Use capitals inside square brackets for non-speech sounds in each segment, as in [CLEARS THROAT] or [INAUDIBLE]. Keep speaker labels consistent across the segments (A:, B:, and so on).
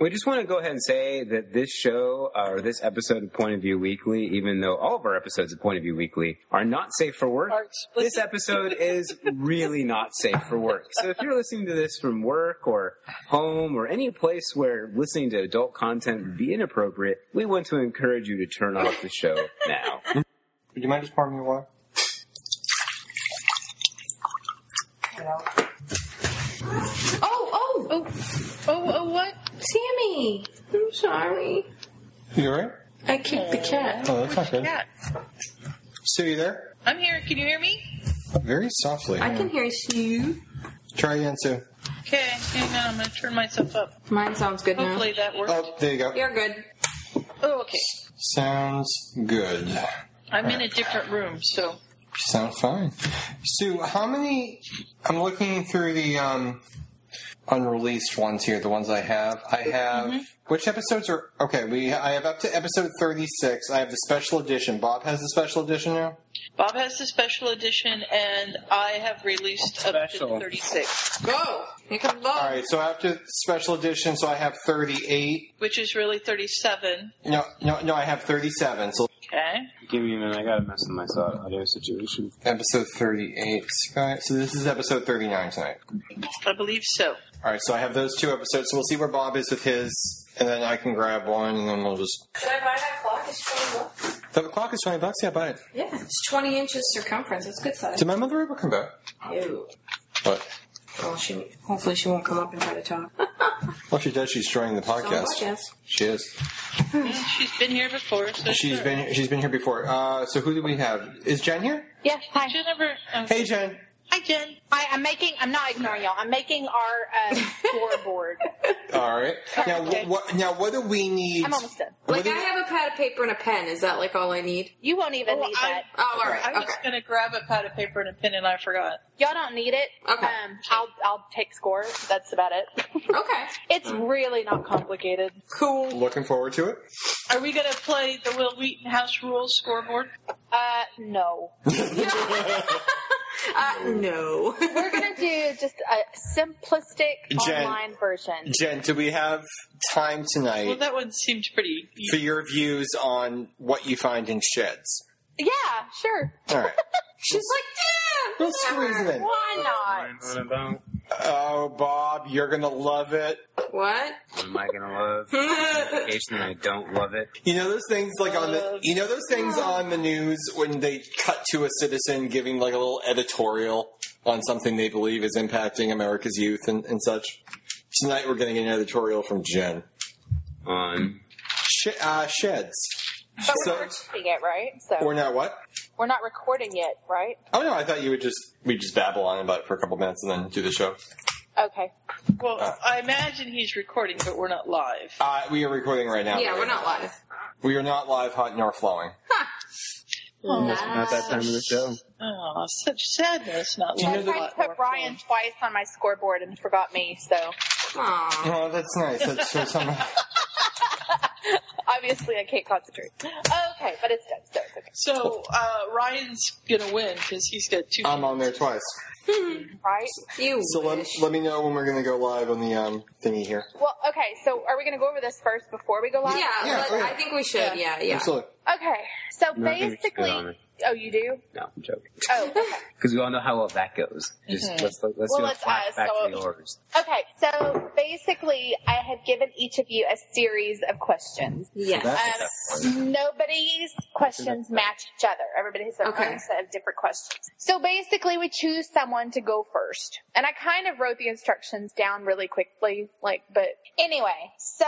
A: We just want to go ahead and say that this show uh, or this episode of Point of View Weekly, even though all of our episodes of Point of View Weekly are not safe for work,
B: Are explicit.
A: this episode is really not safe for work. So if you're listening to this from work or home or any place where listening to adult content would be inappropriate, we want to encourage you to turn off the show now.
C: Would you mind just pouring me water?
B: You know?
D: Oh, oh, oh, oh, oh, what? Sammy, I'm sorry.
C: You alright?
D: I kicked the cat.
C: Oh, that's not good.
B: Yeah.
C: Sue, you there?
B: I'm here. Can you hear me?
C: Very softly.
D: I can hear Sue.
C: Try again, Sue.
B: Okay. Hang on. I'm going to turn myself up.
D: Mine sounds good now.
B: Hopefully that works.
C: Oh, there you go.
D: You're good.
B: Oh, okay.
C: Sounds good.
B: I'm in a different room, so.
C: Sounds fine. Sue, how many? I'm looking through the um, unreleased ones here. The ones I have.
D: Mm-hmm.
C: I have which episodes are okay? We I have up to episode 36. I have the special edition. Bob has the special edition now.
B: Bob has the special edition, and I have released
A: Special.
B: up to 36,
D: Go. Here comes Bob.
C: All right. So after special edition, so I have 38.
B: which is really 37.
C: No, no, no. I have 37. So
B: Okay.
A: Give me a minute. I gotta mess with my audio situation.
C: episode 38. So this is episode 39 tonight.
B: I believe so.
C: All right, so I have those two episodes. So we'll see where Bob is with his, and then I can grab one, and then we'll just.
D: Should I buy that clock? It's 20 bucks.
C: The clock is twenty bucks. Yeah, buy it.
D: Yeah, it's 20 inches circumference. It's good size.
C: Did my mother ever come back?
D: Ew.
C: But
D: Well, she, hopefully she won't come up and try to talk.
C: well, if she does, she's joining the podcast.
D: Yes.
C: She is.
B: Yeah, She's been here before, so.
C: She's
B: sure.
C: been she's been here before. Uh, so who do we have? Is Jen here?
E: Yeah, hi.
B: Jennifer. oh,
C: Hey, Jen.
E: Hi, Jen. I, I'm making, I'm not ignoring y'all. I'm making our
D: [LAUGHS]
E: uh, scoreboard.
C: All right. Now,
E: Okay.
C: wh- what? Now, what do we need?
E: I'm almost done.
C: what
D: Like,
C: do
D: I
C: we-
D: have a pad of paper and a pen. Is that, like, all I need?
E: You won't even
B: Oh,
E: need
B: I-
E: that.
D: Oh, all right.
B: I was
D: Okay.
B: going to grab a pad of paper and a pen, and I forgot.
E: Y'all don't need it.
D: Okay.
E: Um, I'll, I'll take score. That's about it.
D: Okay.
E: it's really not complicated.
D: Cool.
C: Looking forward to it.
B: Are we going to play the Will Wheaton House Rules scoreboard?
E: Uh, no.
D: Uh, no. [LAUGHS]
E: We're gonna do just a simplistic
C: Jen.
E: online version.
C: Jen, do we have time tonight
B: Well, that one seems pretty.
C: for your views on what you find in sheds?
E: Yeah, sure.
A: [LAUGHS]
C: All right.
D: She's like, yeah.
C: Let's squeeze it in.
E: Why not?
C: Oh, Bob, you're gonna love it.
D: What?
A: Am I gonna love? Occasionally, I don't love it.
C: You know those things like on the you know those things on the news when they cut to a citizen giving like a little editorial on something they believe is impacting America's youth and, and such. Tonight we're getting an editorial from Jen.
A: On
C: Sh- uh, sheds.
E: But
C: So-
E: we're recording it, right? So
C: Or not what?
E: we're not recording yet, right?
C: Oh no, I thought you would just we just babble on about it for a couple minutes and then do the show.
E: Okay.
B: Well, I imagine he's recording, but we're not live.
C: Uh, we are recording right now.
D: Yeah, we're not live.
C: We are not live, hot nor flowing.
A: not that time of the show.
B: Oh, such sadness not
C: Uh, Do you know
E: I
B: live.
C: the-
E: tried to put Ryan twice on my scoreboard and forgot me, so
D: Aw.
C: Oh, that's nice. That's so some-
E: obviously I can't concentrate. Okay, but it's done, so it's okay.
B: So uh, Ryan's gonna win because he's got two.
C: Oh. I'm on there twice.
E: Right?
D: You
C: So let,
D: wish.
C: let me know when we're gonna go live on the um, thingy here.
E: Well, okay, so are we going to go over this first before we go live?
D: yeah,
C: Yeah,
D: let-
C: oh, yeah.
D: I think we should. Yeah, yeah.
C: Absolutely.
E: Okay, so
A: No, I think we should go on
E: basically.
A: it.
E: Oh, you do?
A: No, I'm joking.
E: Oh, okay. [LAUGHS]
A: Because we all know how well that goes. Just let's let's do
E: Mm-hmm. Well,
A: a
E: let's, uh,
A: flashback
E: so-
A: to the orders.
E: Okay, so basically, I have given each of you a series of questions.
D: Yes.
E: Um, nobody's questions match each other. Everybody has their
D: Okay.
E: own set of different questions. So basically, we choose someone to go first. And I kind of wrote the instructions down really quickly, like, but anyway, so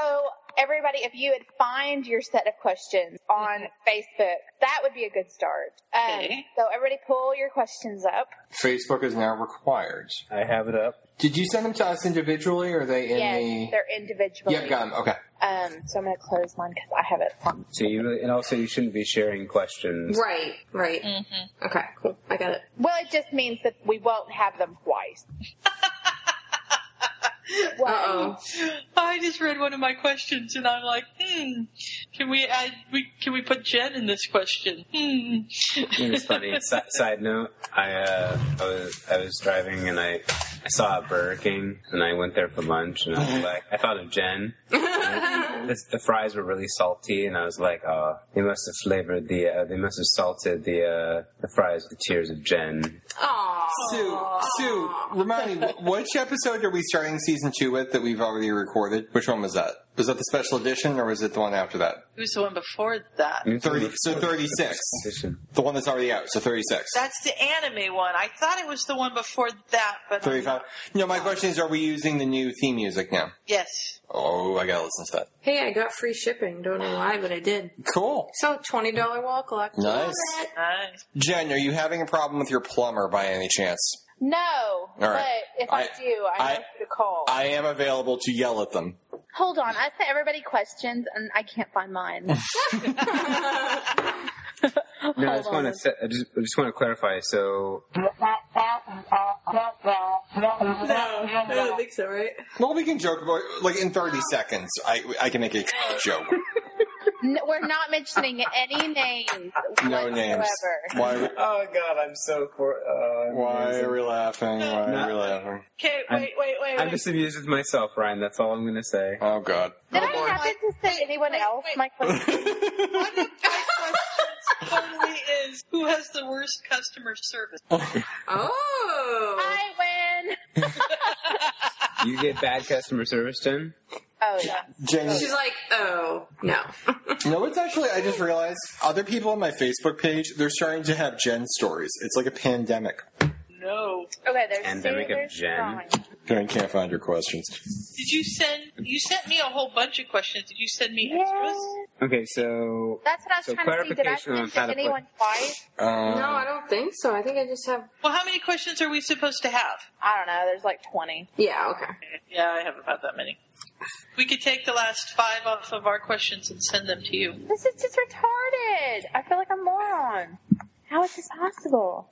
E: everybody, if you would find your set of questions on Facebook, that would be a good start. Um,
B: Okay.
E: So everybody pull your questions up.
C: Facebook is now required.
A: I have it up.
C: Did you send them to us individually, or are they in
E: yes,
C: the?
E: they're individually.
C: Yep, got them. Okay.
E: Um, so I'm going to close mine because I have it on.
A: So you really, and also you shouldn't be sharing questions.
D: Right, right. Okay, cool. I got it.
E: Well, it just means that we won't have them [LAUGHS] twice. Why?
D: Uh oh.
B: I just read one of my questions and I'm like, hmm, can we add? We can we put Jen in this question? Hmm.
A: And it's funny. si- side note: I uh, I was I was driving
E: [LAUGHS]
A: and I I saw a Burger King and I went there for lunch and I was like I thought of Jen. the, the fries were really salty, and I was like, oh, they must have flavored the, uh, they must have salted the uh, the fries with the tears of Jen.
D: Aw.
C: Sue, Sue, remind me, wh- which episode are we starting season two with that we've already recorded? Which one was that? Was that the special edition or was it the one after that?
B: Who's the one before that?
C: 30, so 36. The one that's already out, so 36.
B: That's the anime one. I thought it was the one before that, but
C: 35. No, my question is, are we using the new theme music now?
B: yes.
C: Oh, I gotta listen to that.
D: Hey, I got free shipping. Don't know why, but I did.
C: Cool.
D: So twenty dollar wall clock.
C: Nice.
D: Love it.
B: Nice.
C: Jen, are you having a problem with your plumber by any chance?
E: No,
C: right.
E: but if I,
C: I-
E: do, I,
C: I-
E: have to call.
C: I am available to yell at them.
E: Hold on, I sent everybody questions and I can't find
C: [LAUGHS]
E: mine.
A: No, I just want to set, I just, I just want to clarify. So
D: No, I don't think so, right?
C: Well, we can joke about like in 30 seconds. I I can make a [LAUGHS] joke.
E: N- We're not mentioning any names
C: No
E: whatsoever.
C: names. Why?
A: oh god, I'm so poor. Uh,
C: Why are we laughing? Why are we
A: No.
C: laughing?
B: Okay,
A: I'm-
B: wait, wait, wait,
A: I'm
B: wait.
A: just amused with myself, Ryan. That's all I'm gonna say.
C: Oh God.
E: Did
D: Oh,
E: I
D: Lord.
E: happen to send anyone
B: wait,
E: else
B: wait.
E: my questions?
B: One of my questions totally is who has the worst customer service?
D: Oh.
E: I win!
A: You get bad customer service, Jen.
E: Oh, yeah.
C: [LAUGHS] Jen,
D: She's like, oh no.
C: no, it's actually, I just realized other people on my Facebook page, they're starting to have Jen stories. It's like a pandemic.
B: No.
E: Okay, there's
A: Pandemic
E: two,
A: of
E: there's
A: Jen.
E: nine.
C: Jen can't find your questions.
B: Did you send? You sent me a whole bunch of questions. Did you send me extras?
E: Yes.
A: Okay, so
E: That's what I was
A: So
E: trying to see. Did I
A: clarification on
E: send
A: how
E: to
A: to put-
E: anyone twice?
C: Um,
D: No, I don't think so. I think I just have.
B: Well, how many questions are we supposed to have?
E: I don't know, there's like 20.
D: Yeah. Okay.
B: Yeah, I have about that many. We could take the last five off of our questions and send them to you.
E: This is just retarded! I feel like a moron. How is this possible?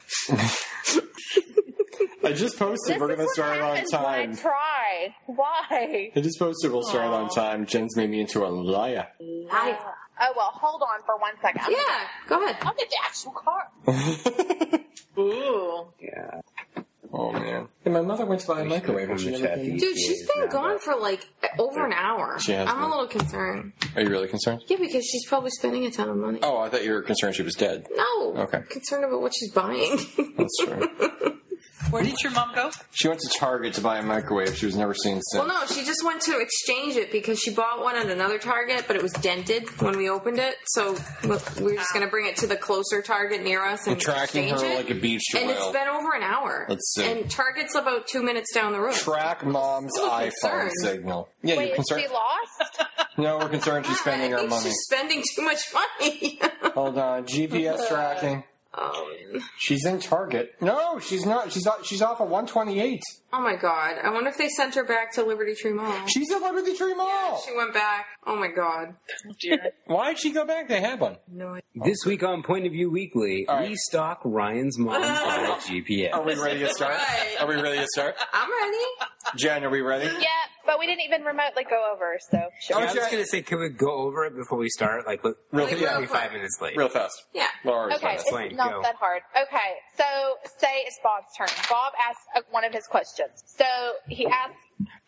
C: I just posted.
E: This
C: We're
E: is
C: gonna
E: what
C: start on
E: happens when
C: time.
E: I try. Why?
C: I just posted. We'll start on time. Jen's made me into a liar.
D: Nice.
E: Oh well, hold on for one second. I'm-
D: Yeah. Go ahead.
E: I'll get the actual card.
C: [LAUGHS]
D: Ooh.
A: yeah,
C: oh man. And my mother went to buy a microwave and she never came.
D: Dude, she's been gone for like over an hour.
C: She has
D: I'm a
C: been.
D: little concerned.
C: Are you really concerned?
D: Yeah, because she's probably spending a ton of money.
C: Oh, I thought you were concerned she was dead.
D: No.
C: Okay.
D: I'm concerned about what she's buying. [LAUGHS]
C: That's true.
B: Where did your mom go?
C: [LAUGHS] she went to Target to buy a microwave she was never seen since.
D: well, no, she just went to exchange it because she bought one at another Target, but it was dented when we opened it. So we- we're just going to bring it to the closer Target near us and
C: And tracking her
D: exchange it.
C: like a beach
D: and
C: whale.
D: it's been over an hour.
C: Let's see.
D: And Target's about two minutes down the road.
C: Track mom's
D: little
C: iPhone
D: concerned.
C: signal. Yeah,
E: Wait,
C: you're
E: is
C: concerned.
E: she lost? [LAUGHS]
C: no, we're concerned she's spending
D: I
C: our
D: think
C: money.
D: she's spending too much money. [LAUGHS]
C: Hold on, GPS tracking.
D: oh, man.
C: She's in Target. No, she's not. She's off, she's off at 128.
D: Oh, my God. I wonder if they sent her back to Liberty Tree Mall.
C: She's at Liberty Tree Mall.
D: She went back. Oh, my God.
B: Oh, dear.
C: Why did she go back? They had one.
D: No, idea.
A: This week on Point of View Weekly,
C: All right.
A: we stalk Ryan's mom on GPS.
C: Are we ready to start?
D: Right.
C: Are we ready to start?
D: I'm ready.
C: Jen, are we ready?
E: yeah, but we didn't even remotely go over, so sure.
A: Yeah, I was
C: Okay.
A: gonna say, can we go over it before we start? Like, look,
C: Real-
A: like,
C: yeah.
A: we're only five minutes late.
C: Real fast.
D: Yeah.
C: Laura's
E: Okay,
C: fast.
E: it's
A: Explain,
E: not
A: go.
E: that hard. Okay, so say it's Bob's turn. Bob asked uh, one of his questions. So he asked,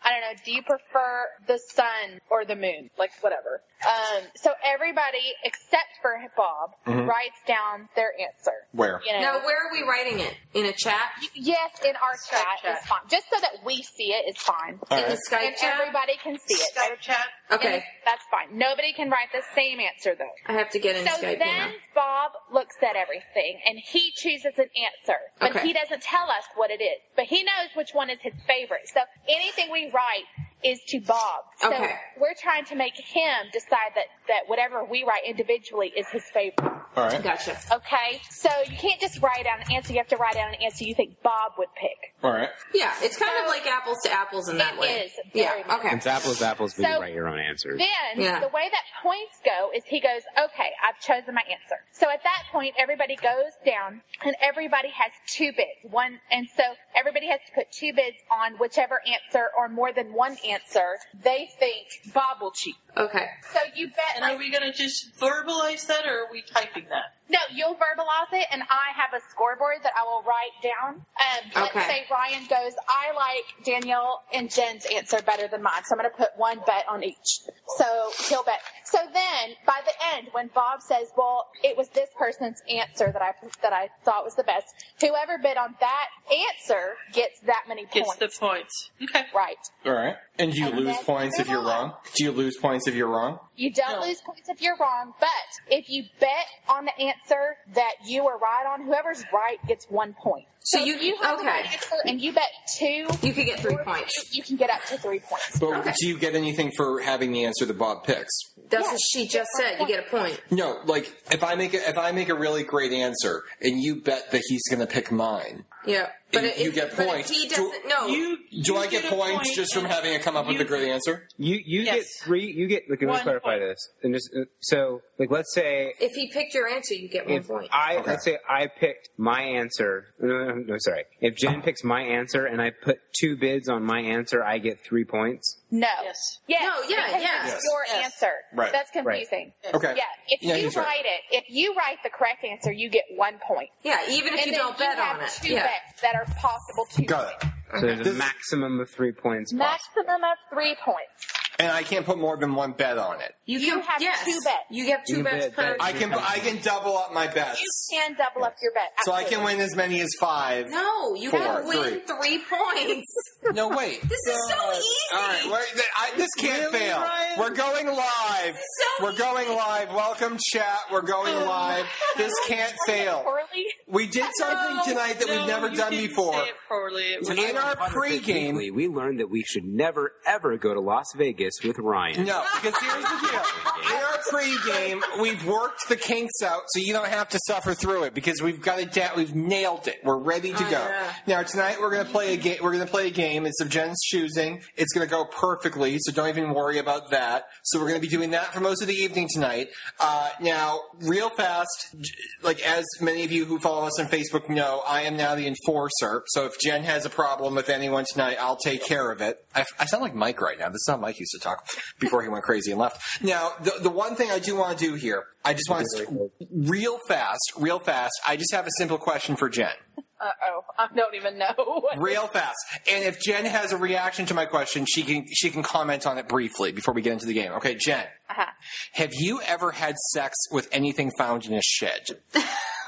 E: I don't know, do you prefer the sun or the moon? Like whatever. Um, so everybody except for Bob writes down their answer.
C: Where?
E: You know,
D: Now, where are we writing it? In a chat?
E: yes, in our chat,
B: chat.
E: is fine. Just so that we see it is fine.
C: All
D: In
C: right.
D: the Skype
E: and
D: chat?
E: everybody can see it.
B: Skype chat.
E: And
D: Okay.
E: that's fine. Nobody can write the same answer though.
D: I have to get in
E: So
D: Skype
E: then
D: now.
E: Bob looks at everything and he chooses an answer, but
D: Okay.
E: he doesn't tell us what it is. But he knows which one is his favorite. So anything we write is to Bob. So
D: Okay.
E: we're trying to make him decide that, that whatever we write individually is his favorite.
C: All right.
D: Gotcha.
E: Okay? So you can't just write down an answer. You have to write down an answer you think Bob would pick.
C: All right.
D: Yeah, it's kind of like apples to apples in that
E: It
D: way.
E: is, very
D: Yeah,
E: much.
D: okay.
A: It's apples to apples, but you
E: So-
A: write your own answers.
E: Then
D: Yeah.
E: the way that points go is he goes, okay, I've chosen my answer. So at that point, everybody goes down and everybody has two bids. One, and so everybody has to put two bids on whichever answer or more than one answer they think Bob will choose.
D: Okay.
E: So But you bet.
B: And are we going to just verbalize that, or are we typing that?
E: No, you'll verbalize it, and I have a scoreboard that I will write down. Um, let's
D: Okay.
E: say Ryan goes, I like Danielle and Jen's answer better than mine, so I'm going to put one bet on each. So he'll bet. So then, by the end, when Bob says, "Well, it was this person's answer that I that I thought was the best," whoever bid on that answer gets that many
B: Gets
E: points.
B: the points. Okay.
E: right.
C: All right. And do you
E: And
C: lose
E: then
C: points if
E: move
C: you're
E: on.
C: wrong? Do you lose points if you're wrong?
E: You don't
B: No.
E: lose points if you're wrong, but if you bet on the answer that you were right on, whoever's right gets one point.
D: So
E: if
D: you-
E: have the
D: okay.
E: right answer and you bet two,
D: You could get three points.
E: you can get up to three points.
C: But
D: Okay.
C: do you get anything for having the answer that Bob picks?
D: That's
E: Yeah,
D: what she
E: you
D: just
E: get
D: said. You
E: one
D: get a point.
C: No, like if I make a, if I make a really great answer and you bet that he's going to pick mine,
D: Yeah, but
C: You-
D: it,
C: you
D: if-
C: get
D: but if
C: points.
D: he
C: Do-
D: doesn't. No,
B: You.
C: do
B: you
C: I get,
B: a
C: points
B: point
C: just from
B: and
C: having to come up with
B: you-
C: a great answer?
A: You you
B: Yes.
A: get three. You get like let me
B: One
A: clarify
B: point.
A: this. And just, uh, so like let's say
D: if he picked your answer, you get one
A: if
D: point.
A: I
C: Okay.
A: let's say I picked my answer. [LAUGHS] No, no, no, no, sorry. If Jen picks my answer and I put two bids on my answer, I get three points.
E: No.
B: Yes.
E: Yes,
D: No, yeah,
E: because
D: yeah.
E: it's Your
B: Yes.
E: answer.
C: Right.
E: That's confusing.
C: Okay.
E: Yeah. If
C: Yeah,
E: you
C: he's
E: write
C: right.
E: it, if you write the correct answer, you get one point.
D: Yeah, even if
E: And
D: you
E: then
D: don't bet
E: you have
D: on it.
E: two
D: Yeah.
E: bets that are possible to
C: Got it.
A: So there's a
C: This-
A: maximum of three points. possible.
E: Maximum of three points.
C: And I can't put more than one bet on it.
D: You,
E: You
D: can,
E: have
D: yes.
E: two bets.
D: You get two
A: You
D: bets
A: bet-
D: per.
A: bet-
C: I can I can double up my
E: You
C: bets,
E: can double up your bet.
C: so I can
E: absolutely.
C: win as many as five.
D: no, you
C: Four,
D: gotta win three,
C: [LAUGHS]
D: points.
C: No, wait.
D: This is so
C: Uh,
D: easy.
C: All right, we're, th- I, this can't
A: Really,
C: fail.
A: Ryan?
C: We're going live.
D: so
C: we're
D: [LAUGHS]
C: going live. Welcome, chat. We're going
B: Oh.
C: live. This can't fail.
E: Poorly.
B: [LAUGHS]
C: We did something tonight that
B: no,
C: we've never
B: you
C: done
B: didn't
C: before.
B: Say it poorly. It was-
C: In our
A: Weekly,
C: pregame,
A: we learned that we should never ever go to Las Vegas with Ryan.
C: no, because here's the deal. In our pregame, we've worked the kinks out, so you don't have to suffer through it because we've got it down. We've nailed it. We're ready to
D: Oh,
C: go.
D: yeah.
C: Now tonight we're gonna play a game. We're gonna play a game. It's of Jen's choosing. It's gonna go perfectly, so don't even worry about that. So we're gonna be doing that for most of the evening tonight. Uh, now, real fast, j- like as many of you who follow us on Facebook know, I am now the enforcer. So if Jen has a problem with anyone tonight, I'll take care of it. I, I sound like Mike right now. This is how Mike used to talk before he went crazy and left. Now, the the one thing I do want to do here, I just want to real fast, real fast. I just have a simple question for Jen
E: Uh oh. I don't even know. [LAUGHS]
C: real fast. And if Jen has a reaction to my question, she can she can comment on it briefly before we get into the game. Okay, Jen.
E: Uh-huh.
C: Have you ever had sex with anything found in a shed?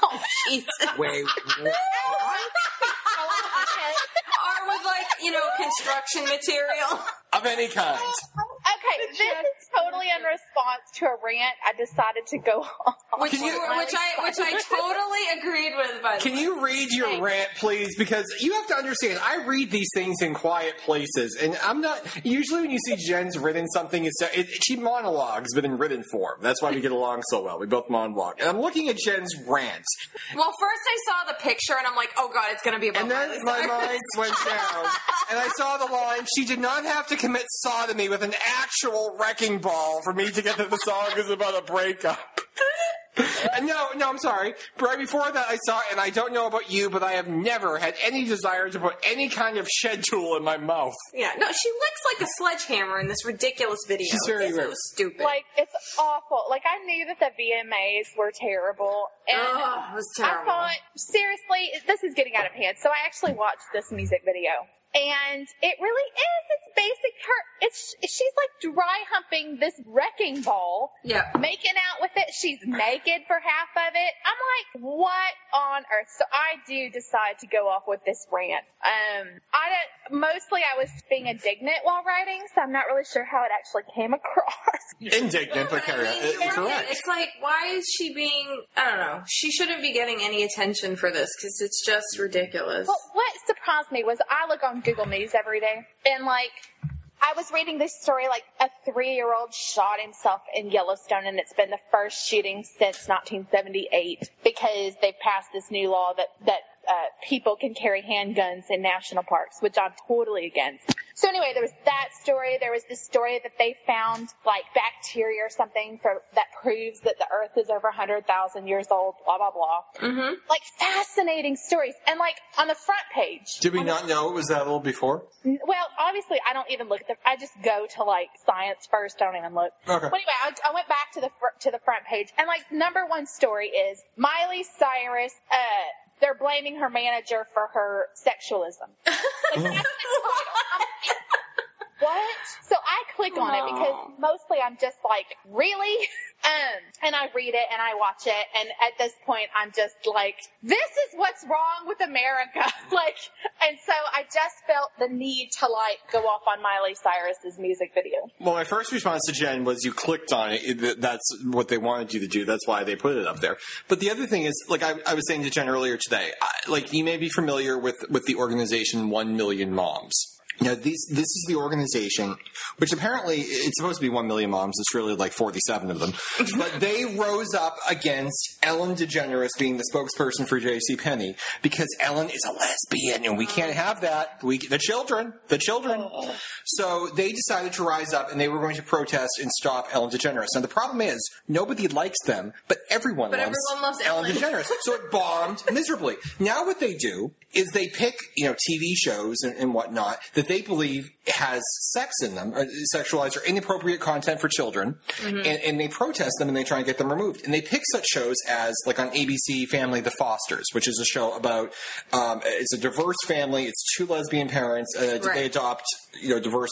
D: Oh, Jesus.
C: [LAUGHS]
A: Wait, what?
D: Or with like you know
C: [LAUGHS]
D: construction material.
C: Of any kind.
E: Okay, this is totally in response to a rant I decided to go [LAUGHS] on.
D: Which you, which I which
C: [LAUGHS]
D: I totally agreed with. By the
C: Can
D: way.
C: you read your rant, please? Because you have to understand, I read these things in quiet places, and I'm not. Usually, when you see Jen's written something, it's, it, she monologues, but in written form. That's why we get along so well. We both monologue. And I'm looking at Jen's rant,
D: Well, first I saw the picture and I'm like, oh god, it's gonna be about
C: And then my
D: [LAUGHS] Miley Cyrus.
C: [LAUGHS] mind went down, and I saw the line, she did not have to commit sodomy with an actual wrecking ball for me to get that the song is about a breakup. And no, no, I'm sorry. Right before that, I saw, and I don't know about you, but I have never had any desire to put any kind of shed tool in my mouth.
D: Yeah, no, she licks like a sledgehammer in this ridiculous video.
C: She's very
D: it's
C: rude.
D: So stupid.
E: Like, it's awful. Like, I knew that the VMAs were terrible. And
D: oh, it was
E: I
D: terrible.
E: thought, seriously, this is getting out of hand. So I actually watched this music video. And it really is. It's basic. Her, it's she's like dry humping this wrecking ball,
D: yeah,
E: making out with it. She's naked for half of it. I'm like, what on earth? So I do decide to go off with this rant. Um, I don't, mostly I was being indignant while writing, so I'm not really sure how it actually came [LAUGHS] across.
C: Indignant, but
D: I
C: carry on.
D: mean, you're
C: Uh,
D: right.
C: Correct.
D: It's like, why is she being? I don't know. She shouldn't be getting any attention for this because it's just ridiculous.
E: Well, what surprised me was I look on Google News every day, and like I was reading this story, like a three-year-old shot himself in Yellowstone, and it's been the first shooting since 1978 because they passed this new law that that uh, people can carry handguns in national parks, which I'm totally against. So anyway, there was that story. There was this story that they found like bacteria or something for, that proves that the Earth is over 100,000 years old. Blah blah blah.
D: Mm-hmm.
E: Like fascinating stories, and like on the front page.
C: Did we not know it was that little before?
E: N- Well, obviously, I don't even look at the. I just go to like science first. I don't even look.
C: Okay.
E: Well, anyway, I, I went back to the fr- to the front page, and like number one story is Miley Cyrus. Uh, they're blaming her manager for her sexualism. Like, that's the title. I'm like, what? So I click on it because mostly I'm just like, really? [LAUGHS] Um, and I read it and I watch it, and at this point I'm just like, this is what's wrong with America. [LAUGHS] like, and so I just felt the need to like go off on Miley Cyrus's music video.
C: Well, my first response to Jen was you clicked on it. it. th- That's what they wanted you to do. That's why they put it up there. But the other thing is, like I, I was saying to Jen earlier today, I, like you may be familiar with with the organization One Million Moms. Now, these, this is the organization, which apparently it's supposed to be 1 million moms. It's really like 47
D: [LAUGHS]
C: of them. But they rose up against Ellen DeGeneres being the spokesperson for JCPenney because Ellen is a lesbian and we can't have that. We, the children, the children. So they decided to rise up and they were going to protest and stop Ellen DeGeneres. Now the problem is nobody likes them, but everyone
D: But
C: loves
D: everyone loves Ellen.
C: DeGeneres. so it bombed miserably. Now what they do is they pick you know TV shows and, and whatnot that they believe has sex in them, or sexualized or inappropriate content for children, and, and they protest them and they try and get them removed. And they pick such shows as like on ABC Family The Fosters, which is a show about um, it's a diverse family, it's two lesbian parents, uh,
D: Right.
C: they adopt you know diverse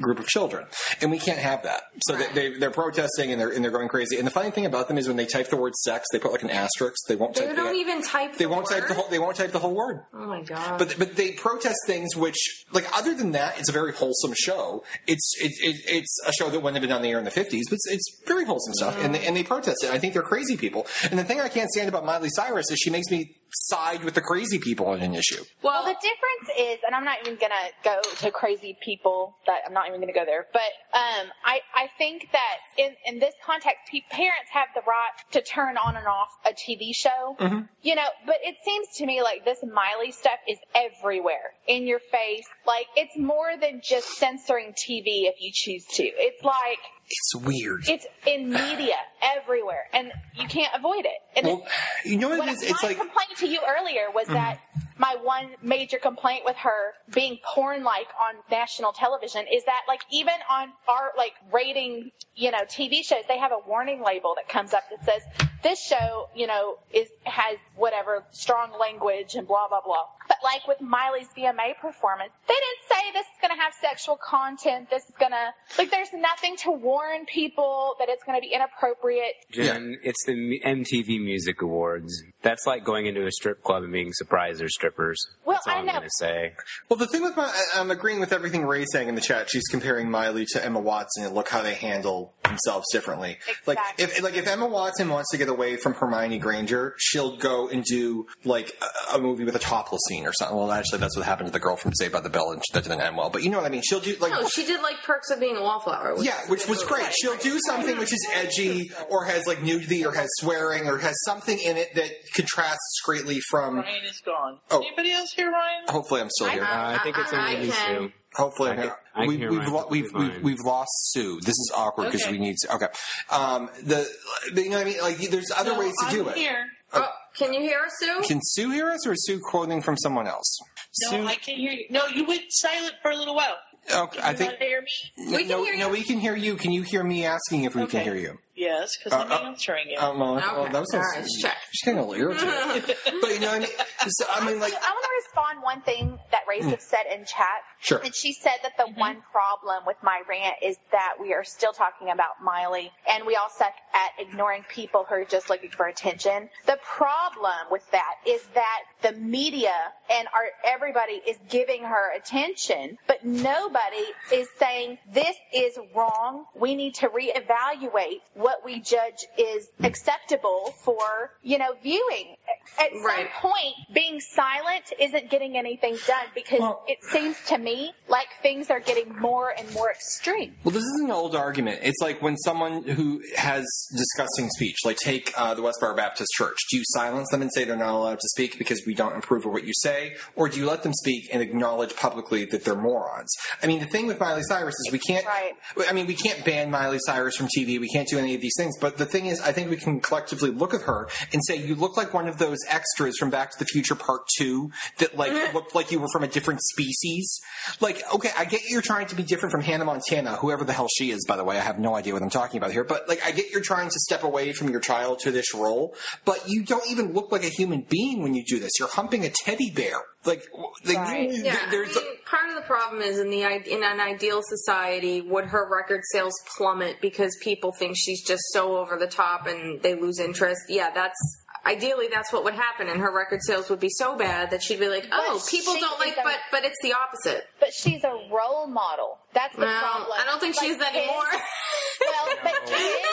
C: group of children, and we can't have that. So
D: Right.
C: they, they, they're protesting and they're and they're going crazy. And the funny thing about them is when they type the word sex, they put like an asterisk. They won't
D: They
C: type.
D: don't
C: the,
D: even type.
C: They
D: the
C: won't type the
D: word.
C: whole. They won't type the whole word.
D: Oh my god.
C: But but they protest things which like other than that, it's a very wholesome show. It's it, it, it's a show that wouldn't have been on the air in the fifties, but it's, it's very wholesome stuff. And they, and they protest it. I think they're crazy people. And the thing I can't stand about Miley Cyrus is she makes me side with the crazy people on an issue.
E: Well, the difference is, and I'm not even gonna go to crazy people. That I'm not even gonna go there. But um, I I think that in in this context, pe- parents have the right to turn on and off a TV show. You know, but it seems to me like this Miley stuff is everywhere in your face. Like it's more than just censoring TV if you choose to. It's like
C: It's weird.
E: it's in media everywhere, and you can't avoid it. And
C: well, you know what
E: what
C: it is? It's
E: my
C: like Mm-hmm.
E: complaint to you earlier was that my one major complaint with her being porn like on national television is that like even on our like rating you know TV shows they have a warning label that comes up that says this show you know is has whatever strong language and blah blah blah but like with Miley's VMA performance they didn't say this is going to have sexual content this is going to like there's nothing to warn people that it's going to be inappropriate
A: Jen, it's the M- MTV Music Awards. That's like going into a strip club and being surprised they're strippers.
E: Well,
A: That's all
E: I
A: I'm
E: know.
A: going to say.
C: Well, the thing with my, I- I'm agreeing with everything Ray's saying in the chat. She's comparing Miley to Emma Watson and look how they handle themselves differently. Like
E: Exactly.
C: if like if Emma Watson wants to get away from Hermione Granger, she'll go and do like a, a movie with a topless scene or something. Well, actually, that's what happened to the girl from Saved by the Bell, and that didn't end well. But you know what I mean? She'll do like
D: no, Oh, she did like perks of being a wallflower. Which
C: yeah, which was great. She'll do something which is edgy or has like nudity or has swearing or has something in it that contrasts greatly from.
B: Ryan is gone.
C: Oh.
B: Anybody else here, Ryan?
C: Hopefully, I'm still here.
A: Uh, I think it's
D: I- I
A: only you,
D: can-
A: Sue.
C: Hopefully,
A: I can-
C: yeah.
A: I can
C: we,
A: hear
C: we've,
A: mine
C: lo- we've,
A: perfectly
C: we've
A: fine.
C: we've lost Sue. This is awkward because
B: Okay.
C: we need to, okay. Um, the but you know what I mean? Like there's other
B: No,
C: ways to
B: I'm
C: do it.
B: Here.
D: Oh, can you hear us, Sue?
C: Can Sue hear us, or is Sue quoting from someone else?
B: No,
C: Sue,
B: I can't hear you. No, you went silent for a little while.
C: okay, I
B: You
C: think
B: wanna hear me?
D: We can
C: no,
D: hear you.
C: no, we can hear you. Can you hear me asking if we
B: Okay.
C: can hear you?
B: Yes, because I'm
C: Uh, uh,
B: answering it.
C: Oh no, well,
D: Okay.
C: that was
D: All right, let's check.
C: She's kind of
D: [LAUGHS]
C: irritated. but you know what I mean? So, I mean, like Mm.
E: I want to respond one thing that Raisa said in chat.
C: Sure.
E: And she said that the one problem with my rant is that we are still talking about Miley, and we all suck at ignoring people who are just looking for attention. The problem with that is that the media and our everybody is giving her attention, but nobody is saying this is wrong. We need to reevaluate what we judge is acceptable for you know viewing. At some
D: Right.
E: point, being silent isn't getting anything done because
C: Well-
E: it seems to me like things are getting more and more extreme.
C: Well, this is an old argument. It's like when someone who has disgusting speech, like take uh, the Westboro Baptist Church, do you silence them and say they're not allowed to speak because we don't approve of what you say, or do you let them speak and acknowledge publicly that they're morons? I mean, the thing with Miley Cyrus is we can't.
E: Right.
C: I mean, we can't ban Miley Cyrus from TV. We can't do any of these things. But the thing is, I think we can collectively look at her and say, "You look like one of those extras from Back to the Future Part Two that like
D: Mm-hmm.
C: looked like you were from a different species." Like, okay, I get you're trying to be different from Hannah Montana, whoever the hell she is, by the way. I have no idea what I'm talking about here. But like, I get you're trying to step away from your childish role, but you don't even look like a human being when you do this. You're humping a teddy bear. Like, w- like
E: Right.
C: th-
D: Yeah, I
C: there's.
D: mean, part of the problem is in the i- in an ideal society, would her record sales plummet because people think she's just so over the top and they lose interest? Yeah, that's ideally that's what would happen, and her record sales would be so bad that she'd be like, "Oh,
E: But
D: people
E: she
D: don't like,"
E: is a-
D: but but it's the opposite.
E: But she's a role model. That's the
D: Well,
E: problem.
D: I don't think she is that
E: Like, kids-
D: anymore.
E: Well,
D: [LAUGHS]
E: but kids,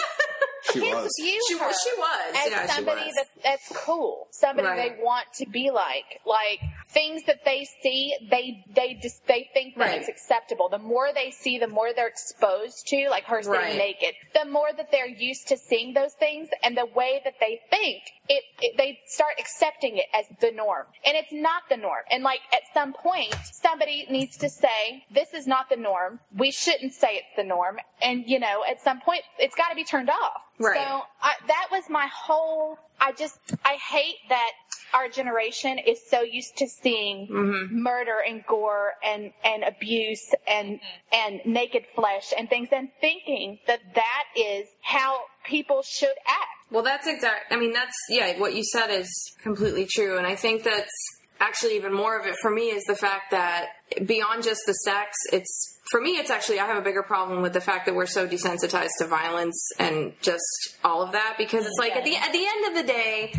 C: she was.
E: kids view
D: she
E: her
D: was. She was.
E: as
D: yeah,
E: somebody
D: she was.
E: That, that's cool, somebody
D: Right.
E: they want to be like. Like things that they see, they they just they think that
D: Right.
E: it's acceptable. The more they see, the more they're exposed to, like her sitting
D: Right.
E: naked. The more that they're used to seeing those things and the way that they think, it, it they start accepting it as the norm, and it's not the norm. And like at some point, somebody needs to say, "This is not the norm. We shouldn't say it's the norm." And you know, at some point, it's got to be turned off.
D: Right.
E: So I, that was my whole. I just I hate that our generation is so used to seeing murder and gore and and abuse and and naked flesh and things and thinking that that is how people should act.
D: Well, that's exact. I mean, that's yeah. What you said is completely true, and I think that's actually even more of it for me is the fact that beyond just the sex, it's for me. It's actually I have a bigger problem with the fact that we're so desensitized to violence and just all of that because it's like at the at the end of the day.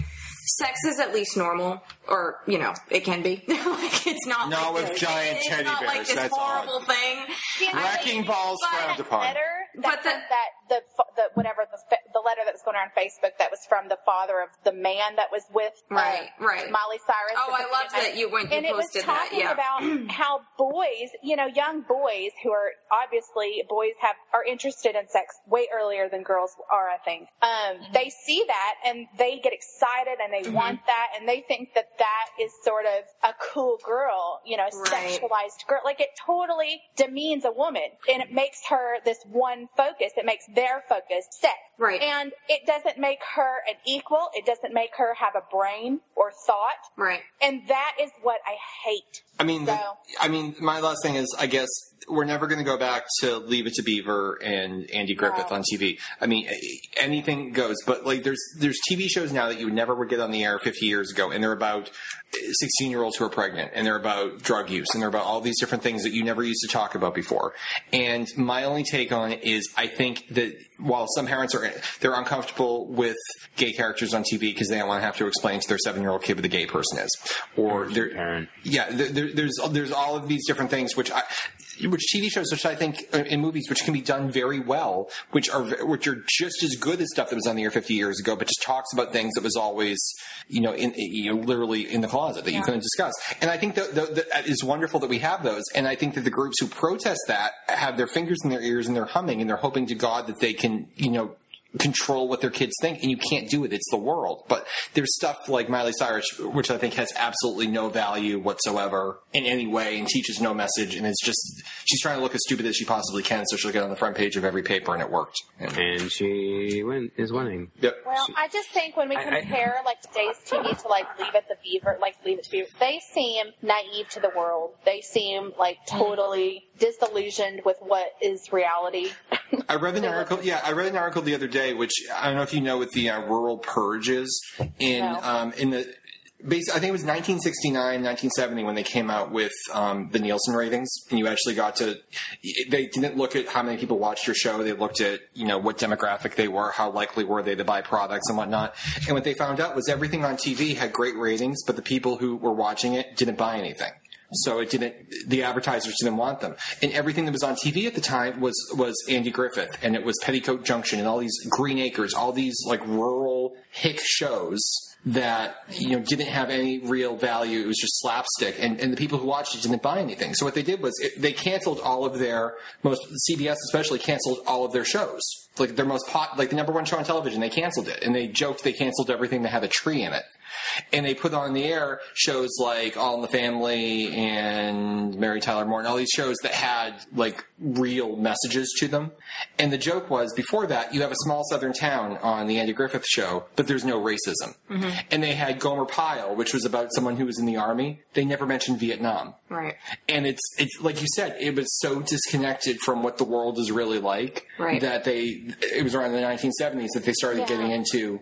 D: Sex is at least normal, or you know, it can be. [LAUGHS] like it's not.
C: No,
D: like
C: with
D: this-
C: giant
D: it's
C: teddy
D: not Like
C: bears,
D: this
C: that's odd.
D: horrible thing.
E: You know,
C: Wrecking balls
E: but
C: frowned upon.
E: Letter, that,
D: But the-
E: that the fa- the whatever the fa- the letter that was going around Facebook that was from the father of the man that was with uh,
D: Right, right.
E: Miley Cyrus.
D: Oh, I
E: because-
D: loved that you went- you
E: and it was
D: posted that,
E: talking
D: yeah. [CLEARS THROAT]
E: about how boys, you know, young boys who are obviously boys have are interested in sex way earlier than girls are. I think um,
D: Mm-hmm.
E: they see that and they get excited and they want that and they think that that is sort of a cool girl, you know,
D: Right.
E: sexualized girl. Like it totally demeans a woman and it makes her this one focus. It makes their focus sex.
D: Right.
E: And it doesn't make her an equal. It doesn't make her have a brain or thought.
D: Right.
E: And that is what I hate.
C: I mean, the-
E: So-
C: I mean, my last thing is, I guess we're never going to go back to Leave It to Beaver and Andy Griffith on TV. I mean, a- anything goes. But like, there's there's TV shows now that you never would get on the air 50 years ago, and they're about 16 year olds who are pregnant, and they're about drug use, and they're about all these different things that you never used to talk about before. And my only take on it is, I think that while some parents are they're uncomfortable with gay characters on TV because they don't want to have to explain to their seven year old kid what a gay person is, or they're
A: Parent.
C: yeah, there, there, there's there's all of these different things which I, which TV shows, which I think uh, in movies, which can be done very well, which are ve- which are just as good as stuff that was on the air 50 years ago, but just talks about things that was always you know in you know, literally in the closet that you couldn't discuss. And I think that, that, that is wonderful that we have those. And I think that the groups who protest that have their fingers in their ears and they're humming and they're hoping to God that they can you know control what their kids think and you can't do it it's the world but there's stuff like miley cyrus which i think has absolutely no value whatsoever in any way and teaches no message and it's just she's trying to look as stupid as she possibly can so she'll get on the front page of every paper and it worked And-
A: And she win- is winning.
C: yep.
E: Well, I just think when we
A: I- I-
E: compare like today's TV to like Leave It the Beaver, like Leave It to Beaver, they seem naive to the world. They seem like totally disillusioned with what is reality.
C: I read an article. Yeah, I read an article the other day, which I don't know if you know what the uh, rural purge is in
E: No.
C: um, in the. Base, I think it was 1969, 1970 when they came out with um, the Nielsen ratings, and you actually got to. They didn't look at how many people watched your show. They looked at you know what demographic they were, how likely were they to buy products and whatnot. And what they found out was everything on TV had great ratings, but the people who were watching it didn't buy anything. So it didn't. The advertisers didn't want them, and everything that was on TV at the time was was Andy Griffith, and it was Petticoat Junction, and all these Green Acres, all these like rural hick shows that you know didn't have any real value. It was just slapstick, and, and the people who watched it didn't buy anything. So what they did was it, they canceled all of their most CBS especially canceled all of their shows, like their most pot, like the number one show on television. They canceled it, and they joked they canceled everything that had a tree in it, and they put on the air shows like All in the Family and Mary Tyler Moore and all these shows that had like real messages to them. And the joke was before that you have a small southern town on the Andy Griffith show, but there's no racism. And they had Gomer Pyle, which was about someone who was in the army. They never mentioned Vietnam
D: Right.
C: and it's it's like you said, it was so disconnected from what the world is really like
D: Right.
C: that they it was around the 1970s that they started
E: Yeah.
C: getting into.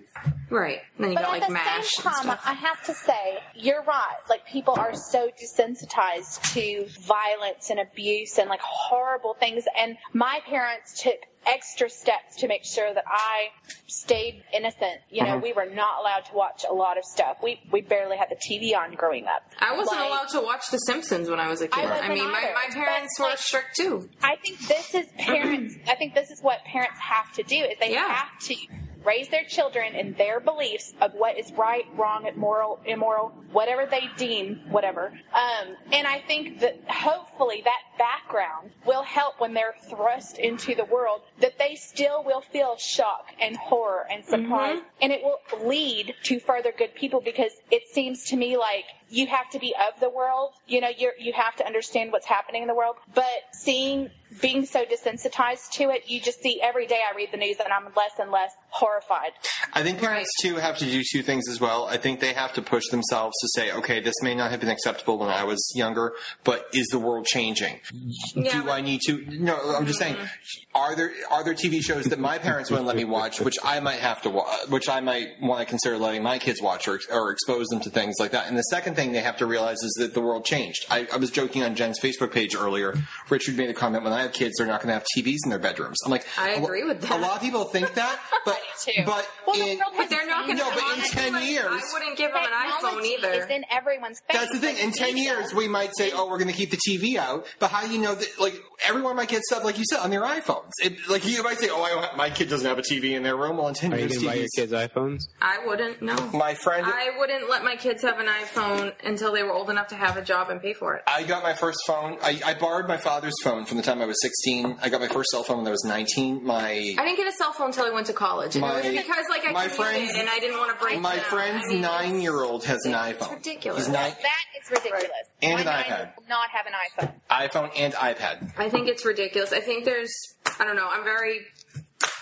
D: Right. And then you
E: But
D: got
E: at
D: like
E: the
D: mash
E: same
D: and
E: time,
D: stuff.
E: I have to say, you're right. Like people are so desensitized to violence and abuse and like horrible things. And my parents took extra steps to make sure that I stayed innocent. You
D: Uh-huh.
E: know, we were not allowed to watch a lot of stuff. We we barely had the TV on growing up.
D: I wasn't
E: Like,
D: allowed to watch The Simpsons when I was a kid.
E: I
D: I,
E: wasn't
D: mean, my,
E: either,
D: my parents
E: but,
D: were
E: like-
D: strict too.
E: I think this is parents. I think this is what parents have to do is they
D: Yeah.
E: have to raise their children in their beliefs of what is right, wrong, and moral, immoral, whatever they deem, whatever. Um, and I think that hopefully that background will help when they're thrust into the world that they still will feel shock and horror and surprise, and it will lead to further good people because it seems to me like you have to be of the world. You know, you're, you have to understand what's happening in the world. But seeing, being so desensitized to it, you just see every day I read the news and I'm less and less horrified.
C: I think parents too have to do two things as well. I think they have to push themselves to say, okay, this may not have been acceptable when I was younger, but is the world changing?
D: Yeah, Mm-hmm.
C: Do I need to? No, I'm just saying. Are there are there TV shows that my parents wouldn't let me watch, which I might have to, wa- which I might want to consider letting my kids watch or, or expose them to things like that? And the second thing they have to realize is that the world changed. I, I was joking on Jen's Facebook page earlier. Richard made a comment: "When I have kids, they're not going to have TVs in their bedrooms." I'm like,
D: I
C: a lo-
D: agree with
C: A
D: that.
C: lot of people think that,
D: [LAUGHS]
C: but
E: too.
C: but
E: Well, the
C: in-
E: world has
D: But they're not going to
C: No, but in 10 years-
D: I wouldn't give them an iPhone
E: Technology
D: either.
E: Is in everyone's face.
C: That's the thing. In ten years, we might say, "Oh, we're going to keep the TV out," but how do you know that? Like everyone might get stuff, like you said, on their iPhones. It, like you might say, "Oh, I don't have, my kid doesn't have a TV in their room." Well, in ten
A: Are you
C: years,
A: going to buy your
C: TVs
A: kids iPhones?
D: I wouldn't. No.
C: My friend, I,
D: I wouldn't let my kids have an iPhone until they were old enough to have a job and pay for it.
C: got my first phone. I, I borrowed my father's phone from the time I was sixteen. I got my first cell phone when I was nineteen. My
D: I didn't get a cell phone until I went to college, and
C: My-
D: it was because like I
C: my
D: commuted
C: friends-
D: and I didn't want to break.
C: my
D: down.
C: friend's
D: I mean,
C: nine year old has an
D: it's
C: iPhone.
D: ridiculous.
C: He's nine
E: That is ridiculous.
C: And
E: Why
C: an
E: not-
C: iPad.
E: Not have an
C: iPhone
E: iPhone.
C: and iPad.
D: I think it's ridiculous. I think there's, I don't know. I'm very,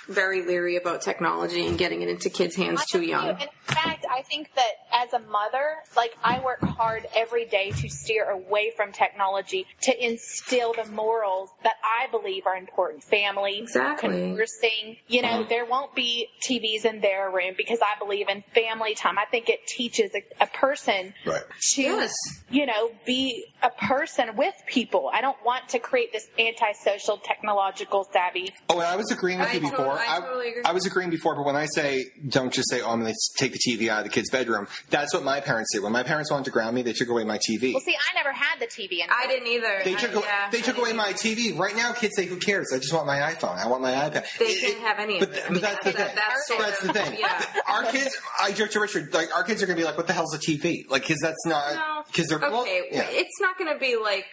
D: very leery about technology and getting it into kids' hands
E: I
D: too
E: do.
D: young.
E: In fact, I think that as a mother, like I work hard every day to steer away from technology to instill the morals that I believe are important. Family,
D: Exactly.
E: conversing. You know, there won't be TVs in their room because I believe in family time. I think it teaches a, a person
C: Right.
E: to
D: Yes.
E: you know, be a person with people. I don't want to create this antisocial, technological savvy.
C: Oh, and I was agreeing with
D: I
C: you
D: tot-
C: before.
D: I totally agree.
C: I was agreeing before, but when I say don't just say, "Oh, I'm going to take the TV out of the kid's bedroom," that's what my parents did. When my parents wanted to ground me, they took away my TV.
E: Well, see, I never had the TV, and
D: I didn't either.
C: they
D: I-
C: took away,
D: yeah,
C: they
D: I
C: took
D: didn't
C: away my
D: either.
C: TV. Right now, kids say, "Who cares? I just want my iPhone. I want my iPad."
D: They
C: It-
D: can't
C: it-
D: have any of
C: But,
D: it.
C: th-
D: I
C: but
D: mean,
C: that's the
D: that-
C: thing.
D: that's
C: So that's the
D: their-
C: thing.
D: yeah.
C: [LAUGHS] Our kids, I joked to Richard, like our kids are going to be like, "What the hell's a TV?" Like, because that's
D: No.
C: not because they're well,
D: okay.
C: yeah.
D: It's not going to be like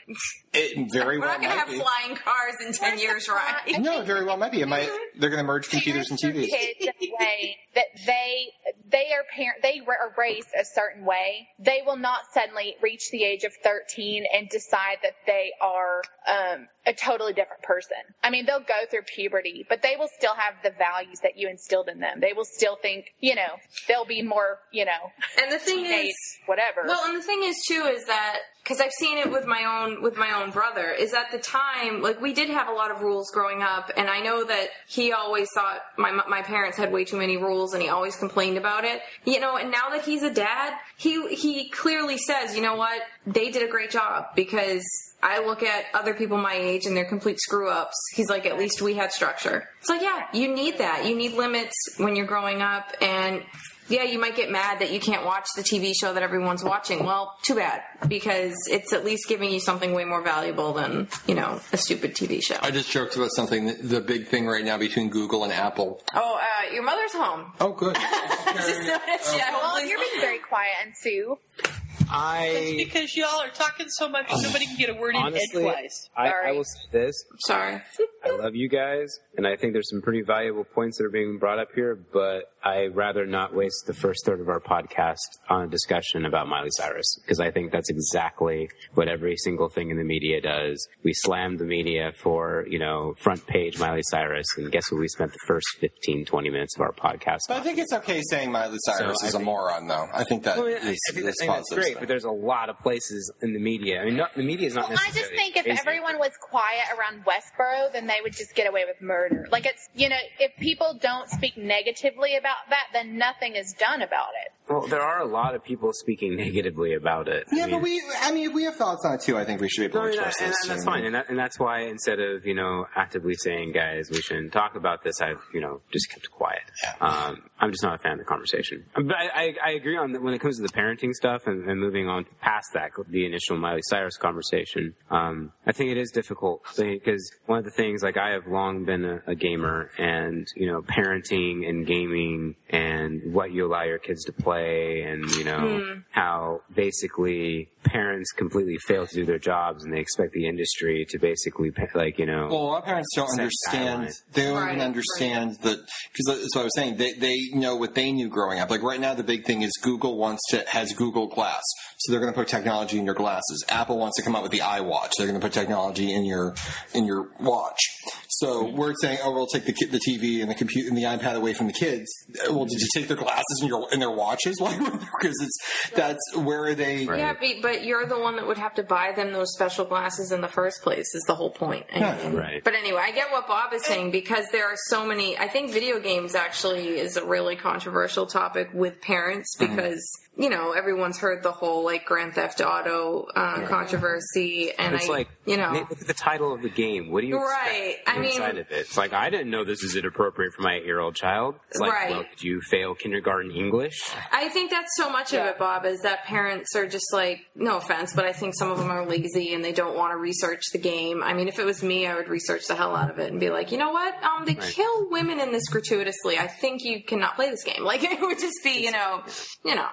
C: it very
D: we're
C: well
D: not going to
C: might
D: have
C: be.
D: flying cars in ten
E: Where's
D: years,
E: the
D: right?
E: fly-
C: No, it very well might be. It
D: [LAUGHS]
C: might, they're going to merge computers and
E: parents
C: TVs.
E: their kids in a way that they they are parent they ra- are raised a certain way. They will not suddenly reach the age of thirteen and decide that they are um, a totally different person. I mean, they'll go through puberty, but they will still have the values that you instilled in them. They will still think, you know, they'll be more, you know,
D: And the thing
E: teenage,
D: is,
E: whatever.
D: Well, and the thing is too is that because I've seen it with my own with my own brother is at the time like we did have a lot of rules growing up, and I know that he always thought my my parents had way too many rules, and he always complained about it. You know, and now that he's a dad, he he clearly says, you know what, they did a great job because I look at other people my age and they're complete screw ups. He's like, at least we had structure. It's like, yeah, you need that. You need limits when you're growing up. And yeah, you might get mad that you can't watch the TV show that everyone's watching. Well, too bad because it's at least giving you something way more valuable than, you know, a stupid TV show.
C: I just joked about something. The big thing right now between Google and Apple.
D: Oh, uh, your mother's home. [LAUGHS]
C: Oh, good.
D: Just noticed. Yeah,
E: Well,
D: hopefully-
E: you're being very quiet, and Sue.
B: That's
A: I
B: because y'all are talking so much nobody can get a word in
A: honestly,
B: edgewise.
A: I, I
E: Sorry.
A: will say this:
D: Sorry.
A: I love you guys, and I think there's some pretty valuable points that are being brought up here. But I rather not waste the first third of our podcast on a discussion about Miley Cyrus because I think that's exactly what every single thing in the media does. We slammed the media for you know front page Miley Cyrus, and guess what? We spent the first 15, 20 minutes of our podcast.
C: But I think it's okay saying Miley Cyrus
A: So I
C: is a
A: think-
C: moron, though. I think that
A: Well,
C: is
A: I mean, I- I think that's, I
C: is
A: think that's
C: positive
A: great,
C: stuff.
A: but there's a lot of places in the media. I mean, not, the media is not
E: Well, I just
A: necessarily.
E: think if
A: crazy.
E: everyone was quiet around Westboro, then they would just get away with murder. Like it's you know, if people don't speak negatively about that, then nothing is done about it.
A: Well, there are a lot of people speaking negatively about it.
C: Yeah,
A: I mean,
C: but we, I mean, if we have thoughts on it too. I think we should be able
A: No, and,
C: to express
A: that- and
C: those
A: that's
C: too.
A: fine, and, that, and that's why instead of you know actively saying, "Guys, we shouldn't talk about this," I've you know just kept quiet. Um, I'm just not a fan of the conversation. But I, I, I agree on that when it comes to the parenting stuff and, and moving on past that, the initial Miley Cyrus conversation. Um, I think it is difficult because one of the things, like I have long been a, a gamer, and you know, parenting and gaming and what you allow your kids to play, and you know
D: Hmm.
A: how basically parents completely fail to do their jobs, and they expect the industry to basically pa- like you know.
C: Well, a lot of parents don't
A: Set
C: understand.
A: guidelines.
C: They don't
D: Right,
C: even
D: right.
C: understand that because that's what I was saying. They they know what they knew growing up. Like right now, the big thing is Google wants to has Google Glass, so they're going to put technology in your glasses. Apple wants to come out with the iWatch. They're going to put technology in your in your watch. So we're saying, oh, we'll take the ki- the TV and the computer and the iPad away from the kids. Uh, Well, did you take their glasses and your and their watches? [LAUGHS] Why? because it's that's where are they.
A: Right.
D: Yeah, but, but you're the one that would have to buy them those special glasses in the first place. Is the whole point. I
C: Yeah.
D: mean.
A: Right.
D: But anyway, I get what Bob is saying because there are so many. I think video games actually is a really controversial topic with parents
A: Mm-hmm.
D: because you know everyone's heard the whole like Grand Theft Auto uh, controversy, and
A: It's
D: I
A: like
D: you know.
A: Nate, look at the title of the game. What do you expect
D: Right. I mean-
A: inside of it? It's like I didn't know this is inappropriate for my eight-year-old child. It's like,
D: Right.
A: well, did you fail kindergarten English?
D: I think that's so much of it, Bob, is that parents are just like, no offense, but I think some of them are lazy and they don't want to research the game. I mean, if it was me, I would research the hell out of it and be like, you know what? Um, they
A: Right.
D: kill women in this gratuitously. I think you cannot play this game. [LAUGHS] Like, it would just be, you know, you know.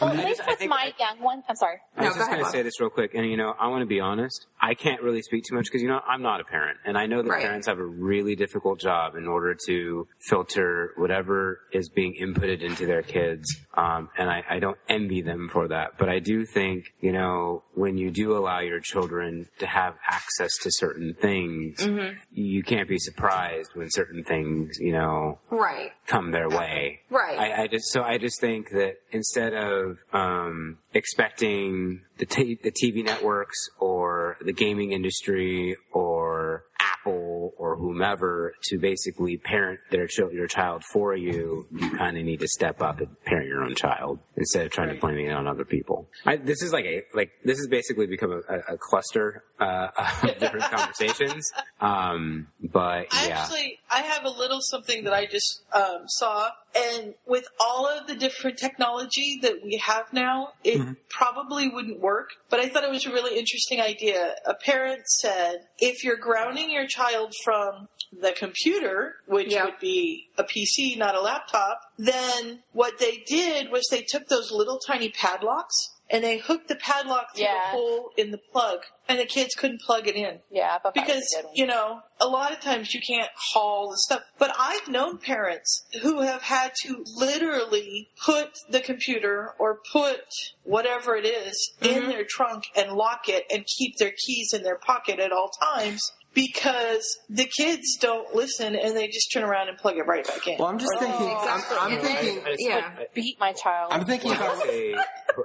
E: Well,
A: I
E: at least
A: just- I
E: with
A: think
E: my young one, I'm sorry.
A: I was
D: No, go
A: just
D: ahead,
A: going to
D: Bob.
A: say this real quick, and you know, I want to be honest. I can't really speak too much because you know I'm not a parent, and I know that
D: Right.
A: parents have a really difficult job in order to filter whatever is being inputted into their kids. Um, and I, I don't envy them for that, but I do think you know when you do allow your children to have access to certain things,
D: Mm-hmm.
A: you can't be surprised when certain things you know
D: Right.
A: come their way.
D: Right.
A: I, I just so I just think that instead of um, expecting the t- the TV networks or the gaming industry or Apple or whomever to basically parent their child your child for you, you kind of need to step up and parent your own child instead of trying to blame it on other people. I, this is like a like this has basically become a, a, a cluster uh, [LAUGHS] of different conversations. Um, but
B: I
A: yeah.
B: actually I have a little something that I just um, saw, and with all of the different technology that we have now, it probably wouldn't work. But I thought it was a really interesting idea. A parent said, if you're grounding your child from the computer, which
D: Yeah.
B: would be a PC, not a laptop, then what they did was they took those little tiny padlocks and they hooked the padlock through
E: Yeah.
B: the hole in the plug, and the kids couldn't plug it in
E: Yeah, I thought that
B: because
E: was a good one.
B: you know a lot of times you can't haul the stuff but i've known parents who have had to literally put the computer or put whatever it is in their trunk and lock it and keep their keys in their pocket at all times because the kids don't listen and they just turn around and plug it right back in.
C: Well, I'm just thinking. I'm,
D: Oh, Exactly.
C: I'm
D: And then-
C: thinking.
D: yeah.
A: I-
E: Beat my child.
C: I'm thinking
A: I
C: about.
A: would say,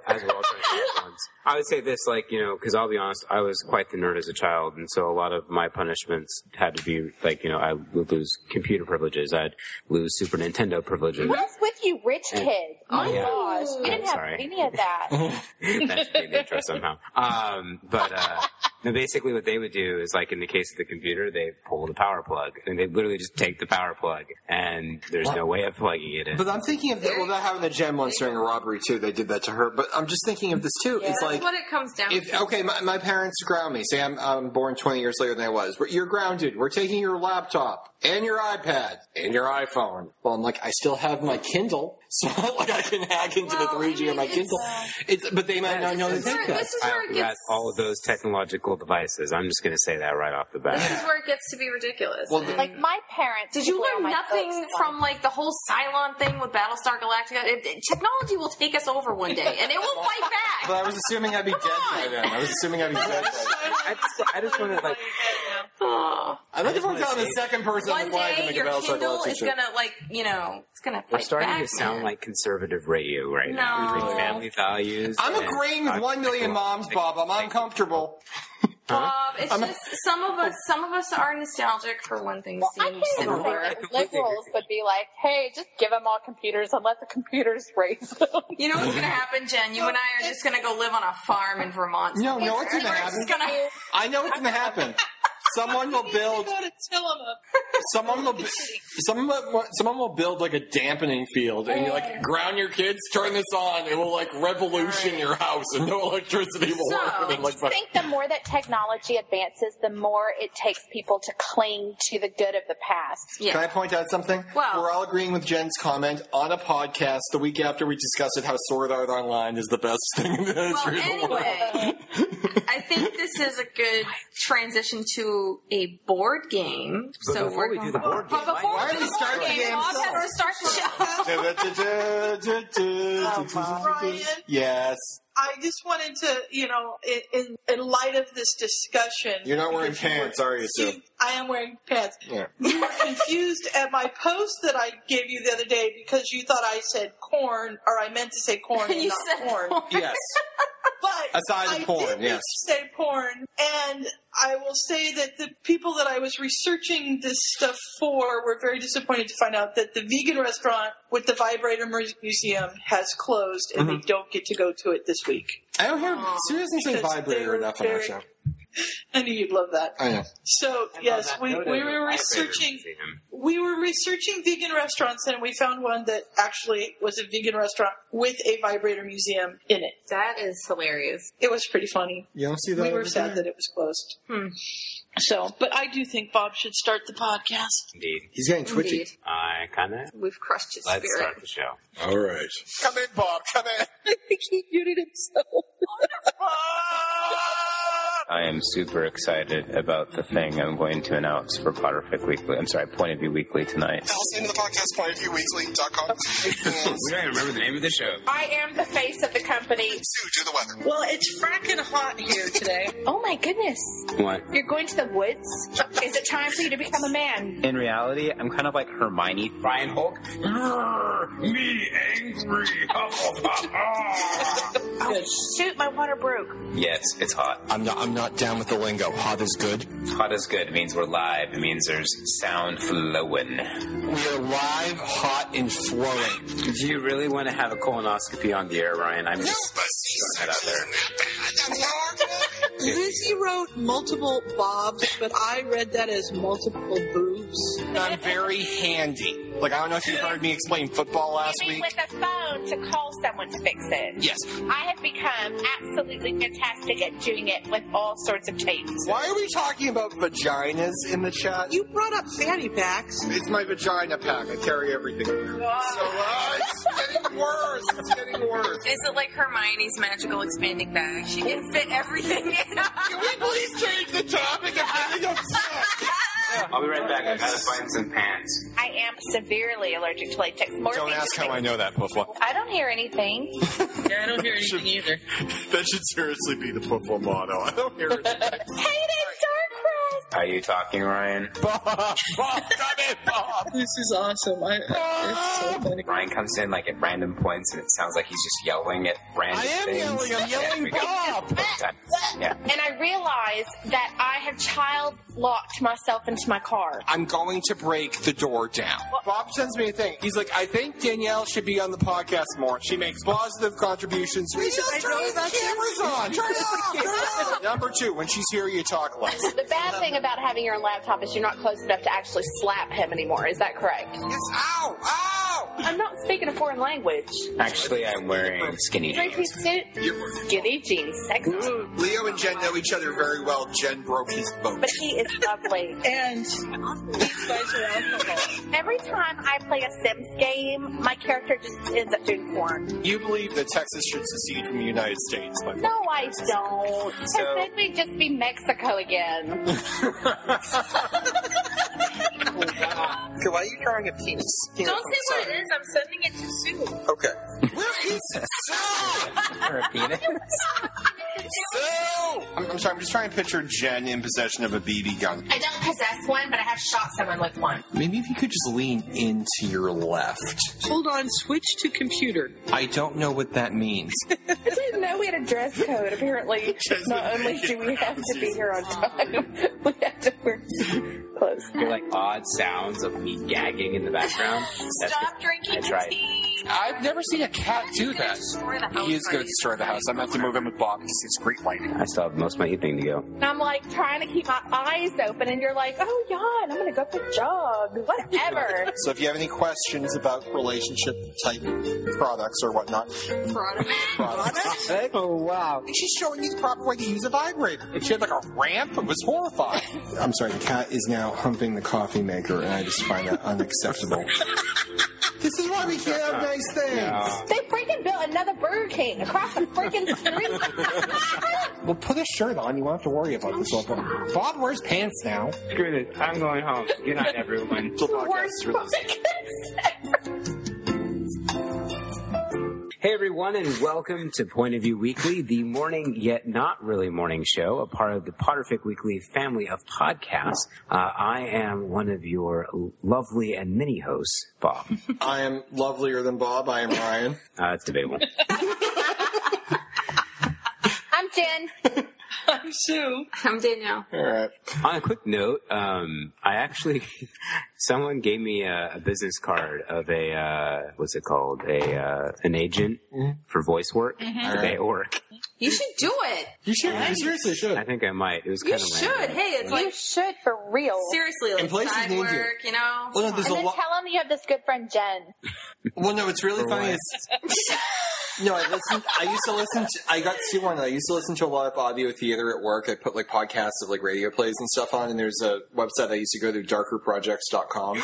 A: as well, I would say this, like, you know, because I'll be honest, I was quite the nerd as a child, and so a lot of my punishments had to be, like, you know, I would lose computer privileges, I'd lose Super Nintendo privileges.
E: What is with you rich kids? My
A: yeah.
E: gosh, you didn't have
A: Sorry.
E: any of that.
A: that should be the intro somehow. Um, but uh, no, basically, what they would do is, like in the case of the computer, they pull the power plug, and they literally just take the power plug, and there's no way of plugging it in.
C: But I'm thinking of well, that happened to Jen once during a robbery too. They did that to her. But I'm just thinking of this too. It's
D: That's
C: like
D: what it comes down
C: if
D: to.
C: okay, my, my parents ground me. Say I'm, I'm born 20 years later than I was. But you're grounded. We're taking your laptop and your iPad and your iPhone. Well, I'm like, I still have my Kindle, [LAUGHS] so like I can hack into
D: Well,
C: the 3G
D: I
C: of my
D: mean, uh,
C: Kindle. It's, but they might not know they
D: This is
C: did
D: where-
C: that.
D: this is
A: I
D: where it
A: regret
D: gets.
A: all of those technological devices. I'm just going to say that right off the
D: This [LAUGHS]
A: bat.
D: is where it gets to be ridiculous.
C: Well,
D: And-
E: Like my parents.
D: Did you
E: people oh, on
D: learn
E: my
D: nothing
E: folks'
D: from like the whole Cylon thing with Battlestar Galactica? It, it- technology will take us over one day, and it will fight
C: But I
D: back.
C: was assuming I'd be dead by then. I was assuming I'd be dead. by then.
D: [LAUGHS]
A: I just, I just want to like.
D: Oh.
C: I like if we're telling the second person
D: One
C: in the line to
D: day,
C: make a
D: your
C: battle
D: Kindle
C: psychology
D: is gonna like you know it's gonna fight
A: We're starting
D: back.
A: to sound
D: man.
A: like conservative radio right
D: No.
A: now. Between family values.
C: I'm
A: and-
C: agreeing with one million moms, Bob. I'm uncomfortable.
D: Bob. It's
C: I'm a-
D: just some of us. Some of us are nostalgic for one thing.
E: I
D: seems
E: can't even
D: similar.
E: think that liberals would be like, "Hey, just give them all computers and let the computers raise them."
D: You know what's gonna happen, Jen? You and I are just gonna go live on a farm in Vermont.
C: No, no, it's gonna
D: We're
C: happen.
D: just gonna.
C: I know
D: [LAUGHS]
C: it's gonna happen. Someone will build.
B: Go to Tillamook.
C: Someone will. bu- Someone. will- Someone will build like a dampening field, and you like ground your kids. Turn this on. It will like revolution your house, and no electricity will
D: So,
C: work. And then, like,
E: I think the more that technology advances, the more it takes people to cling to the good of the past.
D: Yeah.
C: Can I point out something?
D: Well-
C: We're all agreeing with Jen's comment on a podcast the week after we discussed it how Sword Art Online is the best thing in the
D: Well,
C: history of the world.
D: anyway, I think this is a good transition to a board game.
A: But
D: so
A: before
D: we're
A: we
D: going-
A: do the board game,
D: but before
A: why
C: are
D: we do
C: we
D: the board
C: starting
D: game,
C: the game
D: Bob has to start the show. [LAUGHS] Oh,
B: Brian.
C: yes.
B: I just wanted to, you know, in, in, in light of this discussion.
C: You're not wearing
B: because you were
C: pants, are you, Sue?
B: confused- I am wearing pants.
C: Yeah.
B: You were confused at my post that I gave you the other day because you thought I said corn, or I meant to say corn and
D: [LAUGHS] you
B: not
D: said
B: corn.
D: porn.
C: Yes.
B: But
C: Aside of
B: I
C: porn,
B: did
C: yes.
B: say porn, and I will say that the people that I was researching this stuff for were very disappointed to find out that the vegan restaurant with the vibrator mu- museum has closed, and
C: Mm-hmm.
B: they don't get to go to it this week.
C: I don't have. Sue doesn't say
B: Because they
C: vibrator
B: were
C: enough on our
B: very-
C: show.
B: I knew you'd love that.
C: I know.
B: So yes, we, we were researching we were researching vegan restaurants, and we found one that actually was a vegan restaurant with a vibrator museum in it.
D: That is hilarious.
B: It was pretty funny.
C: You don't see that.
B: we were
C: over
B: sad
C: there?
B: that it was closed. So, but I do think Bob should start the podcast.
A: Indeed.
C: He's getting twitchy.
D: Indeed.
A: I kind of.
D: We've crushed his
A: Let's
D: spirit.
A: start the show.
C: All right. Come in, Bob. Come in.
B: I think he muted himself.
A: I am super excited about the thing I'm going to announce for Potterfic Weekly. I'm sorry, Point of View Weekly tonight.
F: Allison in the podcast point of view weekly.com [LAUGHS] and
A: We don't even remember the name of the show.
E: I am the face of the company.
F: Sue do the weather.
B: Well, it's fracking hot here today.
E: Oh my goodness.
A: What?
E: You're going to the woods? Is it time for you to become a man?
G: in reality, I'm kind of like Hermione.
A: Brian Hulk? me angry
E: [LAUGHS]
A: [LAUGHS]
E: Shoot, my water broke.
A: Yes, it's hot.
C: I'm not. I'm not down with the lingo. Hot is good.
A: Hot is good. It means we're live. It means there's sound flowing.
C: We are live, hot, and flowing.
A: Do you really want to have a colonoscopy on the air, Ryan? I'm just throwing that out there.
B: Lizzie wrote multiple Bobs, but I read that as multiple boobs.
C: I'm very handy. Like I don't know if you heard me explain football last
E: Leaving
C: week.
E: with a phone to call someone to fix it.
C: Yes.
E: I have become absolutely fantastic at doing it with all sorts of tapes.
C: Why are we talking about vaginas in the chat?
B: You brought up fanny packs.
C: It's my vagina pack. I carry everything. in there. So uh, it's getting worse. It's getting worse.
D: Is it like Hermione's magical expanding bag? She can fit everything in.
C: Can we please change the topic? I'm getting upset.
A: I'll be right back. I gotta find some pants.
E: I am severely allergic to latex. Morphine just makes-
C: know that, Puffwa.
E: I don't hear anything.
B: Yeah, I don't hear anything either.
H: [LAUGHS]
C: That should seriously be the Puffwa motto. I don't hear it.
E: Hey, there's Dark Crest.
G: Are you talking, Ryan?
B: This is awesome. I, I, it's so funny.
G: Ryan comes in like at random points, and it sounds like he's just yelling at random
H: I am
G: things.
H: yelling, I'm
G: Yeah,
H: yelling
G: we go-
H: Bob!
G: Yeah.
E: And I realize that I have child locked myself into my car.
H: I'm going to break the door down.
C: Bob sends me a thing. He's like, I think Danielle should be on the podcast more. She makes positive contributions. Danielle's turning the cameras on. Turn it off. Turn it off. Number two, when she's here, you talk less.
E: The bad thing about having your own laptop is you're not close enough to actually slap him anymore. Is that correct?
H: Yes, ow, ow!
E: I'm not speaking a foreign language.
G: Actually, I'm wearing skinny
E: Drink me
G: jeans.
E: suit, skinny jeans, sexy.
I: Mm.
H: Leo and Jen know each other very well. Jen broke his boat.
E: But he is
I: [LAUGHS]
E: lovely.
B: And these guys are alcohol.
E: Every time I play a Sims game, my character just ends up doing porn.
C: You believe that Texas should secede from the United States. But
E: No, I don't.
G: So-
E: Because then we'd just be Mexico again.
H: Okay, why are you drawing a penis?
I: Don't say what it is. I'm sending it to Sue.
H: Okay. Where is
G: Or a penis.
C: I'm, I'm sorry, I'm just trying to picture Jen in possession of a BB gun.
I: I don't possess one, but I have shot someone with one.
C: Maybe if you could just lean into your left.
B: Hold on, switch to computer.
C: I don't know what that means.
D: I didn't know we had a dress
C: [LAUGHS]
D: code. Apparently, not only do we have to be here on
E: [LAUGHS]
D: time, we have to wear clothes.
G: You're like odd sounds of me gagging in the background. That's
I: Stop
G: good.
I: drinking
G: I tried.
I: tea.
H: I've never seen a cat do that.
I: Destroy the house
H: He is
I: by
H: going to
I: these
H: destroy the house. I'm going to have to move in with Bob because it's great lighting.
G: I still have most of my evening to go.
E: And I'm like trying to keep my eyes open, and you're like, oh, yawn, I'm going to go for a jog.
C: [LAUGHS]
E: Whatever.
C: So if you have any questions about relationship type products or whatnot,
I: products.
C: products,
A: Oh wow!
C: she's showing you the proper way to use a vibrator. And she had like a ramp. It was horrifying. [LAUGHS] I'm sorry, the cat is now humping the coffee maker, and I just find that unacceptable. [LAUGHS] this is why we can't have nice things.
E: They freaking built another Burger King across
C: [LAUGHS]
E: the freaking street.
C: Well, put a shirt on. You won't have to worry about this. Little Bob wears pants now.
A: Screw this. I'm going home. Good night, everyone. Hey everyone, and welcome to Point of View Weekly, the morning yet not really morning show, a part of the Potterfic Weekly family of podcasts. Uh, I am one of your lovely and mini hosts, Bob.
C: I am lovelier than Bob. I am Ryan.
A: Uh, it's
D: [LAUGHS]
A: debatable.
E: I'm Jen.
B: I'm Sue.
D: [LAUGHS] I'm Danielle.
C: [LAUGHS] All right.
A: On a quick note, um, I actually [LAUGHS] someone gave me a, a business card of a uh, what's it called a uh, an agent
D: Mm-hmm.
A: for voice work. They work.
D: You should do it.
C: You should. You seriously should.
A: I think I might. It was
D: You
A: kind of
D: should. Hey, it's
E: You
D: like
E: should for real.
D: seriously, like
C: And places
D: side
C: need you.
D: work. You know.
C: Well, no, there's
E: And
C: a
E: then
C: lot.
E: tell them you have this good friend Jen.
C: Well, no, it's really
A: For
C: funny.
A: what?
C: is- [LAUGHS] no, I listened. I used to listen. To, I got to one. I used to listen to a lot of audio theater at work. I put like podcasts of like radio plays and stuff on. And there's a website I used to go to,
A: [GASPS]
C: [GASPS] darkerprojects.com.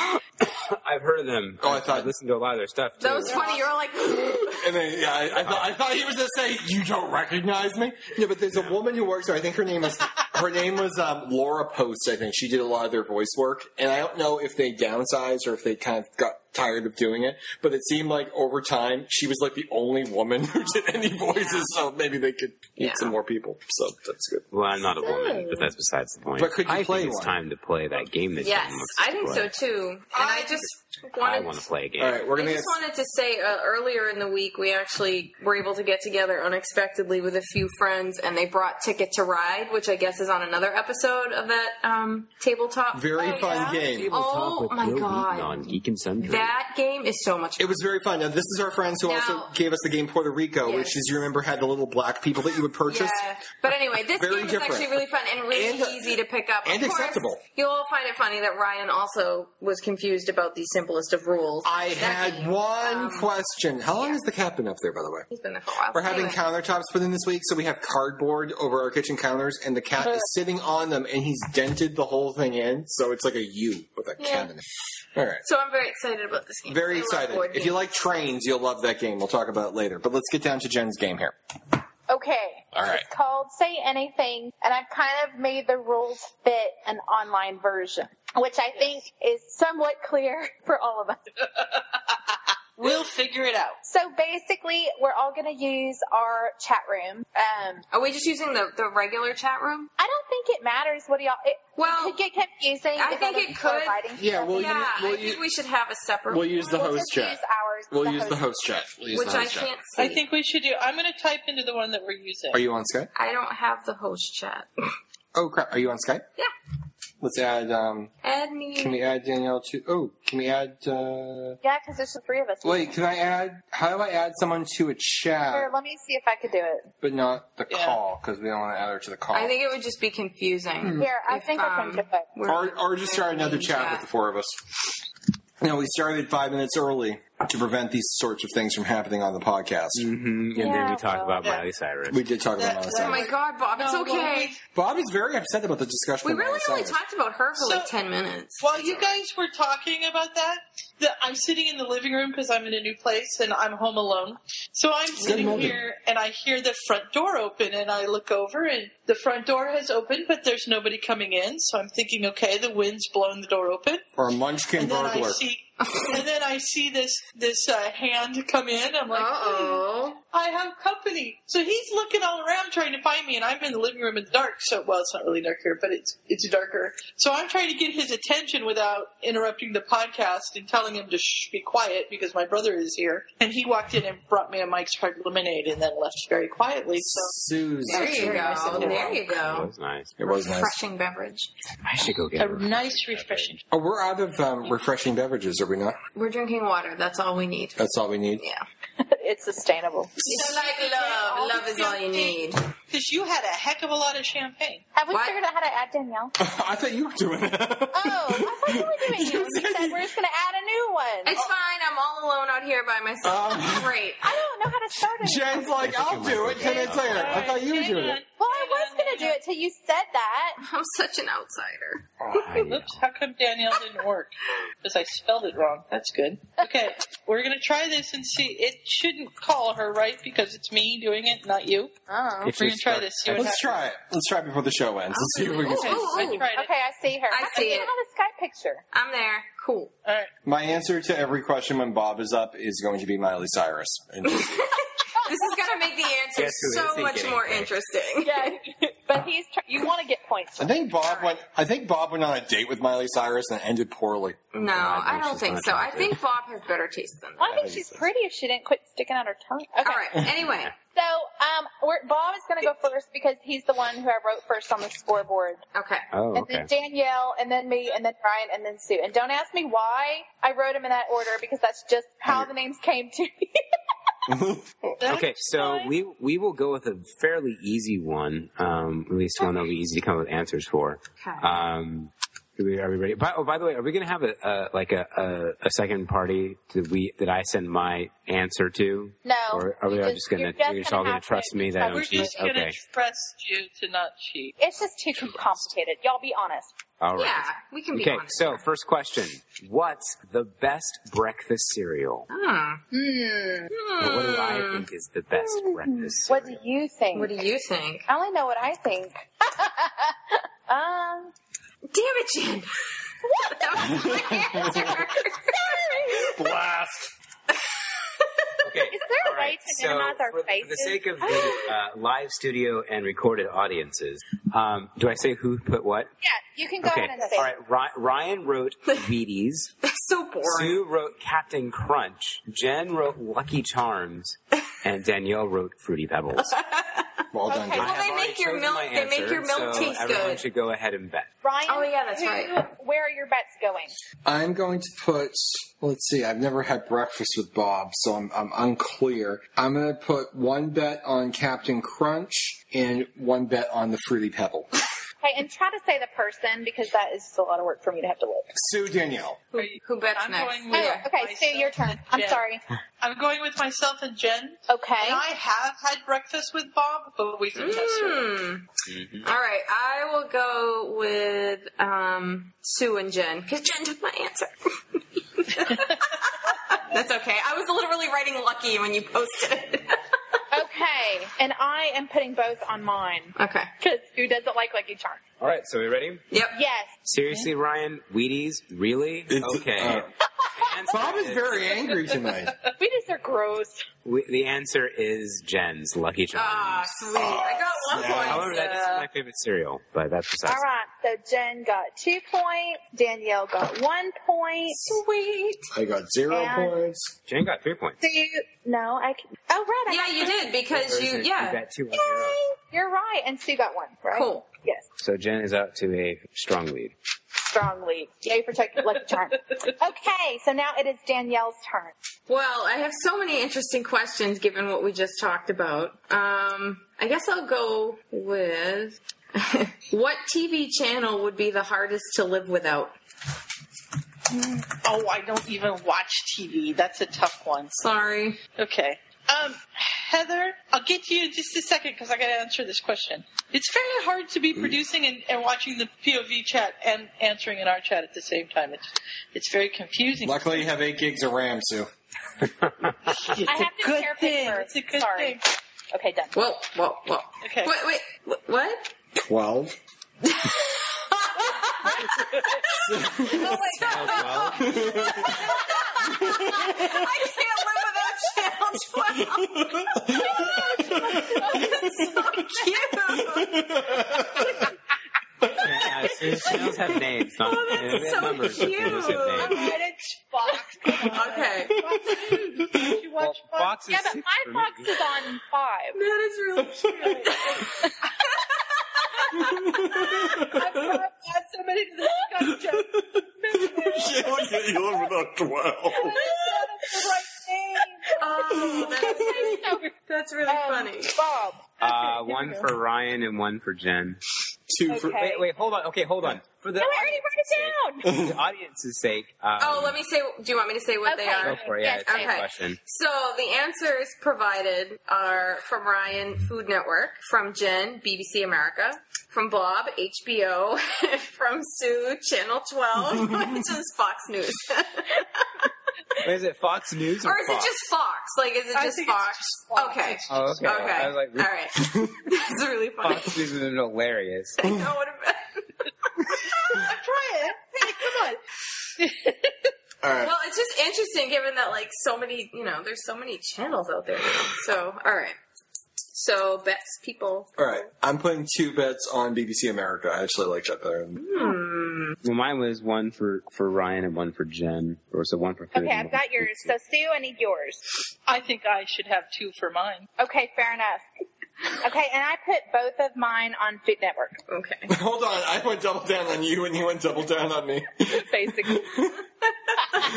A: I've heard of them.
C: Oh, I
A: I've-
C: thought-
A: I've listened to a lot of their stuff. Too.
D: That was funny. You're like, [GASPS]
C: And then, yeah, I, I, thought, I thought he was gonna say, "You don't recognize me." No, but there's a woman who works there. I think her name is her name was um, Laura Post. I think she did a lot of their voice work, and I don't know if they downsized or if they kind of got tired of doing it. But it seemed like over time she was like the only woman [LAUGHS] who did any voices, so maybe they could need
D: Yeah.
C: some more people. So that's good.
A: Well, I'm not a woman, but that's besides the point.
C: But could you
A: I
C: play
A: think it's
C: one?
A: time to play that game that
D: yes,
A: Jen wants
D: I
A: to
D: think so
A: play.
D: too. And I just
A: I
D: wanted.
A: want to play a game.
C: All right, we're
D: I
C: gonna
D: just
C: get
D: wanted to say uh, earlier in the week we actually were able to get together unexpectedly with a few friends, and they brought Ticket to Ride, which I guess is on another episode of that um, tabletop.
C: very fun game.
A: Table talk
D: Oh
A: with
D: my
A: Bill Wheaton
D: God.
A: On Geek and Sundry.
D: that game is so much.
C: It was very fun. Now, this is our friends who
D: Now-
C: also gave us the game Puerto Rico,
D: Yes.
C: which is you remember had the little black people that you would
D: Yeah,
C: purchase.
D: but anyway, this
C: Very
D: game is
C: different.
D: actually really fun and really
C: And, uh,
D: easy to pick up.
C: and
D: Of course,
C: acceptable.
D: You'll all find it funny that Ryan also was confused about the simplest of rules.
C: I
D: That
C: had
D: game,
C: one
D: um,
C: question. How long has the cat been up there, by the way?
D: He's been there for a while.
C: We're having
D: Anyway.
C: countertops put in this week, so we have cardboard over our kitchen counters, and the cat
D: [LAUGHS]
C: is sitting on them, and he's dented the whole thing in, so it's like a U with a cat in it. All right.
D: So I'm very excited about this game. I
C: Very
D: love
C: excited.
D: board
C: If you
D: games.
C: like trains, you'll love that game. We'll talk about it later. But let's get down to Jen's game here.
E: Okay.
C: All right.
E: It's called Say Anything, and I've kind of made the rules fit an online version, [LAUGHS]
D: [LAUGHS]
E: which I think is somewhat clear for all of us.
B: We'll figure it out.
E: So basically, we're all going to use our chat room. Um,
D: Are we just using the, the regular chat room?
E: I don't think it matters what y'all. It,
D: Well,
E: it could get confusing.
D: I
E: if
D: think
E: other
D: it
E: people are
D: could.
E: writing
J: Yeah,
E: stuff.
J: we'll
D: yeah,
J: we'll
D: I think we should have a separate.
J: We'll use the
E: We'll
J: host
E: just
J: chat.
E: use ours.
J: We'll
E: the
J: use the
E: host
J: host chat. We'll use
D: which
J: the
D: I
J: host chat.
D: can't see.
B: I think we should do. I'm going to type into the one that we're using.
C: Are you on Skype?
D: I don't have the host chat. [LAUGHS]
C: Oh crap! Are you on Skype?
D: Yeah.
C: Let's add. um
D: Add me.
C: Can we add Danielle to? Oh, can we add? uh
E: Yeah, because there's the three of us.
C: Wait, can I add? How do I add someone to a
E: Here,
C: chat,
E: let me see if I could do it.
C: but not the
B: Yeah.
C: call? Because we don't want to add her to the call.
D: I think it would just be
J: uh,
D: confusing.
E: Here, I
D: If,
E: think I can
D: um,
E: do it.
D: We're-
C: or, or just start another chat
D: Yeah.
C: with the four of us. No, we started five minutes early to prevent these sorts of things from happening on the podcast.
A: hmm And then
E: Yeah,
A: we talk
E: well.
A: about
B: Yeah.
A: Miley Cyrus.
C: We did talk about Miley
B: Yeah.
D: Oh my
C: Cyrus.
D: god, Bob, it's
B: No, well,
D: okay.
B: we-
C: Bob is very upset about the discussion.
D: We
C: of
D: really
C: Miley
D: only
C: Cyrus.
D: talked about her for
B: So-
D: like 10 minutes.
B: While you guys were talking about that, the, I'm sitting in the living room because I'm in a new place and I'm home alone. So I'm sitting
C: movie.
B: here and I hear the front door open and I look over and the front door has opened, but there's nobody coming in. So I'm thinking, okay, the wind's blown the door open.
C: or a Munchkin
B: And then I
C: burglar.
B: see, and then I see this this uh, hand come in. I'm
D: Uh
B: like, "Hmm,
D: oh.
B: I have company. So he's looking all around trying to find me, and I'm in the living room in the dark. So, well, it's not really dark here, but it's it's darker. So I'm trying to get his attention without interrupting the podcast and telling him to shh, be quiet because my brother is here. And he walked in and brought me a Mike's Hard Lemonade, and then left very quietly. So
C: Susan.
D: There you go. There you
A: That
D: go.
A: was nice.
C: It was nice.
D: Refreshing beverage.
A: I should go get
B: a
A: her.
B: nice refreshing.
C: Oh, we're out of um, refreshing beverages, are we not?
D: We're drinking water. That's all we need.
C: That's all we need.
D: Yeah.
E: it's sustainable.
D: It's like love. Love is all you need.
B: Because you had a heck of a lot of champagne.
E: Have we
D: What?
E: figured out how to add Danielle?
C: [LAUGHS] I thought you were doing it.
E: Oh, I thought you [LAUGHS] were
C: [LAUGHS]
E: doing you. You said we're just going to add a new one.
D: It's fine. I'm all alone out here by myself.
A: Oh.
C: Um,
D: [LAUGHS] Great.
E: I don't know how to start it.
C: Jen's like, I'll do it. Ten minutes later. I thought you were
B: Hang
C: doing
B: on.
C: it.
E: Well, I was going to do it till you said that.
D: I'm such an outsider.
A: I know.
B: Oops, how come Danielle didn't work? Because I spelled it wrong. That's good. Okay, we're going to try this and see. It shouldn't call her, right? Because it's me doing it, not you.
E: Oh.
A: If
B: We're
A: you
B: going to try
A: start-
B: this. See what
C: Let's try it. Let's try it before the show ends. Let's see if we can.
D: Ooh, ooh,
B: happens. I
D: ooh.
B: tried it.
E: Okay, I see her.
D: I see
E: I
D: it.
E: had a Skype picture.
D: I'm there. Cool.
B: All right.
C: My answer to every question when Bob is up is going to be Miley Cyrus. And just-
D: This is gonna make the answer
A: Guess who
D: so
A: isn't
D: much
A: getting
D: more
A: paid?
D: interesting.
E: Yeah, [LAUGHS] but he's. Tr- you want to get points.
C: I think Bob went. I think Bob went on a date with Miley Cyrus and it ended poorly.
D: No, I
A: Oh, she's
D: don't think
A: not
D: so. I
A: attractive.
D: think Bob has better taste than that.
E: Well, I think she's pretty if she didn't quit sticking out her tongue. Okay.
D: All right. Anyway,
E: So, um, we're, Bob is going to go first because he's the one who I wrote first on the scoreboard.
D: okay.
A: Oh,
E: And
A: okay.
E: then Danielle, and then me, and then Brian, and then Sue. And don't ask me why I wrote them in that order because that's just how the names came to me.
B: That's
A: Okay, so
B: fine.
A: we we will go with a fairly easy one, um, at least one that'll be easy to come up with answers for.
D: Okay.
A: Um, are we, are we ready? By, oh, by the way, are we going to have a, a like a, a, a second party that we that I send my answer to?
E: no.
A: Or are we
E: you
A: all just gonna-
E: you're
A: you're just all gonna
E: have
A: trust me that
E: trust
A: I'm
B: We're
E: me.
B: just going to
A: Oh, Okay.
B: trust you to not cheat.
E: It's just too complicated. Y'all be honest.
A: All right.
D: Yeah, we can be
A: Okay,
D: honest.
A: so first question: What's the best breakfast cereal?
D: Hmm.
E: Hmm.
A: What do I think is the best breakfast?
E: What
A: cereal?
E: do you think?
D: What do you think?
E: I only know what I think. [LAUGHS] um.
D: Damn it, Jen! [LAUGHS]
E: [LAUGHS]
D: that was my answer.
C: Blast!
A: Okay.
E: Is there a
A: all
E: way to minimize our
A: for, For the
E: faces?
A: sake
E: [GASPS]
A: of the uh, live studio and recorded audiences, um, do I say who put what?
E: Yeah, you can go
A: okay.
E: ahead and say.
A: All right. Ry- Ryan
D: [LAUGHS]
A: wrote Wheaties.
D: That's so boring.
A: Sue wrote Captain Crunch. Jen wrote Lucky Charms, and Danielle wrote Fruity Pebbles.
C: Well done,
E: Okay.
A: I
C: Dave.
A: have
D: they make
A: already
D: your
A: chosen
D: milk-
A: my
D: they make your
A: answer,
D: milk
A: so
D: taste
A: everyone
D: good.
A: should go ahead and bet.
E: Ryan,
D: Oh, yeah, that's
E: who-
D: right.
E: Where are your bets going?
C: I'm going to put. Let's see. I've never had breakfast with Bob, so I'm, I'm unclear. I'm going to put one bet on Captain Crunch and one bet on the Fruity Pebble.
E: Okay, and try to say the person because that is just a lot of work for me to have to look.
C: Sue Danielle.
D: Who, who bets
B: I'm
D: next?
B: going
E: Oh,
B: with
E: okay, Sue, your
B: myself
E: turn.
B: and
E: I'm
B: Jen.
E: sorry.
B: I'm going with myself and Jen.
E: Okay.
B: And I have had breakfast with Bob, but we can test her.
D: Hmm. All right, I will go with um, Sue and Jen because Jen took my answer. [LAUGHS] That's okay. I was literally writing lucky when you posted [LAUGHS] it.
E: [LAUGHS] Okay, and I am putting both on mine
D: okay.
E: because who doesn't like Lucky Charms?
A: All right. So we ready?
D: Yep.
E: Yes.
A: Seriously, Ryan, Wheaties, really?
C: It's-
A: okay.
C: uh,
A: Answer
C: Bob is
A: is-
C: very angry tonight.
E: [LAUGHS] We just are gross.
A: We, the answer is Jen's Lucky
D: Ah, uh,
A: Charms.
D: sweet. I got one point.
A: However, that is my favorite cereal, but that's besides.
E: All right, so Jen got two points, Danielle got one point.
D: Sweet.
H: I got zero
E: Yeah.
H: points.
A: Jen got three points.
E: Do you? No, I. Can, oh, right. I
D: Yeah,
E: got-
D: you did because
A: Or is
D: you.
A: it- You
D: Yeah.
A: got two on your own.
E: Yay! You're right, and Sue got one. Right.
D: Cool.
E: Yes.
A: So Jen is out to a strong
D: [LAUGHS]
A: lead.
E: Strong lead. Yay for Chuck Lucky [LAUGHS] Charm. okay, so now it is Danielle's turn.
D: Well, I have so many interesting questions given what we just talked about. Um, I guess I'll go with [LAUGHS] what TV channel would be the hardest to live without?
B: Oh, I don't even watch TV. That's a tough one.
D: Sorry.
B: Okay. Um, Heather, I'll get to you in just a second because I got to answer this question. It's very hard to
C: Mm.
B: be producing and, and watching the POV chat and answering in our chat at the same time. It's it's very confusing.
C: Luckily, you have eight gigs of RAM, Sue.
B: It's
E: I have
B: a
E: to
B: good
E: share
B: thing.
E: pictures.
B: It's a good
E: Sorry.
B: thing.
E: Okay, done.
D: Whoa, whoa, whoa.
B: Okay.
D: Wait, wait. wh- [LAUGHS] What?
C: [LAUGHS]
H: Twelve.
D: [LAUGHS] I can't live without Channel 12. That's so cute.
A: Yeah, Sue's channels have names, not
D: Oh, that's
A: they have
D: so
A: numbers, but they just have
D: cute.
A: names.
D: [LAUGHS] Okay.
B: You watch Fox?
A: Fox is
E: Yeah, but
A: six for
E: my
A: me.
E: box is on
B: [LAUGHS]
E: five.
D: That is really cute.
B: Add somebody
A: [LAUGHS]
B: to the Scott joke.
H: you live without twelve.
D: Oh, that's, [LAUGHS] that's
E: Um,
D: really funny.
E: Bob.
A: Uh, one for Ryan and one for Jen.
H: Two for
E: Okay.
A: Wait, wait, hold on. Okay, hold on. For the
E: No, I already wrote it down.
A: for the audience's sake. Um,
D: Oh, let me say. Do you want me to say what they
E: Okay.
D: are?
A: Go for it. Yeah,
E: Yes,
A: it's a
D: okay.
A: question.
D: So the answers provided are from Ryan, Food Network, from Jen, BBC America, from Bob, HBO, [LAUGHS] from Sue, Channel 12, [LAUGHS] which is Fox News. [LAUGHS]
A: Wait, is it Fox News or,
D: or is it
A: Fox?
D: just Fox? Like, is it
B: I
D: just
B: think it's
D: Fox?
B: just Fox.
D: Okay.
B: It's
A: Oh, okay. I
D: Okay.
A: was like,
D: All right.
A: [LAUGHS]
D: That's really funny.
A: Fox News would have been hilarious.
D: [LAUGHS] I know what it-
B: [LAUGHS] Try it. Hey, come on.
A: [LAUGHS]
H: All right.
D: well, it's just interesting given that like so many, you know, there's so many channels out there. now. So, all right. So, bets people.
C: All right, I'm putting two bets on BBC America. I actually like that better.
D: Hmm.
A: Well, mine was one for, for Ryan and one for Jen. Or so one for food.
E: Okay,
A: and
E: I've
A: one
E: got
A: for
E: yours. So
A: food.
E: Sue, I need yours.
B: I think I should have two for mine.
E: Okay, fair enough. Okay, and I put both of mine on Food Network,
D: Okay.
C: [LAUGHS] Hold on, I went double down on you, and you went double down on me. [LAUGHS]
E: basically.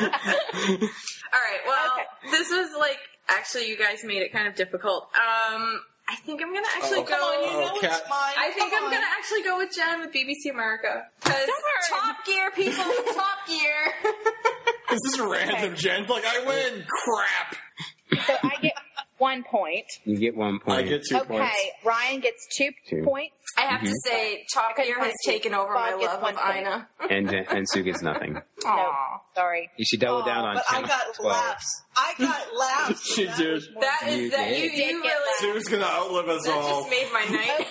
D: All right. Well,
E: Okay.
D: this was like actually you guys made it kind of difficult. Um, I think I'm gonna actually
C: Oh.
D: go.
C: you know it's Kat.
B: mine.
D: I think I'm gonna actually go with Jen with BBC America because Top Gear
E: [LAUGHS]
D: people, Top Gear.
C: this is random, Jen. Like I win. Crap.
E: So I get one point.
A: You get one
C: I
A: point.
C: get two
E: okay,
C: points.
E: Ryan gets two,
A: Two.
E: points.
D: I have
C: Mm-hmm.
D: to say, Top Gear has taken over my
E: Bob gets
D: love
E: one
D: of
E: point.
D: Ina.
A: And, Jen, and Sue gets nothing.
E: No, sorry.
A: You should double down on
B: but I
A: channel
B: got
A: 12.
B: laughs. I
C: [LAUGHS]
B: got laughs.
C: She
B: That
C: did.
B: was more-
D: That
A: You
D: is that you.
A: did.
D: You
E: Did get
D: really
C: Sue's gonna outlive us
D: that
C: all.
D: just made my night.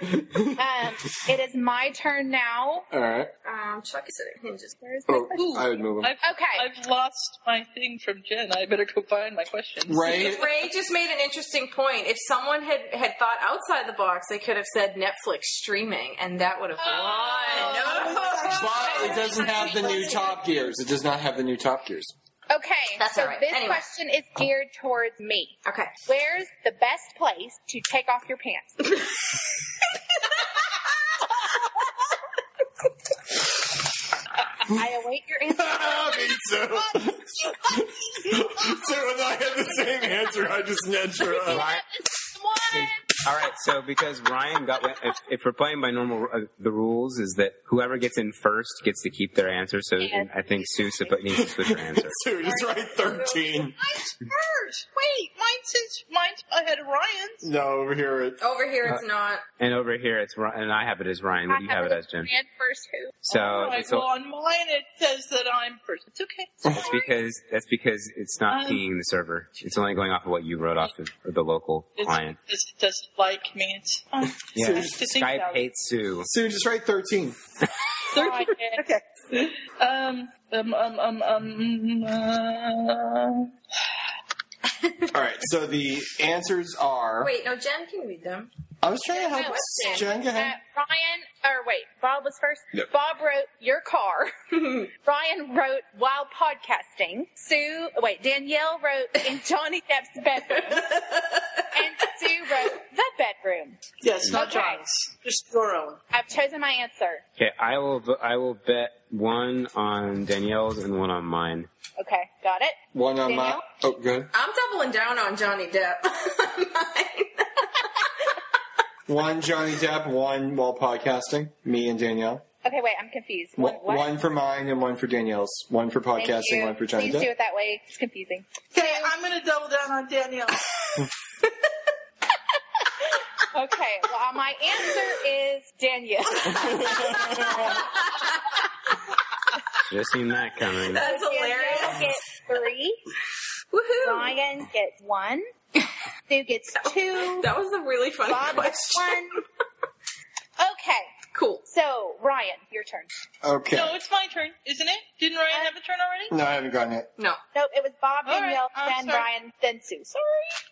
E: Okay, um, it is my turn now.
C: all right.
D: Um, Chuck is at hinges.
E: Where's my
C: Oh,
E: question?
C: I would move him.
B: I've,
E: Okay.
B: I've lost my thing from Jen. I better go find my questions. [LAUGHS]
C: Right. [LAUGHS]
D: [LAUGHS] Ray just made an interesting point. If someone had, had thought outside the box, they could have said Netflix streaming, and that would have won. [LAUGHS]
C: But it doesn't have the new Top Gears. It does not have the new Top [LAUGHS] Gears.
E: Okay,
D: That's
E: so
D: all right.
E: this
D: Anyway.
E: question is geared towards me.
D: Okay.
E: Where's the best place to take off your
C: [LAUGHS]
E: pants? I await your answer.
H: Me
C: [LAUGHS]
H: too. Sue and I had the same answer. I
C: [LAUGHS]
H: just natural.
C: uh,
A: Ryan- All right, so because Ryan got, if, if we're playing by normal, uh, the rules is that whoever gets in first gets to keep their answer. So
E: Yes.
A: I think Sue suppo- needs to switch her [LAUGHS] answer.
H: Sue, just write thirteen.
B: Mine's hers. Wait, mine says mine's ahead of Ryan's.
H: No, over here it.
D: Over here, it's not.
A: And over here, it's Ryan, and I have it as Ryan. Oh What do you have it as, Jim?
E: And first who?
C: [LAUGHS]
A: So
B: All right,
A: it's,
B: well, on mine it says that I'm first. It's okay. It's
A: [LAUGHS] it's because that's because it's not
B: Um,
A: pinging the server. It's only going off of what you wrote off of, of the local client.
B: It doesn't like me. It's fine.
A: Yeah,
B: I have to think
A: Skype
B: about it.
A: hates Sue.
C: Sue, just write thirteen.
B: [LAUGHS] okay. Um, um, um, um, um, uh,
C: [LAUGHS] All right. So the answers are.
D: Wait, no, Jen can read them.
C: I was trying to help
E: Question.
C: Jen. Go ahead.
E: Uh, Ryan, or wait, Bob was first.
C: Yep.
E: Bob wrote
C: [LAUGHS]
E: your car. Ryan wrote while podcasting. Sue, wait, Danielle wrote
C: [LAUGHS]
E: in Johnny Depp's bedroom. and Sue wrote the bedroom.
B: Yes, not
E: Okay.
B: John's. Just your own.
E: I've chosen my answer.
A: Okay, I will. v- I will bet one on Danielle's and one on mine.
E: Okay, got it.
C: One on my.
E: Danielle?
C: Oh, good.
D: I'm doubling down on Johnny Depp. [LAUGHS]
C: One Johnny Depp, one while podcasting. Me and Danielle.
E: Okay, wait, I'm confused.
C: One,
E: One, what?
C: one for mine and one for Danielle's. One for
E: Thank
C: podcasting,
E: you.
C: one for Johnny
E: Please do
C: Depp.
E: it that way. It's confusing.
B: Okay, I'm going to double down on Danielle.
E: Okay, well, uh, my answer is
D: [LAUGHS]
E: Danielle.
A: Should have seen that [LAUGHS] coming.
D: That's
E: Danielle
D: hilarious.
E: gets three.
D: Woohoo!
E: Ryan gets one. Sue gets two.
D: That was a really funny
E: Bob gets
D: question.
E: one. Okay,
D: Cool.
E: so Ryan, your turn.
C: Okay.
B: [LAUGHS] No, it's my turn, isn't it? Didn't Ryan have a turn already?
C: No, I haven't gotten it.
D: No.
E: No, it was Bob,
B: All right,
E: Danielle,
B: I'm
E: then
B: sorry.
E: Ryan, then Sue. Sorry. [LAUGHS]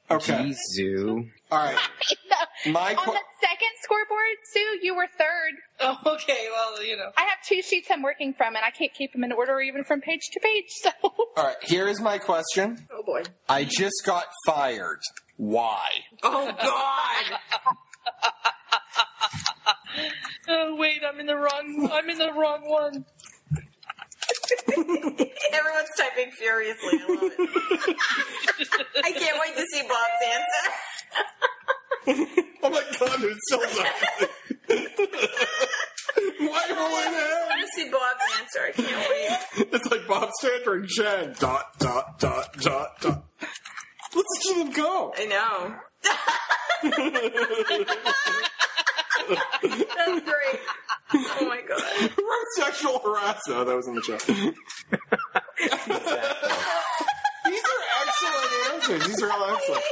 C: Okay.
A: Zoo.
C: All right.
E: No.
C: My
E: On
C: qu-
E: the second scoreboard, Sue, you were third.
B: Oh, okay, well, you know.
E: I have two sheets I'm working from, and I can't keep them in order even from page to page. [LAUGHS] So
C: All right. Here is my question.
D: Oh boy.
C: I just got fired. Why?
D: Oh god.
B: Oh, wait, I'm in the wrong, I'm in the wrong one.
D: [LAUGHS] Everyone's typing furiously. I love it. [LAUGHS] I can't wait to see Bob's answer. [LAUGHS]
C: Oh my god, it's so [LAUGHS] loud. [LAUGHS] Why
D: I
C: will
D: want to see Bob's answer. I can't wait.
C: it end? It's like Bob Stanford and Jen. Dot, dot, dot, dot, dot. Let's let them go.
D: I know. [LAUGHS] That's great. Oh my god.
C: Who wrote sexual harassment? Oh, that was in
A: [LAUGHS]
C: the chat. These are excellent answers. These are all excellent.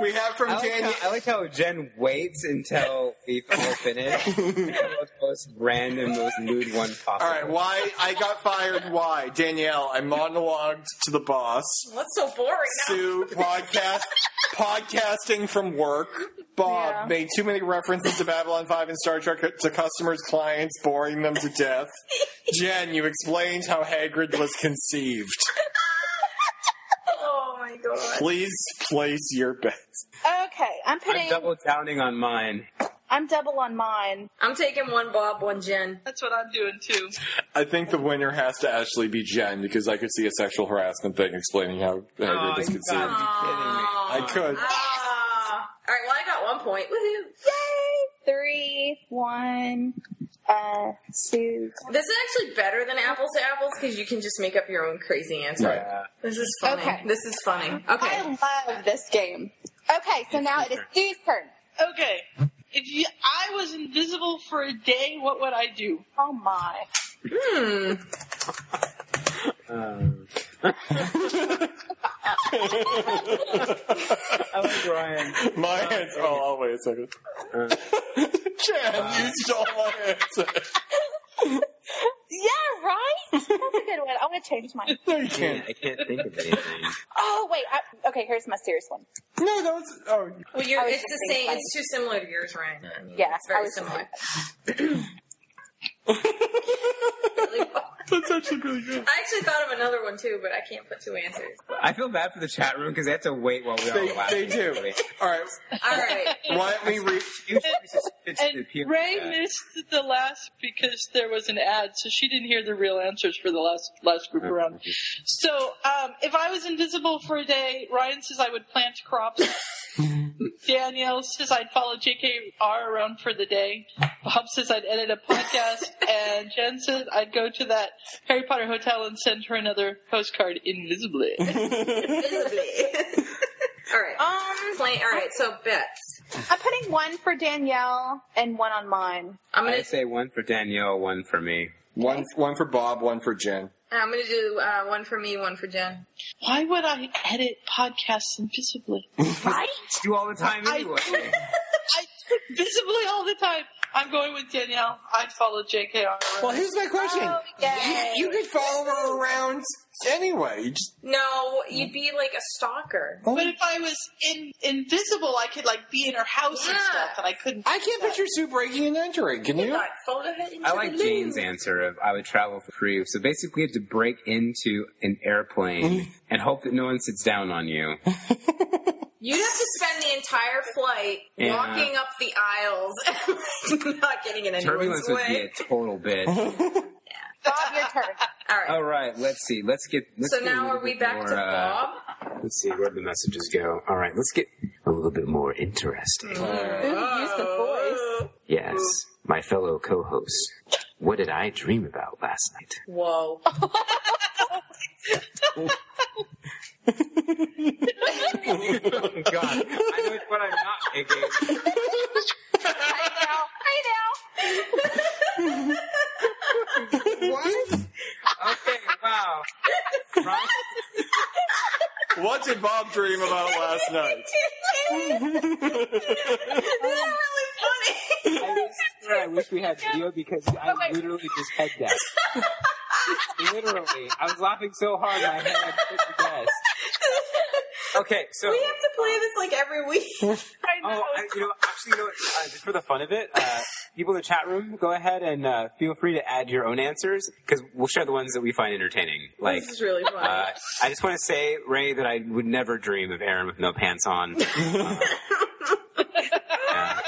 C: We have from
A: I like,
C: Danielle.
A: how, I like how Jen waits until we've all
C: [LAUGHS]
A: finished. the most random, most nude one possible.
C: All right, why I got fired? Why Danielle? I monologued to the boss.
D: What's so boring?
C: Sue podcast podcasting from work. Bob
E: Yeah.
C: made too many references to Babylon Five and Star Trek to customers, clients, boring them to death. Jen, you explained how Hagrid was conceived.
D: Oh my god.
C: Please place your bets.
E: okay, I'm putting.
A: I'm double downing on mine.
C: Oh,
E: on mine.
D: I'm taking one Bob, one Jen.
B: That's what I'm doing too.
C: I think the winner has to actually be Jen because I could see a sexual harassment thing explaining how Hagrid
A: Oh,
C: was
A: you
C: conceived.
A: gotta be
C: I could.
D: Ah. All right. Well, I got one point. Woohoo!
E: Three, one, uh, two.
D: This is actually better than apples to apples because you can just make up your own crazy answer.
A: kidding me.
C: [LAUGHS]
A: Yeah.
D: This is funny.
E: Okay.
D: This is funny. Okay.
E: I love this game. Okay, so now it is Sue's turn.
B: Okay. If you, I was invisible for a day, what would I do? [LAUGHS]
E: Oh my.
D: Hmm.
A: Um, I like Ryan.
C: My hands. Oh, I'll wait a second. [LAUGHS] Jen, you stole my answer.
E: Yeah, right? [LAUGHS] That's a good one. I'm going to change mine.
C: No, you
A: I can't,
C: can't.
A: I can't think of anything.
E: Oh, wait. I, okay, here's my serious one.
C: No, that was. Oh,
D: Well, you're,
E: I was
D: it's
E: just
D: the
E: being
D: same.
E: funny.
D: It's too similar to yours, Ryan. I mean,
E: Yeah,
D: it's very
E: I was-
D: similar. [CLEARS THROAT] [LAUGHS] Really well.
C: that's actually really good.
D: I actually thought of another one too, but I can't put two [LAUGHS] answers.
A: I feel bad for the chat room because they have to wait while we
C: They,
A: all laugh.
C: they do. All right,
D: All right.
C: why don't we read?
A: Usually it's just- it's the
B: And
A: people
B: Ray
A: that-
B: missed the last because there was an ad, so she didn't hear the real answers for the last last group around. So, um, if I was invisible for a day, Ryan says I would plant crops. Danielle says I'd follow JKR around for the day. Bob says I'd edit a podcast, and Jen says I'd go to that Harry Potter hotel and send her another postcard invisibly.
D: Visibly. [LAUGHS] all right.
E: Um,
D: Plain- all right. So bets.
E: I'm putting one for Danielle and one on mine.
D: I'm gonna.
A: I say one for Danielle, one for me.
C: One, one for Bob, one for Jen.
D: I'm gonna do uh, one for me, one for Jen.
B: Why would I edit podcasts invisibly? [LAUGHS]
E: Right?
A: Do all the time anyway.
B: I visibly all the time. I'm going with Danielle. I follow JKR.
C: Well, here's my question.
E: Oh, yeah.
C: You could follow her around anyway. You just-
D: No, you'd be like a stalker.
C: Oh.
B: But if I was in, invisible, I could like be in her house and
D: Yeah.
B: stuff, and I couldn't.
C: I can't picture Sue breaking and entering. Can you?
D: Not photo her into
A: I like
D: the moon.
A: Jane's answer of I would travel for free. So basically, you have to break into an airplane
D: [LAUGHS]
A: and hope that no one sits down on you.
D: You'd have to spend the entire flight
A: Yeah.
D: walking up the [LAUGHS] aisles, not getting in anyone's
A: Turbulence would be a
D: way.
A: total bitch.
E: Bob, your turn.
D: [LAUGHS] All right.
A: All right, let's see. Let's get. Let's
D: so
A: get a
D: now
A: little
D: are we
A: bit
D: back
A: more,
D: to
A: uh,
D: Bob?
A: Let's see where the messages go. All right, let's get a little bit more interesting.
D: Mm-hmm.
J: use the voice.
G: Yes, my fellow co-host. What did I dream about last night?
D: [LAUGHS] Whoa.
A: Oh, God, I know what I'm not picking.
E: I know. I know.
C: What?
A: Okay, wow.
D: [LAUGHS]
A: Right?
H: What did Bob dream about last night?
A: I just swear I wish we had video because I literally just head that. [LAUGHS] literally, I was laughing so hard my head hit the desk. Okay, so
D: We have to play this like every week.
E: I know.
A: [LAUGHS] oh, I, you know, actually, you know, what, uh, just for the fun of it, uh, people in the chat room, go ahead and uh, feel free to add your own answers because we'll share the ones that we find entertaining. Like,
D: this is really fun.
A: uh, I just want to say, Ray, that I would never dream of Aaron with no pants on. Uh, yeah.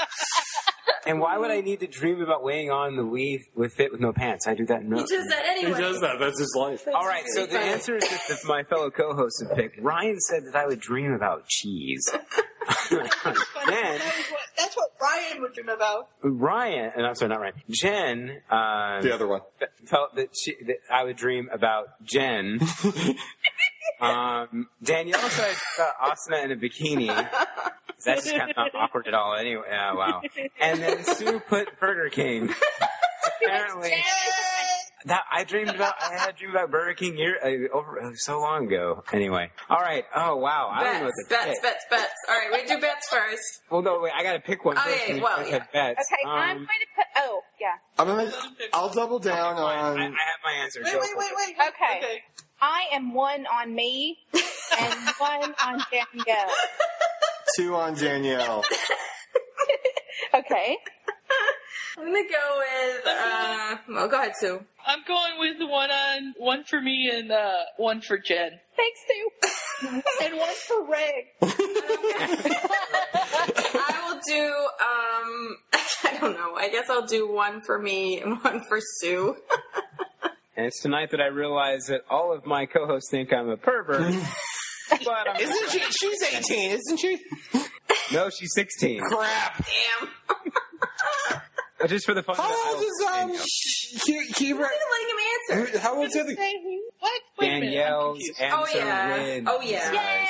A: And why would I need to dream about weighing on the leaf with fit with no pants? I do that in no.
D: he does that
H: He
D: anyway.
H: does that. That's his life.
A: All right, so the answer is that the- my fellow co-hosts have picked. Ryan said that I would dream about cheese. [LAUGHS] then
B: That was what, that's what Ryan would dream about.
A: Ryan, and I'm sorry, not Ryan. Jen um,
C: The other one.
A: fe- felt that, she, that I would dream about
D: [LAUGHS]
A: Jen. um, Danielle said uh, Asana in a bikini. That's just kind of not awkward at all. Anyway, uh, wow. And then Sue put Burger King. Apparently, that I dreamed about. I had a dream about Burger King year uh, over uh, so long ago. Anyway, all right. Oh wow, I don't know what to
D: Bets, bets,
A: pick.
D: bets, bets. All right, we do bets first.
A: Well, no, wait. I got to pick one
D: Oh,
A: first.
D: yeah,
A: and we
D: well,
A: both
D: yeah.
A: have bets.
E: Okay, I'm
A: Um,
E: going to put. Oh, yeah.
C: I'm gonna. I'll double down
A: um, I, I have
C: on.
A: my answer.
B: Wait,
A: Go
B: wait,
A: for
B: wait,
A: it.
B: wait.
E: Okay. I am one on me and one on Danielle.
C: Two on Danielle.
E: [LAUGHS] Okay.
D: I'm gonna go with. Uh, well, go ahead, Sue.
B: I'm going with one on one for me and uh, one for Jen.
E: Thanks, Sue.
B: [LAUGHS] And one for Ray.
D: I will do. Um, [LAUGHS] I don't know. I guess I'll do one for me and [LAUGHS] one for Sue.
A: And it's tonight that I realize that all of my co-hosts think I'm a [LAUGHS] pervert. but I'm
C: Isn't she? She's 18, isn't she?
A: no, she's 16.
C: Crap.
D: [LAUGHS] Damn.
A: But just for the fun of it,
C: How old
A: I'll-
C: is um? Ki- Kira?
D: I'm letting him answer.
C: How old's the other?
B: What? Wait a minute. I'm
A: Danielle's
B: confused.
A: answer
D: Oh yeah.
A: wins.
D: Oh yeah.
E: Yay!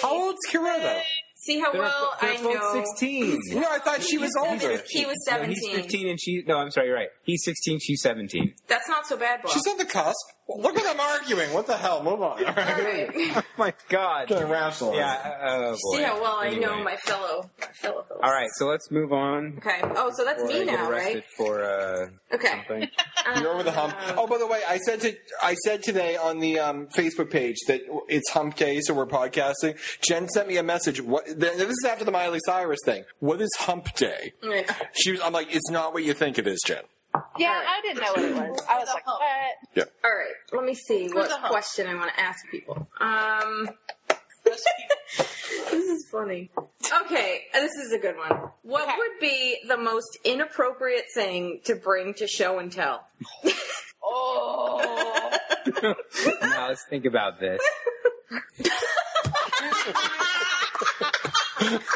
C: How old's Kira though?
D: See how
A: They're,
D: well
A: they're
D: I
A: both
D: know.
A: 16.
C: No, I thought she was older.
D: He was
A: No,
D: seventeen.
A: he's 15 and she. No, I'm sorry. You're right. He's 16. She's 17.
D: That's not so bad, Bob.
C: She's on the cusp. Look at them arguing. What the hell? Move on. All
D: All
C: [LAUGHS] right.
D: right.
A: [LAUGHS] Oh my God.
C: Getting rational.
A: Yeah. Oh boy.
D: See how well
A: Anyway.
D: I know my fellow. My fellow hosts.
A: All right. So let's move on.
D: Okay. Oh, so that's
A: before I
D: me
A: get
D: now,
A: arrested
D: right?
A: For uh,
D: Okay. [LAUGHS] Uh,
A: something. [LAUGHS]
C: You're over the hump. Oh, by the way, I said to I said today on the um, Facebook page that it's Hump Day, so we're podcasting. Jen sent me a message. What? This is after the Miley Cyrus thing. What is Hump Day?
D: Right.
C: She was. I'm like, it's not what you think it is, Jen.
E: Yeah, I didn't know what it was. I was
B: Oh.
E: like, uh, what?
D: All right. Let me see what
B: the hump.
D: question I want to ask people. Um. [LAUGHS] This is funny. Okay, uh, this is a good one. What would be the most inappropriate thing to bring to show and tell?
E: Oh.
A: now let's think about this.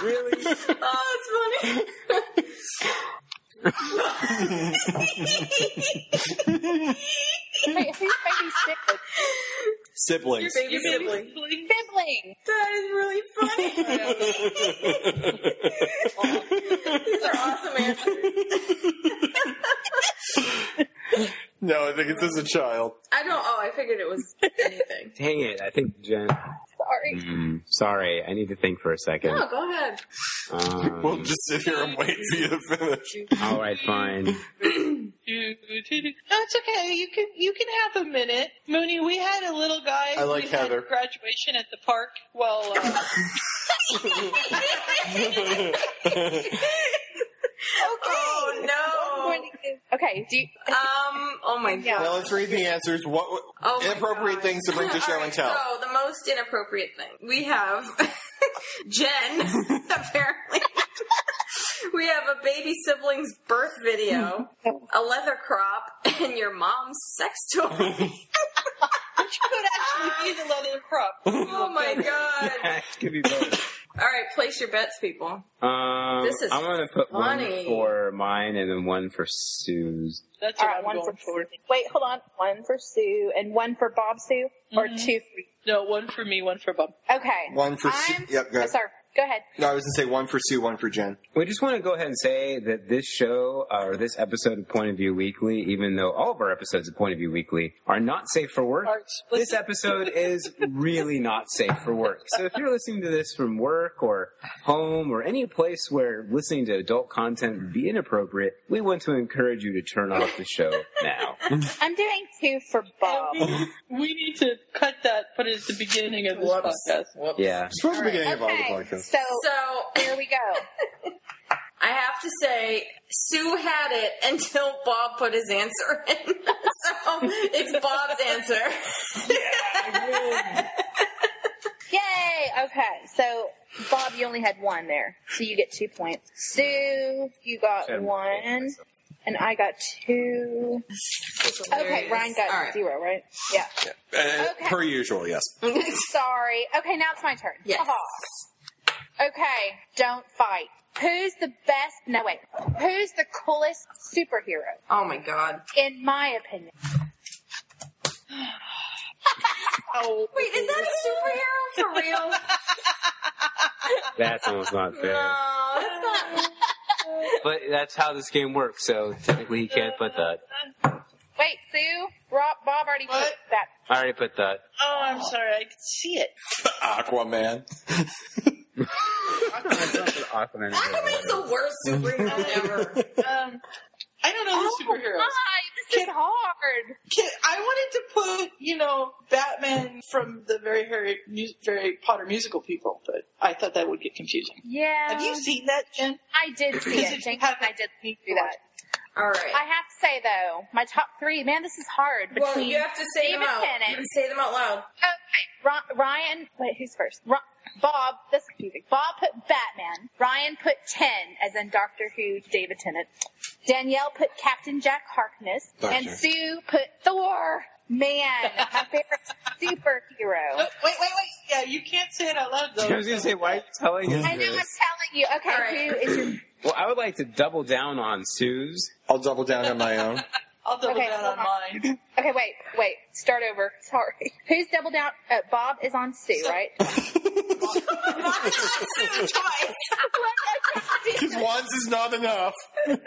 A: really?
D: [LAUGHS] Oh, it's
E: Wait, who's baby sibling?
C: Siblings.
D: funny. Baby
B: You mean-
D: sibling.
E: Sibling.
D: That is really funny. [LAUGHS] These are awesome answers.
C: no, I think it's as a child.
D: I don't. Oh, I figured it was anything.
A: Dang it! I think Jen.
E: Sorry.
A: Hmm, sorry, I need to think for a second.
D: No, Oh, go ahead.
A: Um,
C: We'll just sit here and wait for you to finish.
A: all right, fine.
B: Do, do, No, it's okay. You can you can have a minute, Mooney. We had a little guy.
C: I like
B: we had
C: Heather.
B: graduation at the park. Well, uh,
D: Oh
C: Mm.
D: no.
E: Okay, do you,
D: Um. Oh my god.
E: Yeah.
C: Now let's read the answers. What
D: Oh my
C: inappropriate
D: God.
C: things to bring to show
D: All
C: and
D: right, [LAUGHS]
C: tell?
D: So the most inappropriate thing we have [LAUGHS] Jen
C: [LAUGHS]
D: apparently. We have a baby sibling's birth video, a leather crop, and your mom's sex
C: [LAUGHS]
D: toy.
B: which could actually be the leather crop.
D: oh my god!
A: it could be both.
D: All right, place your bets, people.
A: Um,
D: This is
A: I'm gonna put
D: funny.
A: one for mine and then one for Sue's.
B: That's
E: all
B: what
E: right,
B: I'm
E: one for
B: going for.
E: wait, hold on, one for Sue and one for Bob Sue or
B: Mm-hmm.
E: two for
B: No, one for me, one for Bob.
E: you. Okay,
C: One for Sue-
E: I'm-
C: yep, go ahead.
E: Sorry, go ahead.
C: No, I was gonna say one for Sue, one for Jen.
A: We just want to go ahead and say that this show uh, or this episode of Point of View Weekly, even though all of our episodes of Point of View Weekly are not safe for work,
B: Are explicit.
A: this episode is really not safe for work. So if you're listening to this from work or home or any place where listening to adult content would be inappropriate, we want to encourage you to turn off the show now.
E: I'm doing two for
B: And
E: Bob.
B: we, we need to cut that, put it at the beginning of this podcast.
A: Yeah.
C: It's from the beginning of all the
E: Okay,
C: podcasts.
E: so
D: So
E: here we go.
D: I have to say, Sue had it [LAUGHS] until Bob put his answer in. [LAUGHS] so it's Bob's answer.
E: Yay! Okay, so Bob, you only had one there, so you get two points. Sue, you got
A: Seven.
E: one, and I got two. Okay, Ryan got zero, right? Yeah.
C: Uh,
E: Okay.
C: Per usual, yes.
D: zero.
E: Sorry. Okay, now it's my turn.
D: Yes.
E: Aha. Okay, don't fight. Who's the best? No, wait. Who's the coolest superhero,
D: oh my god.
E: in my opinion?
B: Oh,
D: Wait, is that a superhero
A: [LAUGHS]
D: for real?
A: That's almost not fair.
D: No, that's not.
A: [LAUGHS] But that's how this game works, so technically he can't put that.
E: Wait, Sue, Rob, Bob already put
B: What?
E: that.
A: I already put that.
B: oh, I'm sorry. I could see it.
C: Aquaman.
A: Aquaman.
D: Aquaman's the worst superhero ever.
B: Um, I don't know the superheroes.
E: Hi, this is hard.
B: Can- I wanted to put, you know, Batman from the very Harry, mu- very Potter musical people, but I thought that would get confusing.
E: Yeah.
B: Have you seen that, Jen?
E: I did see
B: Because
E: it.
B: if
E: Thank
B: you
E: you.
B: haven't-
E: I did see that.
D: All right.
E: I have to say though, my top three. Man, this is hard. Between
D: well, you have to say them
E: David
D: out.
E: Tennant.
D: Say them
A: [LAUGHS]
D: out loud.
E: okay, Ri- Ryan. Wait, who's first? Ri- Bob. That's confusing. Bob put Batman. Ryan put ten, as in Doctor Who. David Tennant. Danielle put Captain Jack Harkness,
C: Doctor.
E: and Sue put Thor. Man, my
D: [LAUGHS]
E: favorite superhero.
B: Oh, wait, wait, wait. Yeah, you can't say it out loud though.
A: [LAUGHS] I was gonna say, why are you telling us
E: I know. I'm
A: this?
E: telling you. Okay,
D: All
E: who is your?
A: Well, I would like to double down on Sue's.
C: I'll double down on my own.
B: I'll double
E: Okay,
B: down on
E: hold on.
B: mine.
E: Okay, wait, wait. Start over. Sorry. [LAUGHS] Who's double down? Uh, Bob is on Sue, right?
C: Because once is not enough.
E: I'm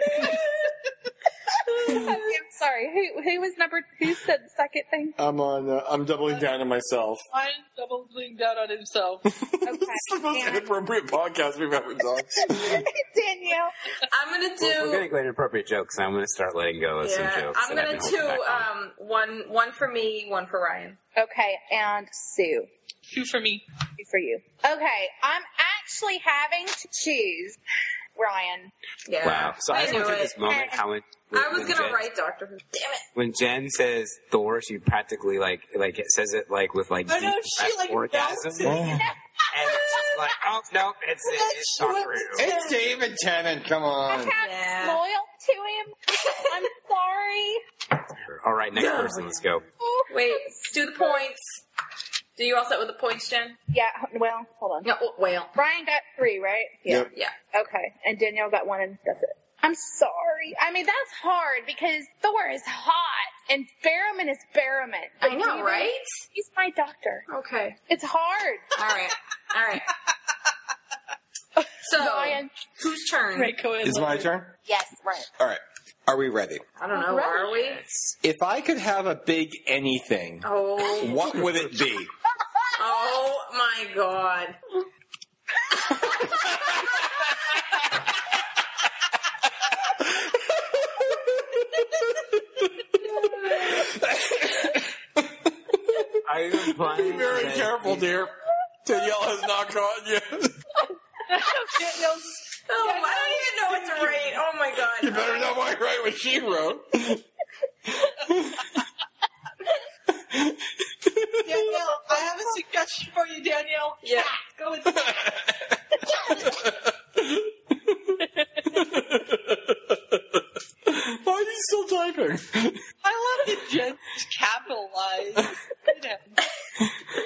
E: sorry. Who who was number? Who said the second thing?
C: I'm on. Uh, I'm doubling down on myself.
B: [LAUGHS] Mine doubling down on [LAUGHS] himself.
E: [LAUGHS] Okay.
C: It's the most
E: Dan-
C: inappropriate podcast we've ever done.
E: Danielle.
D: I'm gonna do.
A: We're gonna go into appropriate jokes, and I'm gonna start letting go of some
D: yeah,
A: jokes.
D: I'm
A: that I've
D: gonna
A: been
D: do
A: holding back on.
D: um one one for me, one for Ryan.
E: Okay, and Sue.
B: Two for me.
E: Two For you. Okay, I'm actually having to choose Ryan.
D: Yeah.
A: Wow. So I, just
D: knew
A: want to take
D: it.
A: this moment. How when,
D: I was
A: when
D: gonna
A: Jen,
D: write Doctor Who. Damn
A: when Jen says Thor, she practically like like it says it like with like
B: Oh,
A: deep
B: no, she,
A: breath
B: like,
A: orgasm,
B: melts it.
A: and it's just like oh no, it's it,
B: That's
A: it's
B: what-
A: not true.
C: It's David Tennant. Come
E: I
C: on.
E: have
D: Oh, Yeah.
E: loyal to him. I'm sorry.
A: All right, next person, let's go.
E: Oh,
D: it. [LAUGHS] Wait, do the points. Do you all set with the points, Jen?
E: Yeah. Well, hold on.
D: No. oh, Well.
E: Ryan got three, right? Yeah.
C: Yep.
D: Yeah.
E: Okay, and Danielle got one, and that's it. I'm sorry. I mean, that's hard because Thor is hot, and Barrowman is Barrowman. But
D: I know,
E: David,
D: right?
E: He's my doctor.
D: Okay.
E: It's hard.
D: All right. All right. So,
E: Ryan.
D: whose turn?
B: Draco and
C: Is it my turn?
E: Yes, right.
C: All right. Are we ready?
D: I don't know. Are we?
C: If I could have a big anything,
D: Oh.
C: what would it be?
D: Oh my god.
K: careful, dear. Danielle has not caught you.
B: Danielle's
D: Oh, I don't even know what to rate. Oh my god.
K: You better not write write what she wrote.
B: Danielle, I have a suggestion for you, Danielle.
D: Yeah.
B: Go with that.
K: Why are you still typing?
B: [LAUGHS] I love it just capitalized. [LAUGHS] Good heavens.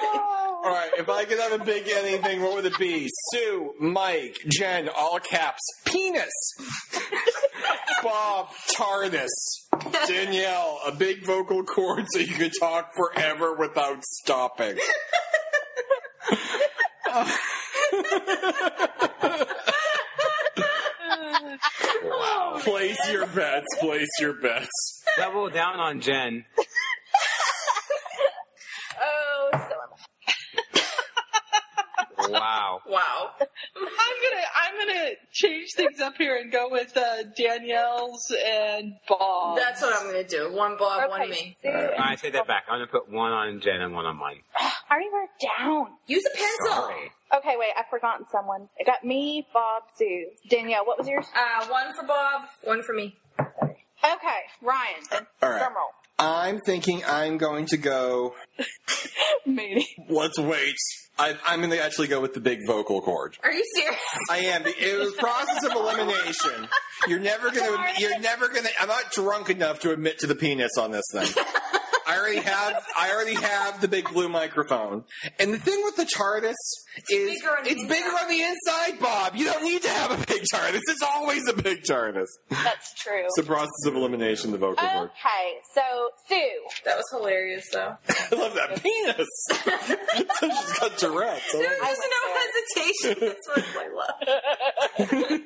K: All right, if I could have a big anything, what would it be? Sue, Mike, Jen, all caps, penis. Bob, TARDIS. Danielle, a big vocal cord so you could talk forever without stopping. Place your bets, place your bets.
A: Double down on Jen.
E: Oh, so am I.
A: Wow.
D: Wow.
B: I'm gonna I'm gonna change things up here and go with uh, Danielle's and Bob.
D: That's what I'm gonna do. One Bob, one
E: Okay,
D: me.
E: Sue and-
A: I take that back. I'm gonna put one on Jen and one on mine.
E: I already wrote it down.
D: Use a pencil.
A: Sorry.
E: Okay, wait, I've forgotten someone. I got me, Bob, Sue, Danielle. What was yours?
D: Uh, one for Bob, one for me.
E: Okay, Ryan.
C: All right.
E: Drum roll.
C: I'm thinking I'm going to
D: [LAUGHS]
C: go.
E: Moody.
K: Let's wait.
C: I, I'm going to actually go with the big vocal cord.
D: Are you serious? [LAUGHS]
C: I am. It was process of elimination. You're never going to. You're never going to. I'm not drunk enough to admit to the penis on this thing. I already have. I already have the big blue microphone. And the thing with the TARDIS is
D: bigger on the
C: it's bigger
D: inside.
C: on the inside, Bob. You don't need to have a big TARDIS. It's always a big TARDIS.
E: That's true.
C: It's a process of elimination. The
D: Uh,
C: vocal cord.
E: Okay, so Sue.
D: That was hilarious, though.
C: I love that penis. [LAUGHS] She's got Tourette's. I love it.
D: There's no hesitation. That's what I love.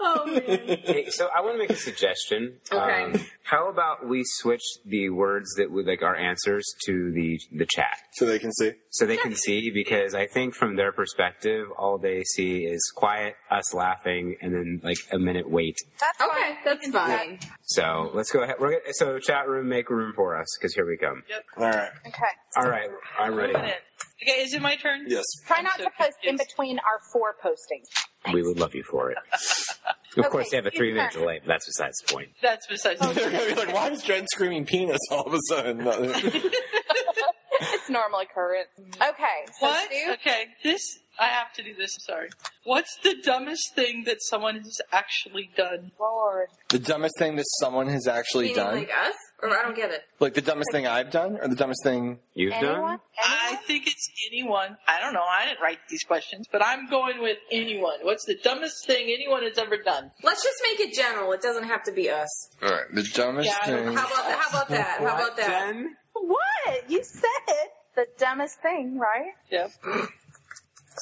D: oh man.
A: Hey, so I want to make a suggestion. Um,
D: Okay.
A: how about we switch the words that would like our answers to the the chat
C: So they can see.
A: so they can see because I think from their perspective all they see is quiet, us laughing, and then like a minute wait.
E: That's
D: Okay, that's fine.
A: So let's go ahead. We're gonna, so chat room, make room for us because here we come.
C: All right.
E: Okay.
A: All right, I'm ready.
B: Put it. Okay, is it my turn?
C: Yes. [LAUGHS]
E: Try not to post in between our four postings.
A: We would love you for it. Of course, they have a three minute delay, but that's besides the point.
B: That's besides.
C: They're gonna be like, why is Jen screaming penis all of a sudden?
E: It's normal occurrence. Okay. So
B: What?
E: Sue,
B: Okay, this I have to do this. I'm sorry. What's the dumbest thing that someone has actually done?
E: Lord.
C: the dumbest thing that someone has actually
D: Meaning
C: done,
D: like us? Or I don't get it.
C: like the dumbest thing I've done, or the dumbest thing.
A: You've
E: Anyone?
A: done?
B: I
E: Anyone?
B: think it's anyone. I don't know. I didn't write these questions, but I'm going with anyone. What's the dumbest thing anyone has ever done?
D: Let's just make it general. It doesn't have to be us.
C: All right, the dumbest
B: Yeah, I don't-
C: thing.
D: How about that? How about that? How about that?
A: Jen?
E: What? You said the dumbest thing, right?
B: Yep.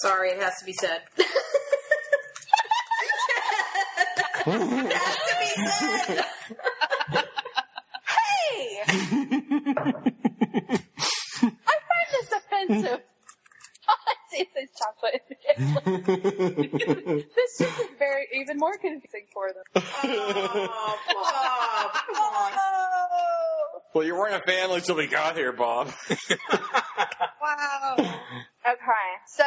D: Sorry, it has to be said. [LAUGHS] it has to be said.
E: Hey! [LAUGHS] I find this offensive. [LAUGHS] All I see is this chocolate. [LAUGHS] this just is very even more confusing for them.
D: Oh, Bob, come on.
E: Oh.
K: Well, you weren't a family till we got here, Bob.
B: Wow.
E: Okay, so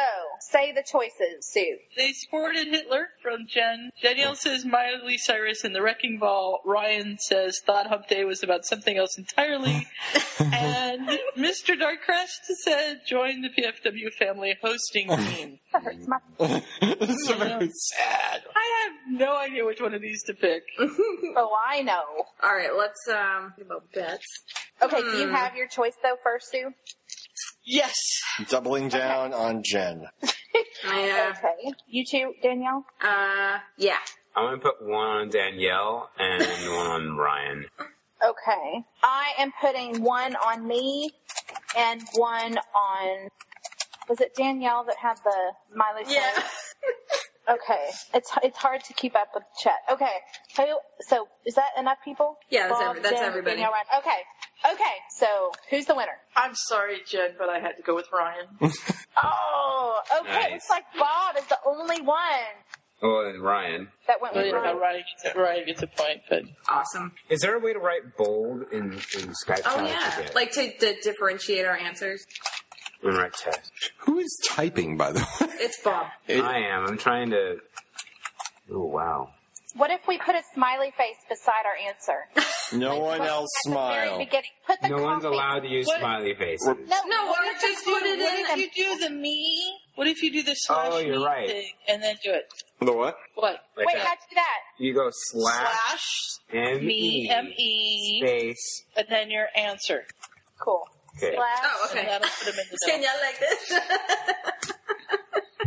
E: say the choices, Sue.
B: They sported Hitler from Jen. Danielle says Miley Cyrus and the Wrecking Ball. Ryan says Thought Hump Day was about something
A: [LAUGHS]
B: else entirely. and Mr. Darkrest said join the PFW family
A: [LAUGHS]
B: hosting team.
E: That hurts my.
C: [LAUGHS] this is very sad.
B: I have no idea which one of these to pick.
E: Oh, I know.
D: All right, let's um think about bets.
E: Okay, do you have your choice though, first, Sue?
B: Yes.
C: Doubling down on Jen.
D: Yeah.
E: Okay. You too, Danielle.
D: Uh, yeah.
A: I'm going to put one on Danielle and one on Ryan.
E: Okay. I am putting one on me and one on. Was it Danielle that had the Miley
D: Yeah.
E: Cyrus?
D: [LAUGHS]
E: Okay. It's it's hard to keep up with the chat. Okay. Who? So is that enough people?
D: Yeah, that's every- that's
E: Dan-
D: everybody.
E: Danielle, Ryan. Okay. Okay. So who's the winner?
B: I'm sorry, Jen, but I had to go with Ryan.
E: Oh, okay. It looks
A: Nice.
E: like Bob is the only one
A: Oh, and Ryan.
E: that went
B: Well, you
E: with
B: know,
E: Ryan.
B: Ryan gets, Ryan gets a point, but
D: Awesome.
A: Is there a way to write bold in, in Skype?
D: Oh
A: chat? I
D: yeah.
A: forget.
D: Like to, to differentiate our answers.
A: I'm right test.
C: Who is typing, by the way?
D: [LAUGHS] It's Bob.
A: I am. I'm trying to. Oh wow.
E: What if we put a smiley face beside our answer?
C: No one else
E: Very
C: smile.
E: beginning. Put the
A: No one's
E: coffee-
A: allowed to use
B: What-
A: smiley faces.
E: No,
D: No,
E: what
D: we're
E: if
D: just
E: you
D: put it
E: do-
D: in-
B: What if you do the me? What if you do the slash
A: Oh, you're
B: me
A: right.
B: thing and then do it?
C: The what?
B: What?
A: Like
E: Wait,
A: that.
E: how'd you do that?
A: You go slash,
B: Slash
A: M
B: me
A: E
B: M E
A: space.
B: and then your answer.
E: Cool.
A: Okay.
E: Slash.
D: Oh, okay.
B: And that'll put them
D: [LAUGHS]
B: in the
D: Can
B: middle.
D: y'all like this? [LAUGHS]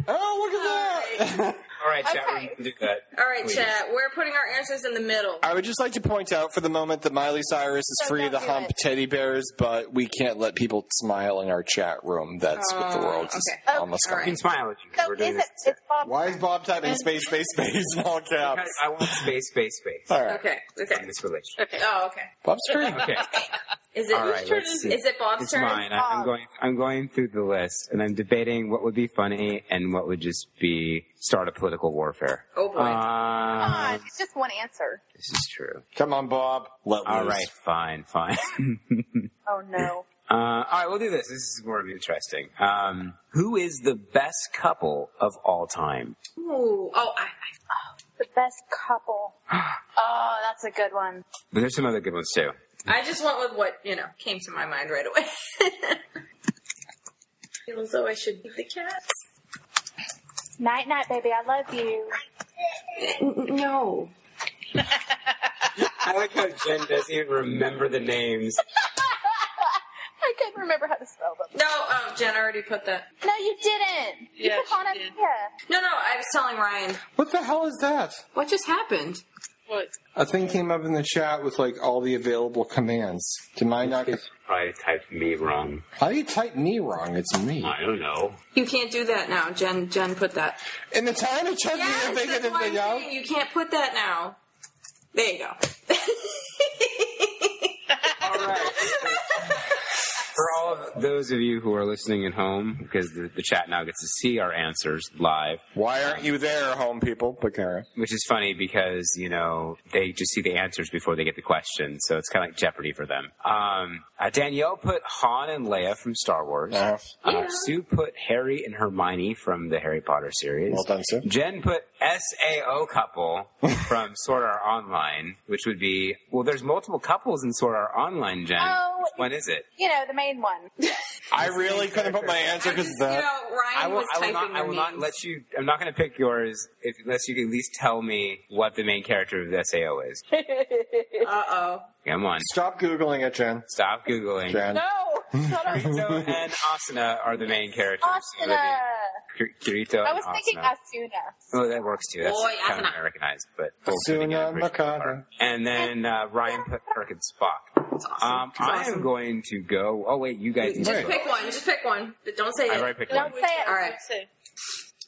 C: Oh, look at that! [LAUGHS]
A: All right, chat room,
D: Okay.
A: you can do that.
D: All right,
A: please.
D: chat. We're putting our answers in the middle.
C: I would just like to point out for the moment that Miley Cyrus is
E: So
C: free to
E: don't do
C: hump
E: it.
C: teddy bears, but we can't let people smile in our chat room. That's what the
D: Uh,
C: world is
D: okay.
C: almost
D: All
A: I
C: gone.
A: can smile at you. 'cause
E: So
A: We're
E: is
A: doing
E: it?
A: this.
E: It's Bob.
C: Why is Bob typing space, space, space [LAUGHS] in all caps?
A: I want space, space, space.
C: All right.
D: Okay.
A: In
D: Okay.
A: this relationship.
D: [LAUGHS] Okay. Oh, okay.
C: Bob's free.
A: Okay.
D: Is it
A: All
D: whose
A: right,
D: turn?
A: let's
D: Is,
A: see.
D: is it Bob's
A: It's
D: turn?
A: mine. I, I'm
E: Bob.
A: going. I'm going through the list, and I'm debating what would be funny and what would just be start a political warfare.
D: Oh, boy.
A: Um,
E: Come on, it's just one answer.
A: This is true.
C: Come on, Bob. Let
A: All
C: loose.
A: right, fine, fine. [LAUGHS]
E: Oh [LAUGHS] no.
A: uh, all right, we'll do this. This is more interesting. Um, who is the best couple of all time?
D: Ooh. Oh, I, I,
E: The best couple. Oh, that's a good one.
A: But there's some other good ones too.
D: I just went with what you know came to my mind right away. [LAUGHS] Feel as though I should feed the cats.
E: Night night, baby, I love you.
D: No.
A: I like how Jen doesn't even remember the names.
E: I couldn't remember how to spell them.
D: No. Oh, Jen I already put that.
E: No, you didn't. You
B: Yeah,
E: put
B: she
E: Hana
B: did.
E: Pia.
D: No, no. I was telling Ryan
C: What the hell is that?
D: what just happened.
B: What?
C: A thing came up in the chat with like all the available commands. Did mine not?
A: It's probably typed me wrong.
C: How do you type me wrong? It's me.
A: I don't know.
D: You can't do that now. Jen. Jen put that.
C: In the time of checking
D: Yes,
C: and
D: that's
C: thinking
D: why I'm
C: everything out.
D: saying you can't put that now. There you go.
A: For all of those of you who are listening at home, because the, the chat now gets to see our answers live,
C: Why aren't you there, home people? Bakara.
A: which is funny because you know they just see the answers before they get the question, so it's kind of like Jeopardy for them. Um, uh, Danielle put Han and Leia from Star Wars.
C: Uh,
A: Uh, Sue put Harry and Hermione from the Harry Potter series.
C: well done, sir.
A: Jen put SAO couple from Sword Art Online, which would be well. There's multiple couples in Sword Art Online, Jen.
E: Oh,
A: Which one is it?
E: You know, the main one.
C: I really couldn't put my answer because
D: you know,
C: that.
D: Ryan
A: I will,
D: was
A: I will
D: typing
A: not. I
D: your
A: will not
D: names.
A: let you. I'm not going to pick yours if, unless you can at least tell me what the main character of the SAO is.
D: Uh oh.
A: Come on,
C: Stop googling it, Jen.
A: stop googling.
C: Jen.
E: No, shut up. [LAUGHS]
A: Kirito and Asuna are the main characters. So
E: Asuna.
A: that'd be Kir- Kirito
E: uh, I
A: and
E: was thinking
A: Asuna.
E: Asuna.
A: Oh, that works too. That's
D: Boy,
A: kind of
D: Asuna.
A: Americanized, but
C: Asuna Mikado.
A: And then uh, Ryan put Kirk and Spock.
D: That's awesome.
A: Um, I am going to go. Oh wait, you guys. need to
C: Wait.
D: Just
A: vote.
D: pick one. Just pick one. But Don't say
A: I
D: it.
A: already picked one.
E: Don't say it.
D: All right.
B: Say.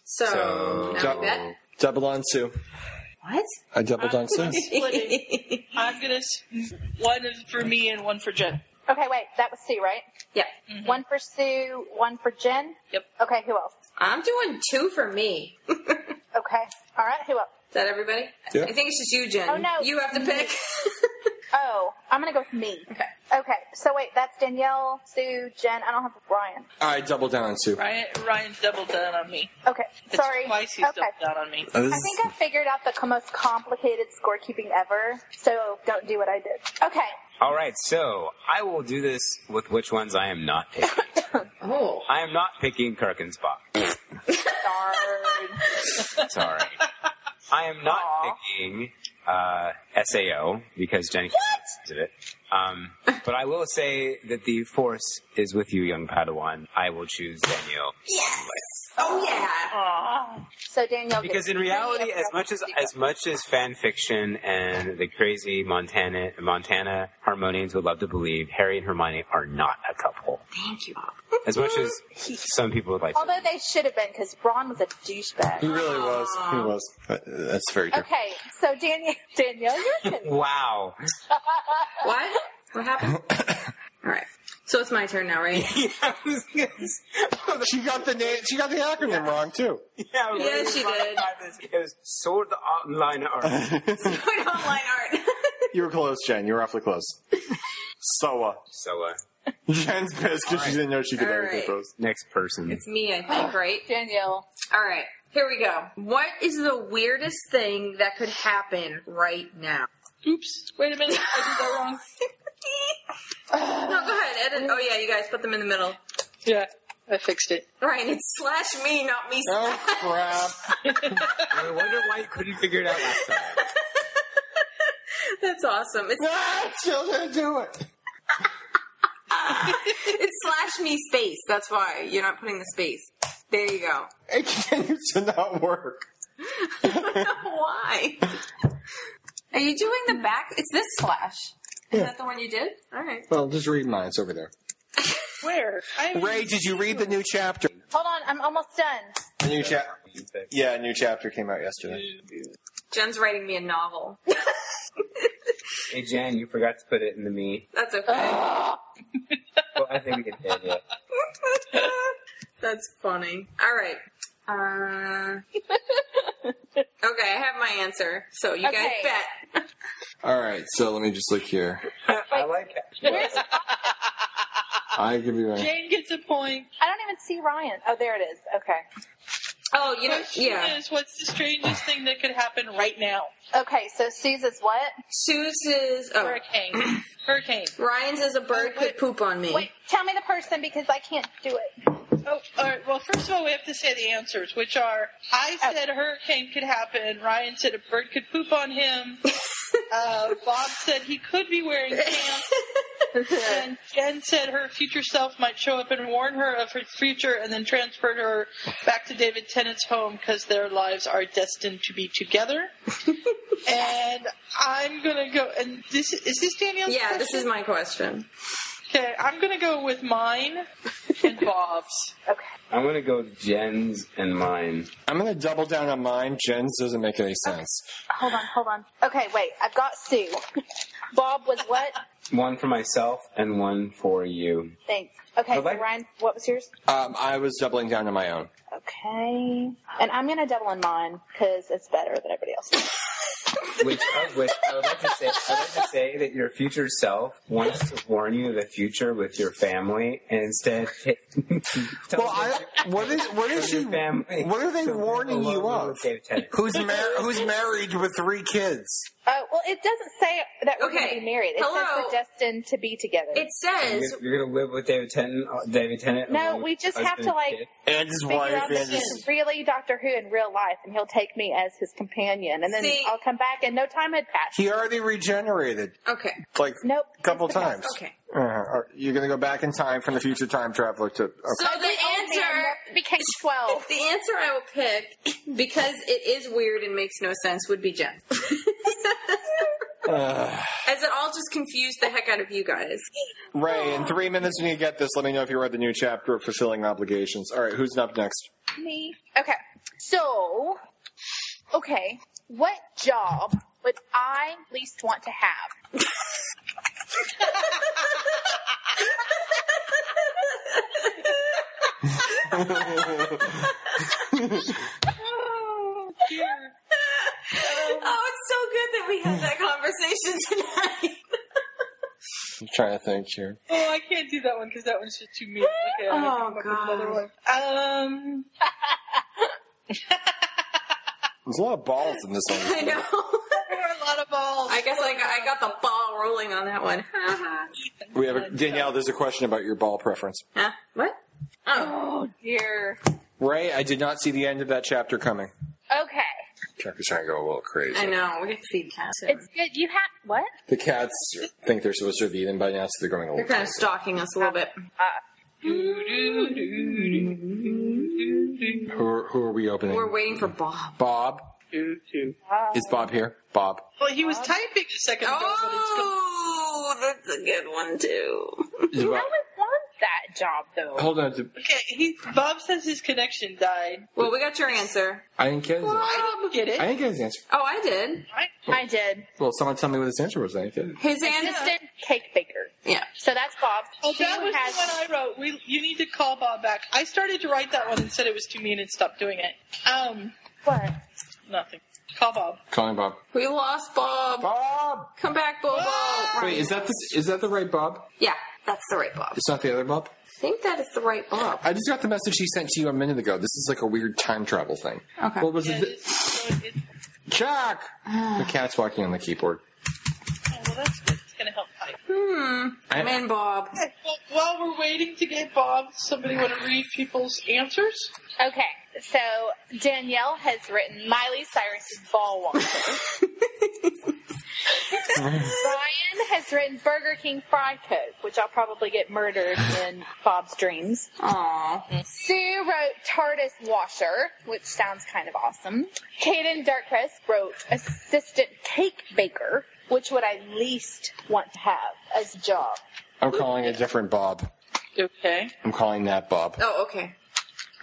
D: So,
A: So-
D: now we bet.
C: Double on Sue.
D: What?
C: I doubled on Sue.
D: [LAUGHS]
B: Splitting. I'm gonna s- one is for me and one for Jen.
E: Okay, wait, that was Sue, right?
D: Yeah.
E: One for Sue, one for Jen.
B: Yep.
E: Okay, who else?
D: I'm doing two for me. [LAUGHS] Is
E: Okay, all right, who else?
D: that everybody?
C: Yeah.
D: I think it's just you, Jen.
E: Oh, no.
D: You have to pick. [LAUGHS]
E: Oh, I'm gonna go with me.
D: okay.
E: Okay, so wait, that's Danielle, Sue, Jen. I don't have Brian.
C: I doubled down on Sue.
B: Ryan, Ryan's double down on me.
E: Okay,
B: That's
E: sorry.
B: twice he's
E: okay.
B: double down on me.
C: Uh, this
E: I
C: is-
E: think I figured out the co- most complicated scorekeeping ever, so don't do what I did. Okay,
A: All right, so I will do this with which ones I am not picking.
D: Oh.
A: I am not picking Kirk and Spock.
B: [LAUGHS]
D: [LAUGHS]
E: darn.
A: Sorry. I am not
E: Aw.
A: picking uh, SAO because Jenny did it. Um, but I will say that the force is with you, young Padawan. I will choose Daniel
D: Yes. Oh, yeah.
B: Aw.
E: So Danielle, gets
A: because in
E: three
A: reality,
E: of
A: as
E: the
A: much as
E: secret.
A: as much as fan fiction and the crazy Montana Montana Harmonians would love to believe, Harry and Hermione are not a couple.
D: Thank you.
A: As much as some people would like. to
E: although they should have been because Braun was a
C: He
E: douchebag.
C: really was. He was. Uh, That's very true.
E: Okay, so Danielle, [LAUGHS] Danielle, you're good.
A: Wow. [LAUGHS]
D: What? What happened? All right. So it's my turn now,
A: [LAUGHS]
D: right? [LAUGHS]
A: yeah, I was gonna s-
C: [COUGHS] She got the name. She got the acronym wrong too. [LAUGHS]
A: yeah, I was
D: Yeah,
A: really
D: she
A: shocked
D: did.
A: by this because sword the online art.
D: Put online art. [LAUGHS]
C: You were close, Jen. You were awfully close. Soa.
A: So, uh,
C: Jen's pissed because she didn't know she could
D: All
C: edit
D: right.
C: those.
A: Next person.
D: It's me, I think, right?
E: Danielle.
D: All right, here we go. What is the weirdest thing that could happen right now?
B: Oops. Wait a minute. I did that wrong.
D: no, go ahead, edit. Oh yeah, you guys put them in the middle.
B: Yeah, I fixed it.
D: Right, it's slash me, not me.
C: Oh crap!
A: I wonder why you couldn't figure it out last time.
D: [LAUGHS] That's awesome. It's,
C: ah, children, do it.
D: [LAUGHS] it's slash me space. That's why you're not putting the space. There you go. [LAUGHS]
C: It continues to not work.
D: why? Are you doing the back? It's this slash. Is that the one you did? All right.
C: Well, just read mine. It's over there.
B: Where? I
C: Ray, did you read the new chapter?
E: Hold on, I'm almost done.
C: The new chapter. Yeah, a new chapter came out yesterday.
D: Jen's writing me a novel.
A: Hey Jen, you forgot to put it in the me.
D: That's okay.
A: Well, I think we can end
E: [LAUGHS]
A: it.
D: [LAUGHS] That's funny. All right. Uh, okay, I have my answer. So you guys
E: Okay.
D: bet.
C: All right, so let me just look here.
A: I like it.
C: I give you a.
B: Jane gets a point.
E: I don't even see Ryan. Oh, there it is. Okay.
D: Oh, you know,
B: Question
D: yeah.
B: is, what's the strangest thing that could happen right now?
E: Okay, so Suze is what?
D: Sue's is oh,
B: Hurricane. Hurricane.
D: Ryan's is a bird could poop on me.
E: Wait, tell me the person because I can't do it.
B: Oh, all right. Well, first of all, we have to say the answers, which are: I
D: Uh,
B: said a hurricane could happen. Ryan said a bird could poop on
D: [LAUGHS]
B: him. Uh, Bob said he could be wearing pants.
D: [LAUGHS]
B: And Jen said her future self might show up and warn her of her future, and then transferred her back to David Tennant's home because their lives are destined to be
D: [LAUGHS]
B: together. and I'm gonna go. And this is this Danielle's.
D: yeah, this
B: question?
D: is my question.
B: okay. I'm gonna go with mine and Bob's.
A: I'm gonna go with Jen's and mine.
C: I'm going to double down on mine. Jen's doesn't make any sense.
E: Hold on, hold on. Okay, wait. I've got Sue. Bob was what?
A: One for myself and one for you.
E: Thanks. Okay, so
A: Bye-bye.
E: Ryan, what was yours?
C: Um, I was doubling down on my own.
E: Okay. And I'm going to double on mine because it's better than everybody else.
A: Which of which I would like to say I would like to say that your future self wants to warn you of the future with your family and instead [LAUGHS]
C: Well, I, what is what is she? What are they warning you of? Who's mar- who's married with three kids?
E: Oh, well, it doesn't say that we're going
D: Okay.
E: to be married. It
D: Hello.
E: says we're destined to be together.
D: It says
A: You're, you're gonna live with David Tennant. uh, David Tennant.
E: no,
A: along
E: we
A: with
E: just
A: husband
E: have to,
A: and
E: like,
A: kids.
C: And his
E: figure
C: wife
E: out that
C: and his
E: he's really Doctor Who in real life, and he'll take me as his companion, and then
D: See-
E: I'll come back, and no time had passed.
C: He already regenerated
D: okay,
C: like
E: Nope.
C: a couple
E: It's the
C: times.
D: okay.
C: Uh, are- you're going to go back in time from the future time traveler to. uh, Okay.
D: So
E: Oh,
D: the
E: old man
D: answer
E: never [LAUGHS] became twelve.
D: The answer I will pick, [LAUGHS] because it is weird and makes no sense, would be Jen. [LAUGHS] As it all just confused the heck out of you guys.
C: Ray, in three minutes when you get this, let me know if you read the new chapter of Fulfilling Obligations. All right, who's up next?
E: me. Okay. So, okay, what job would I least want to have?
D: Oh, it's so good that we had that conversation [LAUGHS] tonight.
C: I'm trying to think here.
B: Oh, I can't do that one because that one's just too mean. Okay, I'm
E: [GASPS]
D: Oh,
B: gonna come up with another one. Um,
C: There's a lot of balls in this [LAUGHS] one.
D: [LAUGHS] I know.
B: there are a lot of balls.
D: I guess I got, I got the ball rolling on that one. [LAUGHS]
C: We have a, Danielle. There's a question about your ball preference.
D: huh? What? Oh, dear.
C: Ray, I did not see the end of that chapter coming.
E: Okay,
C: Chucky's trying to go a little crazy.
D: I know. We have to feed cats.
E: it's good. You have what?
C: The cats think they're supposed to have eaten by now, so they're going a
D: They're
C: little
D: kind of
C: crazy.
D: stalking us a little bit.
C: Who are, who are we opening?
D: We're waiting for Bob.
C: Bob. Is Bob here? Bob.
B: Well, he was typing a second ago, but
E: Oh!
B: it's gone.
D: Oh, that's a good one, too.
C: Is Bob-
E: I would want that job though.
C: Hold on.
B: Okay, he, Bob says his connection died.
D: Well, we got your answer.
C: I didn't get his answer.
B: I didn't get it.
C: I didn't get his answer.
D: Oh, I did.
B: Oh.
E: I did.
C: Well, someone tell me what his answer was. I didn't get it.
D: His answer.
E: Assistant cake baker.
D: Yeah.
E: So that's Bob.
B: Oh,
E: She
B: that was
E: has-
B: the one I wrote. We, you need to call Bob back. I started to write that one and said it was too mean and stopped doing it. Um,
E: what?
B: nothing. Call Bob.
C: Calling Bob.
D: We lost Bob.
C: Bob.
D: Come back, Bobo.
B: Bob!
D: Right.
C: Wait, is that the is that the right Bob?
D: Yeah. That's the right Bob.
C: It's not the other Bob?
D: I think that is the right Bob.
C: I just got the message he sent to you a minute ago. This is like a weird time travel thing.
D: Okay.
C: What was it? Chuck! the cat's walking on the keyboard.
B: oh, well, that's good. It's going to help fight.
D: Hmm.
C: I'm
D: in Bob.
B: Well, while we're waiting to get Bob, somebody want to read people's answers?
E: Okay, so Danielle has written Miley Cyrus's ball walker. Brian has written Burger King fry coke, which I'll probably get murdered in Bob's dreams.
D: Aww.
E: Sue wrote TARDIS washer, which sounds kind of awesome. Caden Darkcrest wrote assistant cake baker, which would I least want to have as a job.
C: I'm calling a different Bob.
B: Okay.
C: I'm calling that Bob.
D: Oh, okay.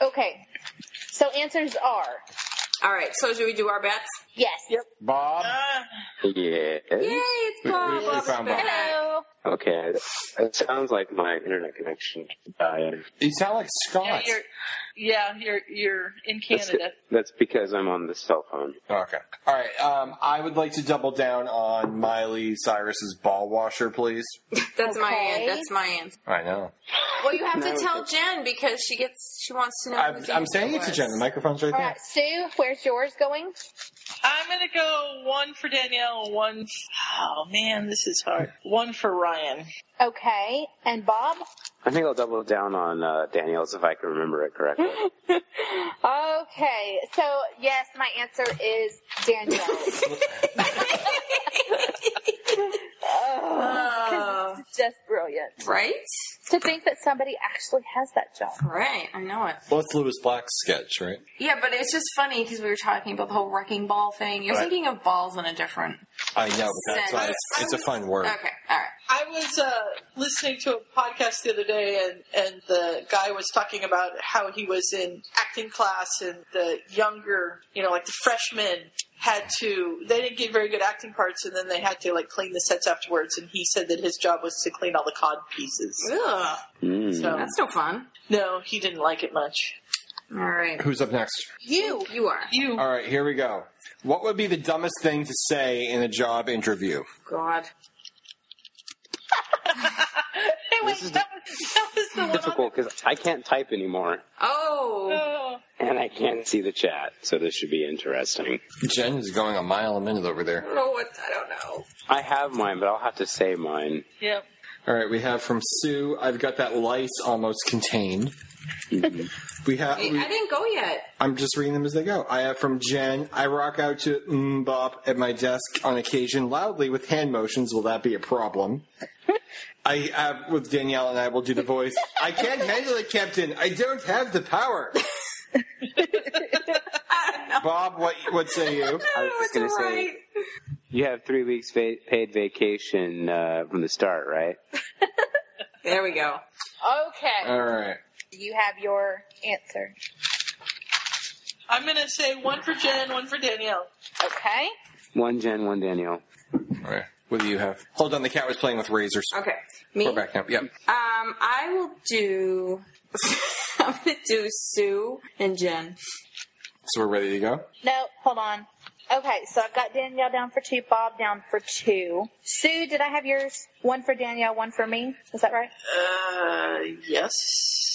E: Okay, so answers are
D: All right. So should we do our bets?
E: yes. Yep.
C: Bob?
L: Yeah.
D: Yay! It's
L: We-
D: Bob.
L: we- we
D: Bob's
L: found Bob.
D: back.
E: Hello.
L: Okay. It sounds like my internet connection died.
C: You sound like
B: Yeah,
C: Scott.
B: you're, yeah, you're, you're in
L: That's,
B: Canada.
L: that's because I'm on the cell phone.
C: Oh, Okay. All right. Um, I would like to double down on Miley Cyrus's ball washer, please.
D: That's my
E: Okay.
D: an- that's my answer.
C: I know.
D: Well, you have
L: No,
D: to tell
L: it's-
D: Jen because she gets she wants to know.
C: I'm,
D: whose
C: I'm
D: answer
C: saying it to
D: was.
C: Jen. The microphone's right
E: All
C: there.
E: right, Sue, where's yours going?
B: I'm going to go one for Danielle, and one. Oh, man, this is hard. One for Ryan.
E: Okay, and Bob?
L: I think I'll double down on uh, Danielle's if I can remember it correctly.
E: Okay, so yes, my answer is Danielle.
D: Uh,
E: oh, 'cause it's [LAUGHS] just brilliant.
D: Right?
E: To think that somebody actually has that job.
D: Right. I know it.
C: Well, it's Lewis Black's sketch, right?
D: Yeah, but it's just funny because we were talking about the whole wrecking ball thing. You're
C: Right.
D: thinking of balls in a different.
C: I know, but that's why it's, it's a fun word.
D: Okay. All right.
B: I was uh, listening to a podcast the other day, and, and the guy was talking about how he was in acting class, and the younger, you know, like the freshmen had to they didn't get very good acting parts and then they had to like clean the sets afterwards and he said that his job was to clean all the cod pieces
D: Ugh,
L: Mm.
B: so
D: that's no fun.
B: no he didn't like it much
D: All right.
C: Who's up next?
E: You.
D: You are.
B: you
C: All right, here we go. What would be the dumbest thing to say in a job interview?
D: God.
B: hey, wait,
L: This is
B: that, was, that was the one on
L: difficult because I can't type anymore
D: Oh.
B: Oh.
L: and I can't see the chat, so this should be interesting.
C: Jen is going a mile a minute over there.
D: I don't know what. I don't know.
L: I have mine, but I'll have to say mine.
B: Yep.
C: All right, we have from Sue. I've got that lice almost contained. we have.
D: I, I didn't go yet.
C: I'm just reading them as they go. I have from Jen. I rock out to mm bop at my desk on occasion loudly with hand motions. Will that be a problem? I have with Danielle and I will do the voice. I can't handle it, Captain. I don't have the power. Bob, what what say you?
L: I was just going to say you have three weeks va- paid vacation uh, from the start, right?
D: There we go.
E: Okay,
C: All right.
E: you have your answer.
B: i'm gonna say one for jen one for danielle
E: Okay.
L: One Jen, one Danielle.
C: All right. What do you have? Hold on, the cat was playing with razors.
D: Okay. Me.
C: We're back now. Yep.
D: Um, I will do. [LAUGHS] I'm gonna do Sue and Jen.
C: So we're ready to go.
E: No, hold on. Okay, so I've got Danielle down for two, Bob down for two. Sue, did I have yours? One for Danielle, one for me. Is that right?
B: uh yes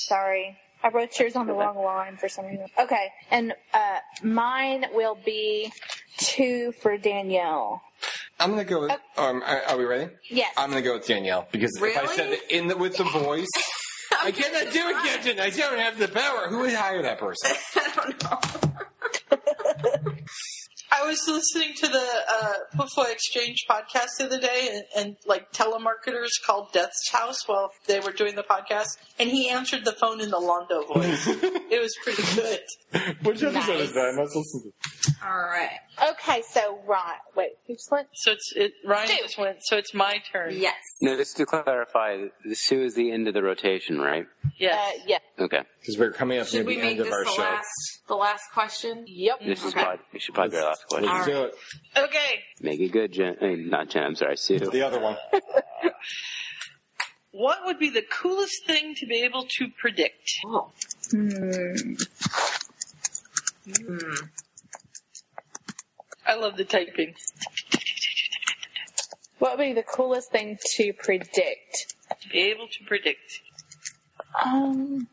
E: Sorry. I wrote yours on the wrong line for some reason. Okay, and uh, mine will be two for Danielle.
C: I'm gonna go with. Um, are, are we ready?
E: Yes.
C: I'm gonna go with Danielle because if I
D: Really?
C: said it in the with the
D: [LAUGHS]
C: voice, I cannot do it, Captain. I don't have the power. Who would hire that person?
D: [LAUGHS] I don't know.
B: I was listening to the uh, Pufoy Exchange podcast the other day, and, and like telemarketers called Death's house while they were doing the podcast, and he answered the phone in the Londo
L: [LAUGHS]
B: voice. it was pretty good.
C: Which episode is that? I must listen to.
D: All right.
E: Okay, so Ryan, wait, who's uh, went?
B: So it's it, Ryan
E: Dude.
B: just went. So it's my turn.
D: Yes.
L: No, just to clarify, the Sue is the end of the rotation, right?
E: Uh,
B: Yes.
E: yeah.
L: Okay.
C: Because we're coming up near
D: Should we
C: the
D: make
C: end
D: this
C: of our
D: the
C: show.
D: last the last question?
E: Yep.
L: This is
D: Okay.
L: probably, we should probably do our last question.
C: Let's do it.
B: okay.
L: Make it good, Jen. I mean, not Jen, I'm sorry, Sue.
C: The other one.
B: What would be the coolest thing to be able to predict?
D: Oh.
B: I love the typing.
E: What would be the coolest thing to predict?
B: be able to predict?
E: Um.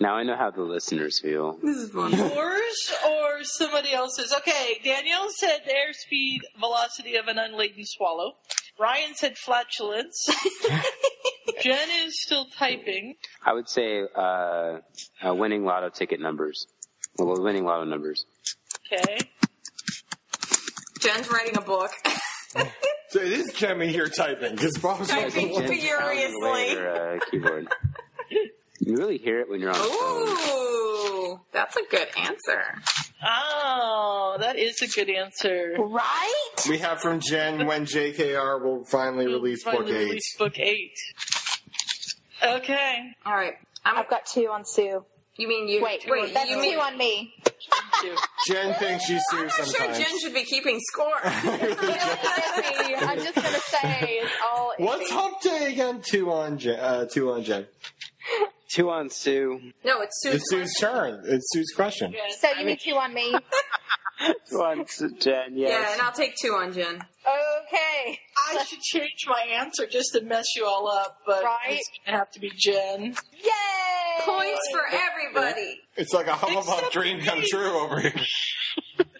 L: Now I know how the listeners feel.
B: This is fun. Yours or somebody else's? Okay, Danielle said airspeed velocity of an unladen swallow. Ryan said [LAUGHS] flatulence. Jen is still typing.
L: I would say uh, uh, winning lotto ticket numbers. Well, winning
D: [LAUGHS]
L: lotto numbers.
B: Okay.
D: [LAUGHS] Jen's writing a book.
C: So it is Jemmy here typing because Bob's
D: Typing furiously.
L: Your, uh,
D: [LAUGHS]
L: keyboard. You really hear it when you're on the phone.
D: Ooh, that's a good answer.
B: Oh, that is a good answer.
E: Right?
C: We have from Jen when JKR will finally
D: Mm,
C: release book
B: Finally
C: eight.
B: released book eight. Okay.
D: All right. I'm,
E: I've got two on Sue.
D: You mean you?
E: Wait,
D: wait.
E: that's
D: you
E: two
D: mean?
E: on [LAUGHS] me.
C: Jen thinks she's Sue
D: I'm sure
C: sometimes.
D: Jen should be keeping
C: [LAUGHS]
D: score. [LAUGHS]
E: Jesse, I'm just gonna say it's all.
C: [LAUGHS] What's hump day again? Two on Jen. Uh, two on Jen.
L: Two on Sue.
D: no, it's Sue's.
C: It's Sue's turn. It's Sue's question.
E: So you need two on me.
L: Two on Su- Jen. Yes.
D: Yeah, and I'll take two on Jen.
E: Okay.
B: I should change my answer just to mess you all up, but
E: Right.
B: it's gonna have to be Jen.
E: Yay!
D: Points for everybody.
C: It's like a Hufflepuff dream come true over here.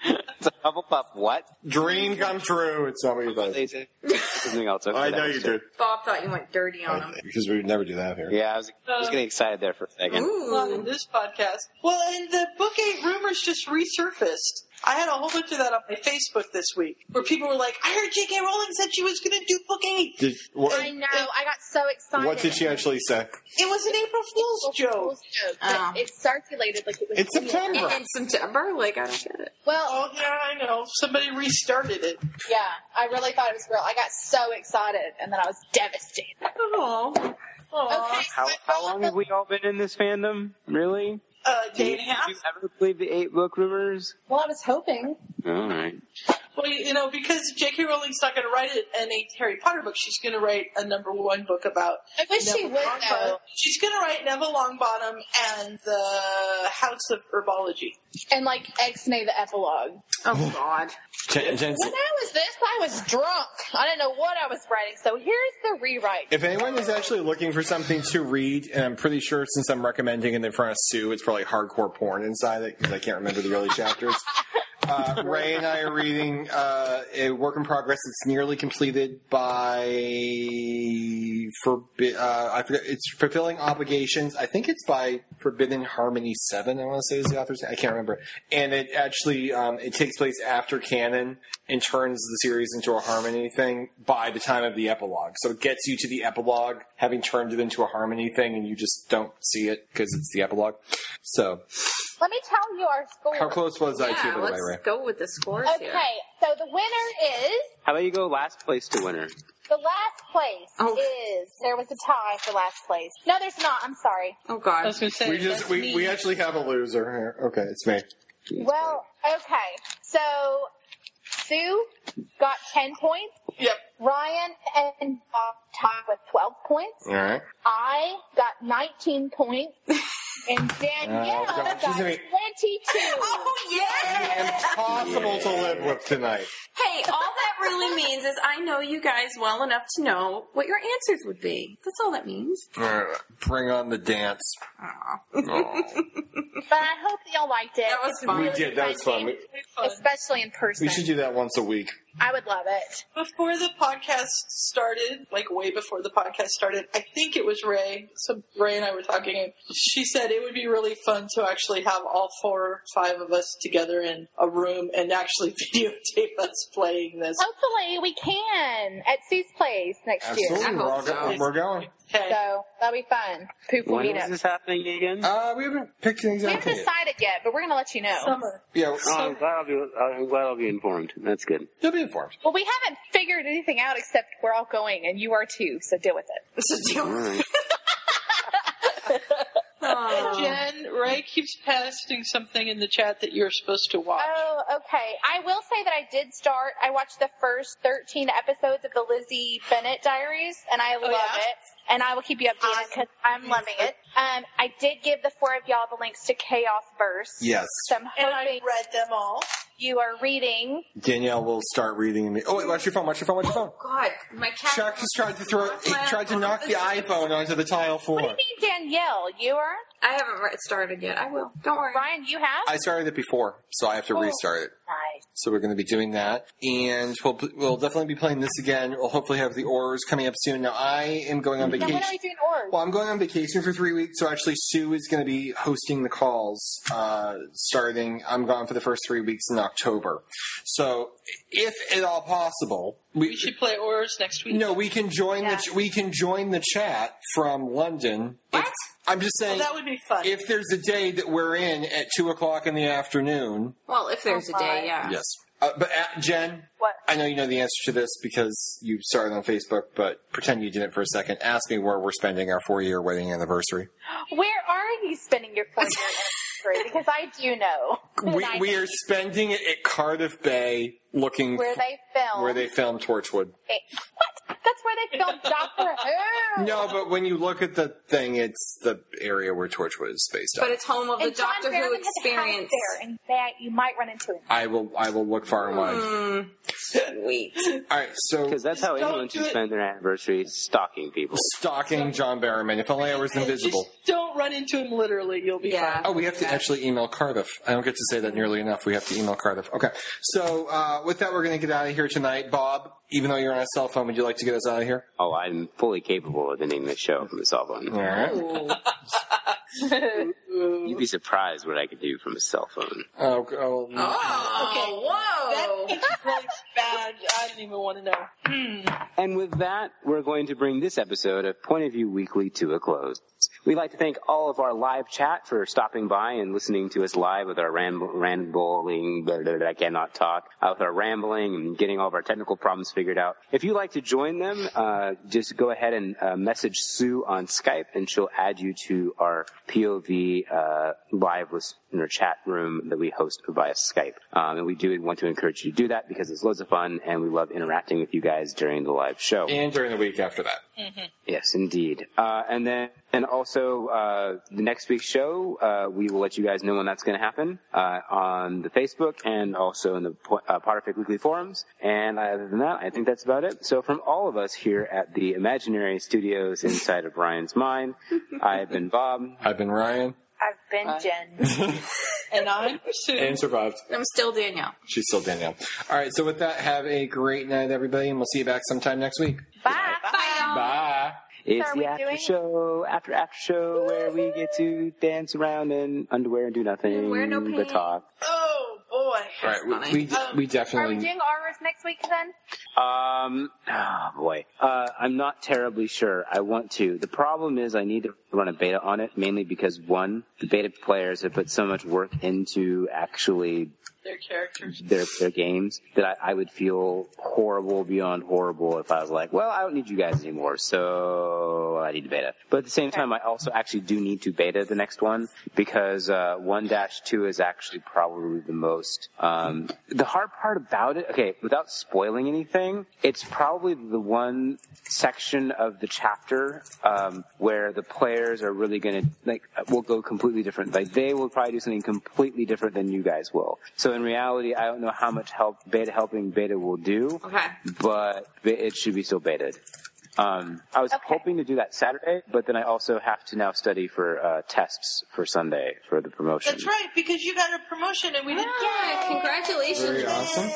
L: it's a Hufflepuff. What?
C: Dream come true. It's not what you thought.
D: [LAUGHS]
L: Something else. Okay,
C: I
L: that
C: know
L: was
C: you
L: it.
C: did
D: Bob thought you went dirty on him.
C: because we would never do that here.
L: Yeah, I was, I was getting excited there for a second.
B: Loving
D: Uh, Ooh.
B: this podcast. Well, and the book eight rumors just resurfaced. I had a whole bunch of that on my Facebook this week, where people were like, "I heard J.K. Rowling said she was going to do book eight.
C: Did, what,
E: I know. I got so excited.
C: what did she actually say?
B: It was an April Fool's joke."
E: but
D: Oh.
E: It circulated like it was.
C: It's
E: real.
C: September.
D: In, in September, like I don't get it.
E: Well,
B: Oh yeah, I know. Somebody restarted it.
E: yeah. I really thought it was real. I got so excited, and then I was devastated.
B: Oh,
E: Okay.
L: How, how long have we all been in this fandom? Really?
B: uh, day and a half.
L: Did you ever believe the eight book rumors?
E: Well, I was hoping.
L: All right.
B: Well, you know, because J.K. Rowling's not going to write it an eighth Harry Potter book, she's going to write a number one book about.
E: I wish she
B: Neville
E: would
B: Longbottom.
E: though.
B: She's going to write Neville Longbottom and the House of Herbology.
E: And like ex me the epilogue.
D: Oh God.
C: Jen, Jen's,
E: When I was this, I was drunk. I didn't know what I was writing. So here's the rewrite.
C: if anyone is actually looking for something to read, and I'm pretty sure since I'm recommending it in front of Sue, it's probably hardcore porn inside it because I can't remember the early chapters. Uh, Ray and I are reading uh, a work in progress. It's nearly completed by forbi- uh, I forget. It's fulfilling obligations. I think it's by Forbidden Harmony Seven. I want to say is the author's. name. I can't remember. And it actually um, it takes place after canon and turns the series into a harmony thing by the time of the epilogue. So it gets you to the epilogue having turned it into a harmony thing, and you just don't see it because it's the epilogue. So
E: Let me tell you our score.
C: how close was I to
D: Yeah,
C: by the way,
D: let's
C: Ray?
D: go with the scores
E: Okay,
D: here.
E: so the winner is
L: How about you go last place to winner?
E: the last place
D: Oh.
E: is there was a tie for last place. No, there's not. I'm sorry.
D: Oh
B: I
D: God.
B: was going to say,
C: We just
B: that's
C: we,
B: me.
C: we actually have a loser here. Okay, it's me.
E: Well, okay. So Sue got ten points.
B: Yep.
E: Ryan and Bob tied with twelve points.
C: All right.
E: I got
D: [LAUGHS]
E: nineteen points. And Danielle
C: Oh, God.
E: got
C: She's gonna be-
E: twenty-two.
D: Oh yeah.
C: Impossible to live with tonight.
D: Hey, all that really means is I know you guys well enough to know what your answers would be. That's all that means.
C: All right, bring on the dance.
E: [LAUGHS] But I hope that y'all liked it.
D: That was
E: It's
D: fun.
C: We
E: really
C: did. That was fun. We,
E: fun, especially in person.
C: we should do that once a week.
E: I would love it.
B: Before the podcast started, like way before the podcast started, I think it was Ray. So Ray and I were talking, and she said it would be really fun to actually have all four or five of us together in a room and actually [LAUGHS] videotape us playing this.
E: Oh, Hopefully, we can at Sue's place next year.
C: Absolutely,
D: I
C: we're, all
D: hope so.
C: go- we're going.
B: Okay.
E: So that'll be fun. Poop will
L: When
E: meet
L: is
E: up.
L: this happening
B: Oh,
L: again?
C: Uh, we haven't picked an
E: We haven't
C: exact date.
E: decided yet, but we're going to let you know.
B: Summer.
C: Yeah, um,
L: Oh, I'm glad I'll be. I'm glad I'll be informed. That's
B: [LAUGHS]
L: good.
C: you'll be informed.
E: Well, we haven't figured anything out except we're all going, and you are too. So deal with it.
L: All right.
D: Aw.
B: Jen, Ray keeps posting something in the chat that you're supposed to watch.
E: Oh, okay. I will say that I did start. I watched the first thirteen episodes of the Lizzie Bennett Diaries, and I love
B: yeah?
E: it. And I will keep you updated because I'm loving it. Um, I did give the four of y'all the links to Chaos Verse.
C: Yes.
E: So I'm hoping
B: and I read them all.
E: you are reading.
C: Danielle will start reading me. Oh wait, watch your phone. Watch your phone. Watch your phone.
D: God, my cat.
C: Chuck just tried to throw. He tried to knock the iPhone onto the tile floor.
E: What do you mean, Danielle? You are?
D: I haven't re- started yet. I will. Don't worry.
E: Ryan, you have?
C: I started it before, so I have
E: Oh.
C: to restart it.
E: Nice.
C: So we're going to be doing that, and we'll we'll definitely be playing this again. We'll hopefully have the orders coming up soon. Now I am going on
E: Now,
C: vacation.
E: when are we doing org?
C: Well, I'm going on vacation for three weeks, so actually Sue is going to be hosting the calls. Uh, starting, I'm gone for the first three weeks in October. So, if at all possible,
B: We should play Oars next week.
C: no, we can join the ch- we can join the chat from London. What? I'm just
B: Well,
C: saying,
B: Oh, that would be fun.
C: if there's a day that we're in at two o'clock in the afternoon,
D: Well, if there's a day, yeah.
C: yes. Uh, but uh, Jen,
E: What?
C: I know you know the answer to this because you started on Facebook, but pretend you didn't for a second. Ask me where we're spending our four-year wedding anniversary.
E: Where are you spending your
C: [LAUGHS]
E: four year anniversary? Because I do know.
C: we,
E: And I
C: we
E: know
C: are spending it at Cardiff Bay looking
E: where they film.
C: where they filmed Torchwood.
E: What? That's where they filmed
D: [LAUGHS]
E: Doctor Who.
C: No, but when you look at the thing, it's the area where Torchwood is based
D: But
C: on.
D: it's home of the
E: and John
D: Doctor Who
E: Barrowman has a house
D: experience.
E: There, in fact, you might run into him.
C: I will I will look far and wide.
E: Hmm.
D: Mm, sweet.
C: All right, so
L: Because that's how
B: Don't
L: anyone
B: do
L: should
B: it.
L: spend their anniversary stalking people.
C: stalking John Barrowman. If only I was
B: And
C: invisible.
B: Just don't run into him literally. You'll be
D: Yeah.
B: fine.
C: Oh, we have to actually email Cardiff. I don't get to say that nearly enough. We have to email Cardiff. Okay. So uh, with that, we're going to get out of here tonight. Bob, even though you're on a cell phone, would you like to get us out of here?
L: Oh, I'm fully capable of ending this show from a cell phone.
B: Oh.
C: All right.
L: You'd be surprised what I could do from a cell phone.
C: Oh, oh,
D: Oh, whoa.
B: That's really bad. I don't even want to know.
L: And with that, we're going to bring this episode of Point of View Weekly to a close. We'd like to thank all of our live chat for stopping by and listening to us live with our ramble, rambling, blah, blah, blah, I cannot talk, uh, with our rambling and getting all of our technical problems figured out. If you'd like to join them, uh, just go ahead and uh, message Sue on Skype and she'll add you to our POV uh, live listener chat room that we host via Skype. Um, and we do want to encourage you to do that because it's loads of fun and we love interacting with you guys during the live show.
C: and during the week after that.
L: Yes, indeed. Uh, and then, and also, uh, the next week's show, uh, we will let you guys know when that's going to happen, uh, on the Facebook and also in the po- uh, Potterfic Weekly forums. And other than that, I think that's about it. So from all of us here at the imaginary studios inside of Ryan's mind, I've been Bob.
C: I've been Ryan.
E: I've been Jen.
B: And I'm Sue.
C: And survived.
D: I'm still Danielle.
C: She's still Danielle. All right, so with that, have a great night, everybody, and we'll see you back sometime next week.
E: Bye.
D: [LAUGHS] Bye, y'all.
C: Bye.
L: It's
E: Are we
L: the after
E: doing-
L: show, after after show, where we get to dance around in underwear and do nothing
D: Wear no
L: but
D: pants.
L: talk.
B: Oh boy.
C: All right, we, we,
B: Um,
C: we
E: Are we
C: definitely.
E: doing ours next week then?
L: Um, oh boy. Uh, I'm not terribly sure. I want to. The problem is I need to run a beta on it, mainly because one, the beta players have put so much work into actually
B: Their characters.
L: their, their games that I, I would feel horrible beyond horrible if I was like, well, I don't need you guys anymore, so I need to beta. But at the same time, I also actually do need to beta the next one because uh, 1-2 is actually probably the most. Um, the hard part about it, okay, without spoiling anything, it's probably the one section of the chapter um, where the players are really going to like will go completely different. Like they will probably do something completely different than you guys will. So in reality, I don't know how much help beta helping beta will do,
D: Okay.
L: but be- it should be still betaed. Um, I was
E: Okay.
L: hoping to do that Saturday, but then I also have to now study for uh, tests for Sunday for the promotion.
B: That's right, because you got a promotion and we didn't.
D: Yeah, congratulations.
C: Very awesome.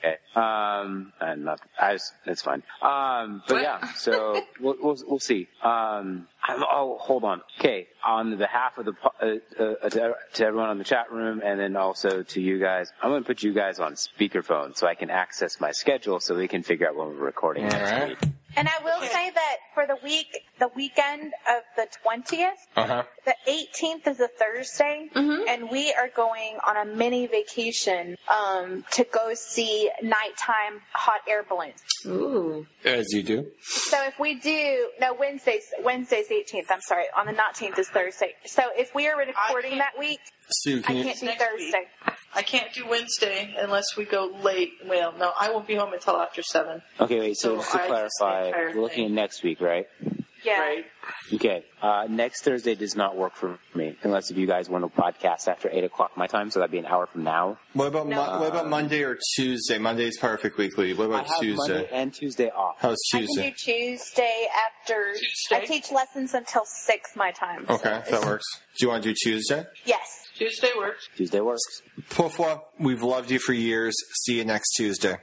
L: Okay. Um, I'm not, I just, that's fine. Um, but
D: What?
L: yeah, so we'll, we'll, we'll see. Um, I'm, oh, hold on. Okay. On the behalf of the, po- uh, uh, to, to everyone on the chat room and then also to you guys, I'm going to put you guys on speakerphone so I can access my schedule so we can figure out when we're recording
C: All
L: next
C: right.
L: week.
E: And I will say that for the week, the weekend of the 20th,
D: Oh.
C: Uh huh.
E: the 18th is a Thursday,
D: Mm-hmm.
E: and we are going on a mini vacation um, to go see nighttime hot air balloons.
D: Ooh.
C: As you do.
E: So if we do, no, Wednesday's, Wednesday's the 18th, I'm sorry, on the 19th is Thursday. So if we are recording that week,
C: Sue,
E: I
C: can you?
E: can't do
B: Next week.
E: Thursday.
B: I can't do Wednesday unless we go late. Well, no, I won't be home until after seven.
L: Okay, wait, so,
B: So
L: just to
B: I-
L: clarify,
B: entire
L: we're looking
B: thing.
L: at next week, right?
E: Yeah.
I: Right.
L: Okay. Uh, next Thursday does not work for me, unless if you guys want to podcast after eight o'clock my time, so that'd be an hour from now.
C: What about Mo- what about Monday or Tuesday? Monday's perfect weekly. What
L: I
C: about
L: have
C: Tuesday?
L: Monday and Tuesday off.
C: How's
E: I can do
C: Tuesday?
E: Tuesday after. I teach lessons until six my time.
C: Okay, that works. Do you want to do Tuesday?
E: Yes.
B: Tuesday works.
L: Tuesday works.
C: Pouf, pouf. we've loved you for years. See you next Tuesday.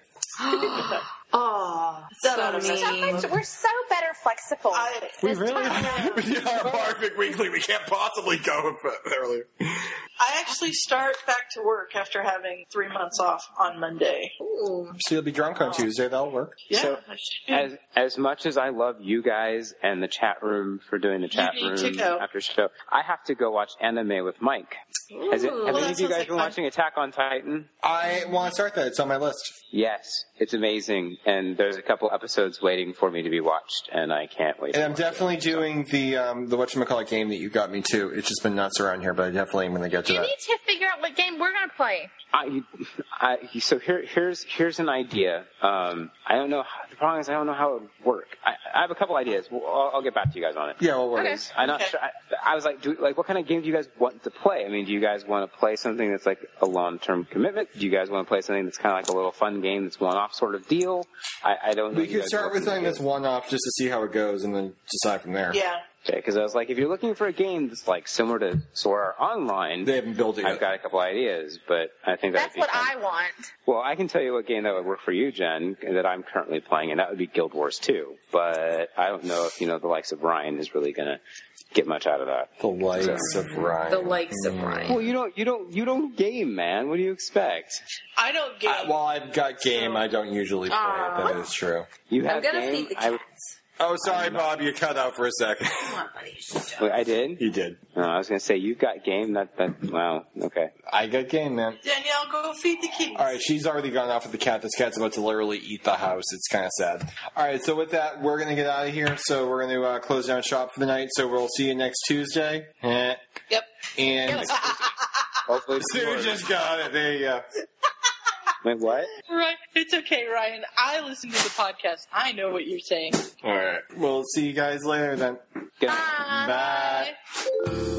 E: Oh,
B: so
E: much, we're so better flexible.
C: We really are.
H: we are perfect weekly. We can't possibly go earlier.
B: I actually start back to work after having three months off on Monday.
C: So you'll be drunk on Tuesday. That'll work.
B: Yeah.
L: So,
B: I should do that.
L: As as much as I love you guys and the chat room for doing the chat
B: need to
L: room
B: go.
L: after show, I have to go watch anime with Mike. Has it, have
B: Ooh. Well,
L: any
B: that
L: of you
B: sounds
L: guys
B: like
L: been
B: fun.
L: watching Attack on Titan?
C: I want to start that. It's on my list.
L: Yes, it's amazing, and there's a couple episodes waiting for me to be watched, and I can't wait.
C: And
L: to
C: I'm
L: watch it.
C: definitely doing the um, the whatchamacallit game that you got me too. It's just been nuts around here, but I definitely am going to get to
E: You
C: that.
E: need to figure out what game we're gonna play.
L: I, I, so here, here's here's an idea. Um, I don't know. How, the problem is I don't know how it would work. I, I have a couple ideas. Well, I'll, I'll get back to you guys on it.
C: Yeah, well, we're
E: Okay.
L: I'm not sure. I, I was like, do, like, what kind of game do you guys want to play? I mean, do you guys want to play something that's like a long-term commitment? Do you guys want to play something that's kind of like a little fun game that's one-off sort of deal? I, I don't. know.
C: We could start with something that's one off just to see how it goes, and then decide from there.
B: yeah.
L: because I was like, if you're looking for a game that's like similar to Sword Art Online,
C: They haven't built it
L: I've
C: yet.
L: got a couple ideas, but I think that'd
E: That's
L: be
E: what
L: fun.
E: I want.
L: Well, I can tell you what game that would work for you, Jen, that I'm currently playing, and that would be Guild Wars 2. But I don't know if, you know, the likes of Ryan is really going to get much out of that.
C: The likes of Ryan.
D: The likes of Ryan.
L: Well, you don't, you don't, you don't game, man. What do you expect?
B: I don't game.
C: Uh, well, I've got game. I don't usually play it. That is true.
L: You
D: I'm
L: have
D: gonna
L: game.
D: feed the
L: I,
D: cats.
C: Oh, sorry, Bob. You cut out for a [LAUGHS] second.
D: Come on, buddy.
L: wait, I did.
C: you did.
L: No, I was going to say you've got game. That that wow. Okay.
C: I got game, man.
B: Danielle, go feed the kittens.
C: All right, she's already gone off with the cat. This cat's about to literally eat the house. It's kind of sad. All right, so with that, we're going to get out of here. So we're going to uh, close down shop for the night. So we'll see you next Tuesday. Eh.
B: Yep.
C: And
L: Hopefully,
C: [LAUGHS] Sue just got it. There you go.
L: wait. What?
B: Right. It's okay, Ryan. I listen to the podcast. I know what you're saying.
D: Ah,
C: All right. We'll see you guys later then.
L: Good night.
C: Bye.
E: Bye.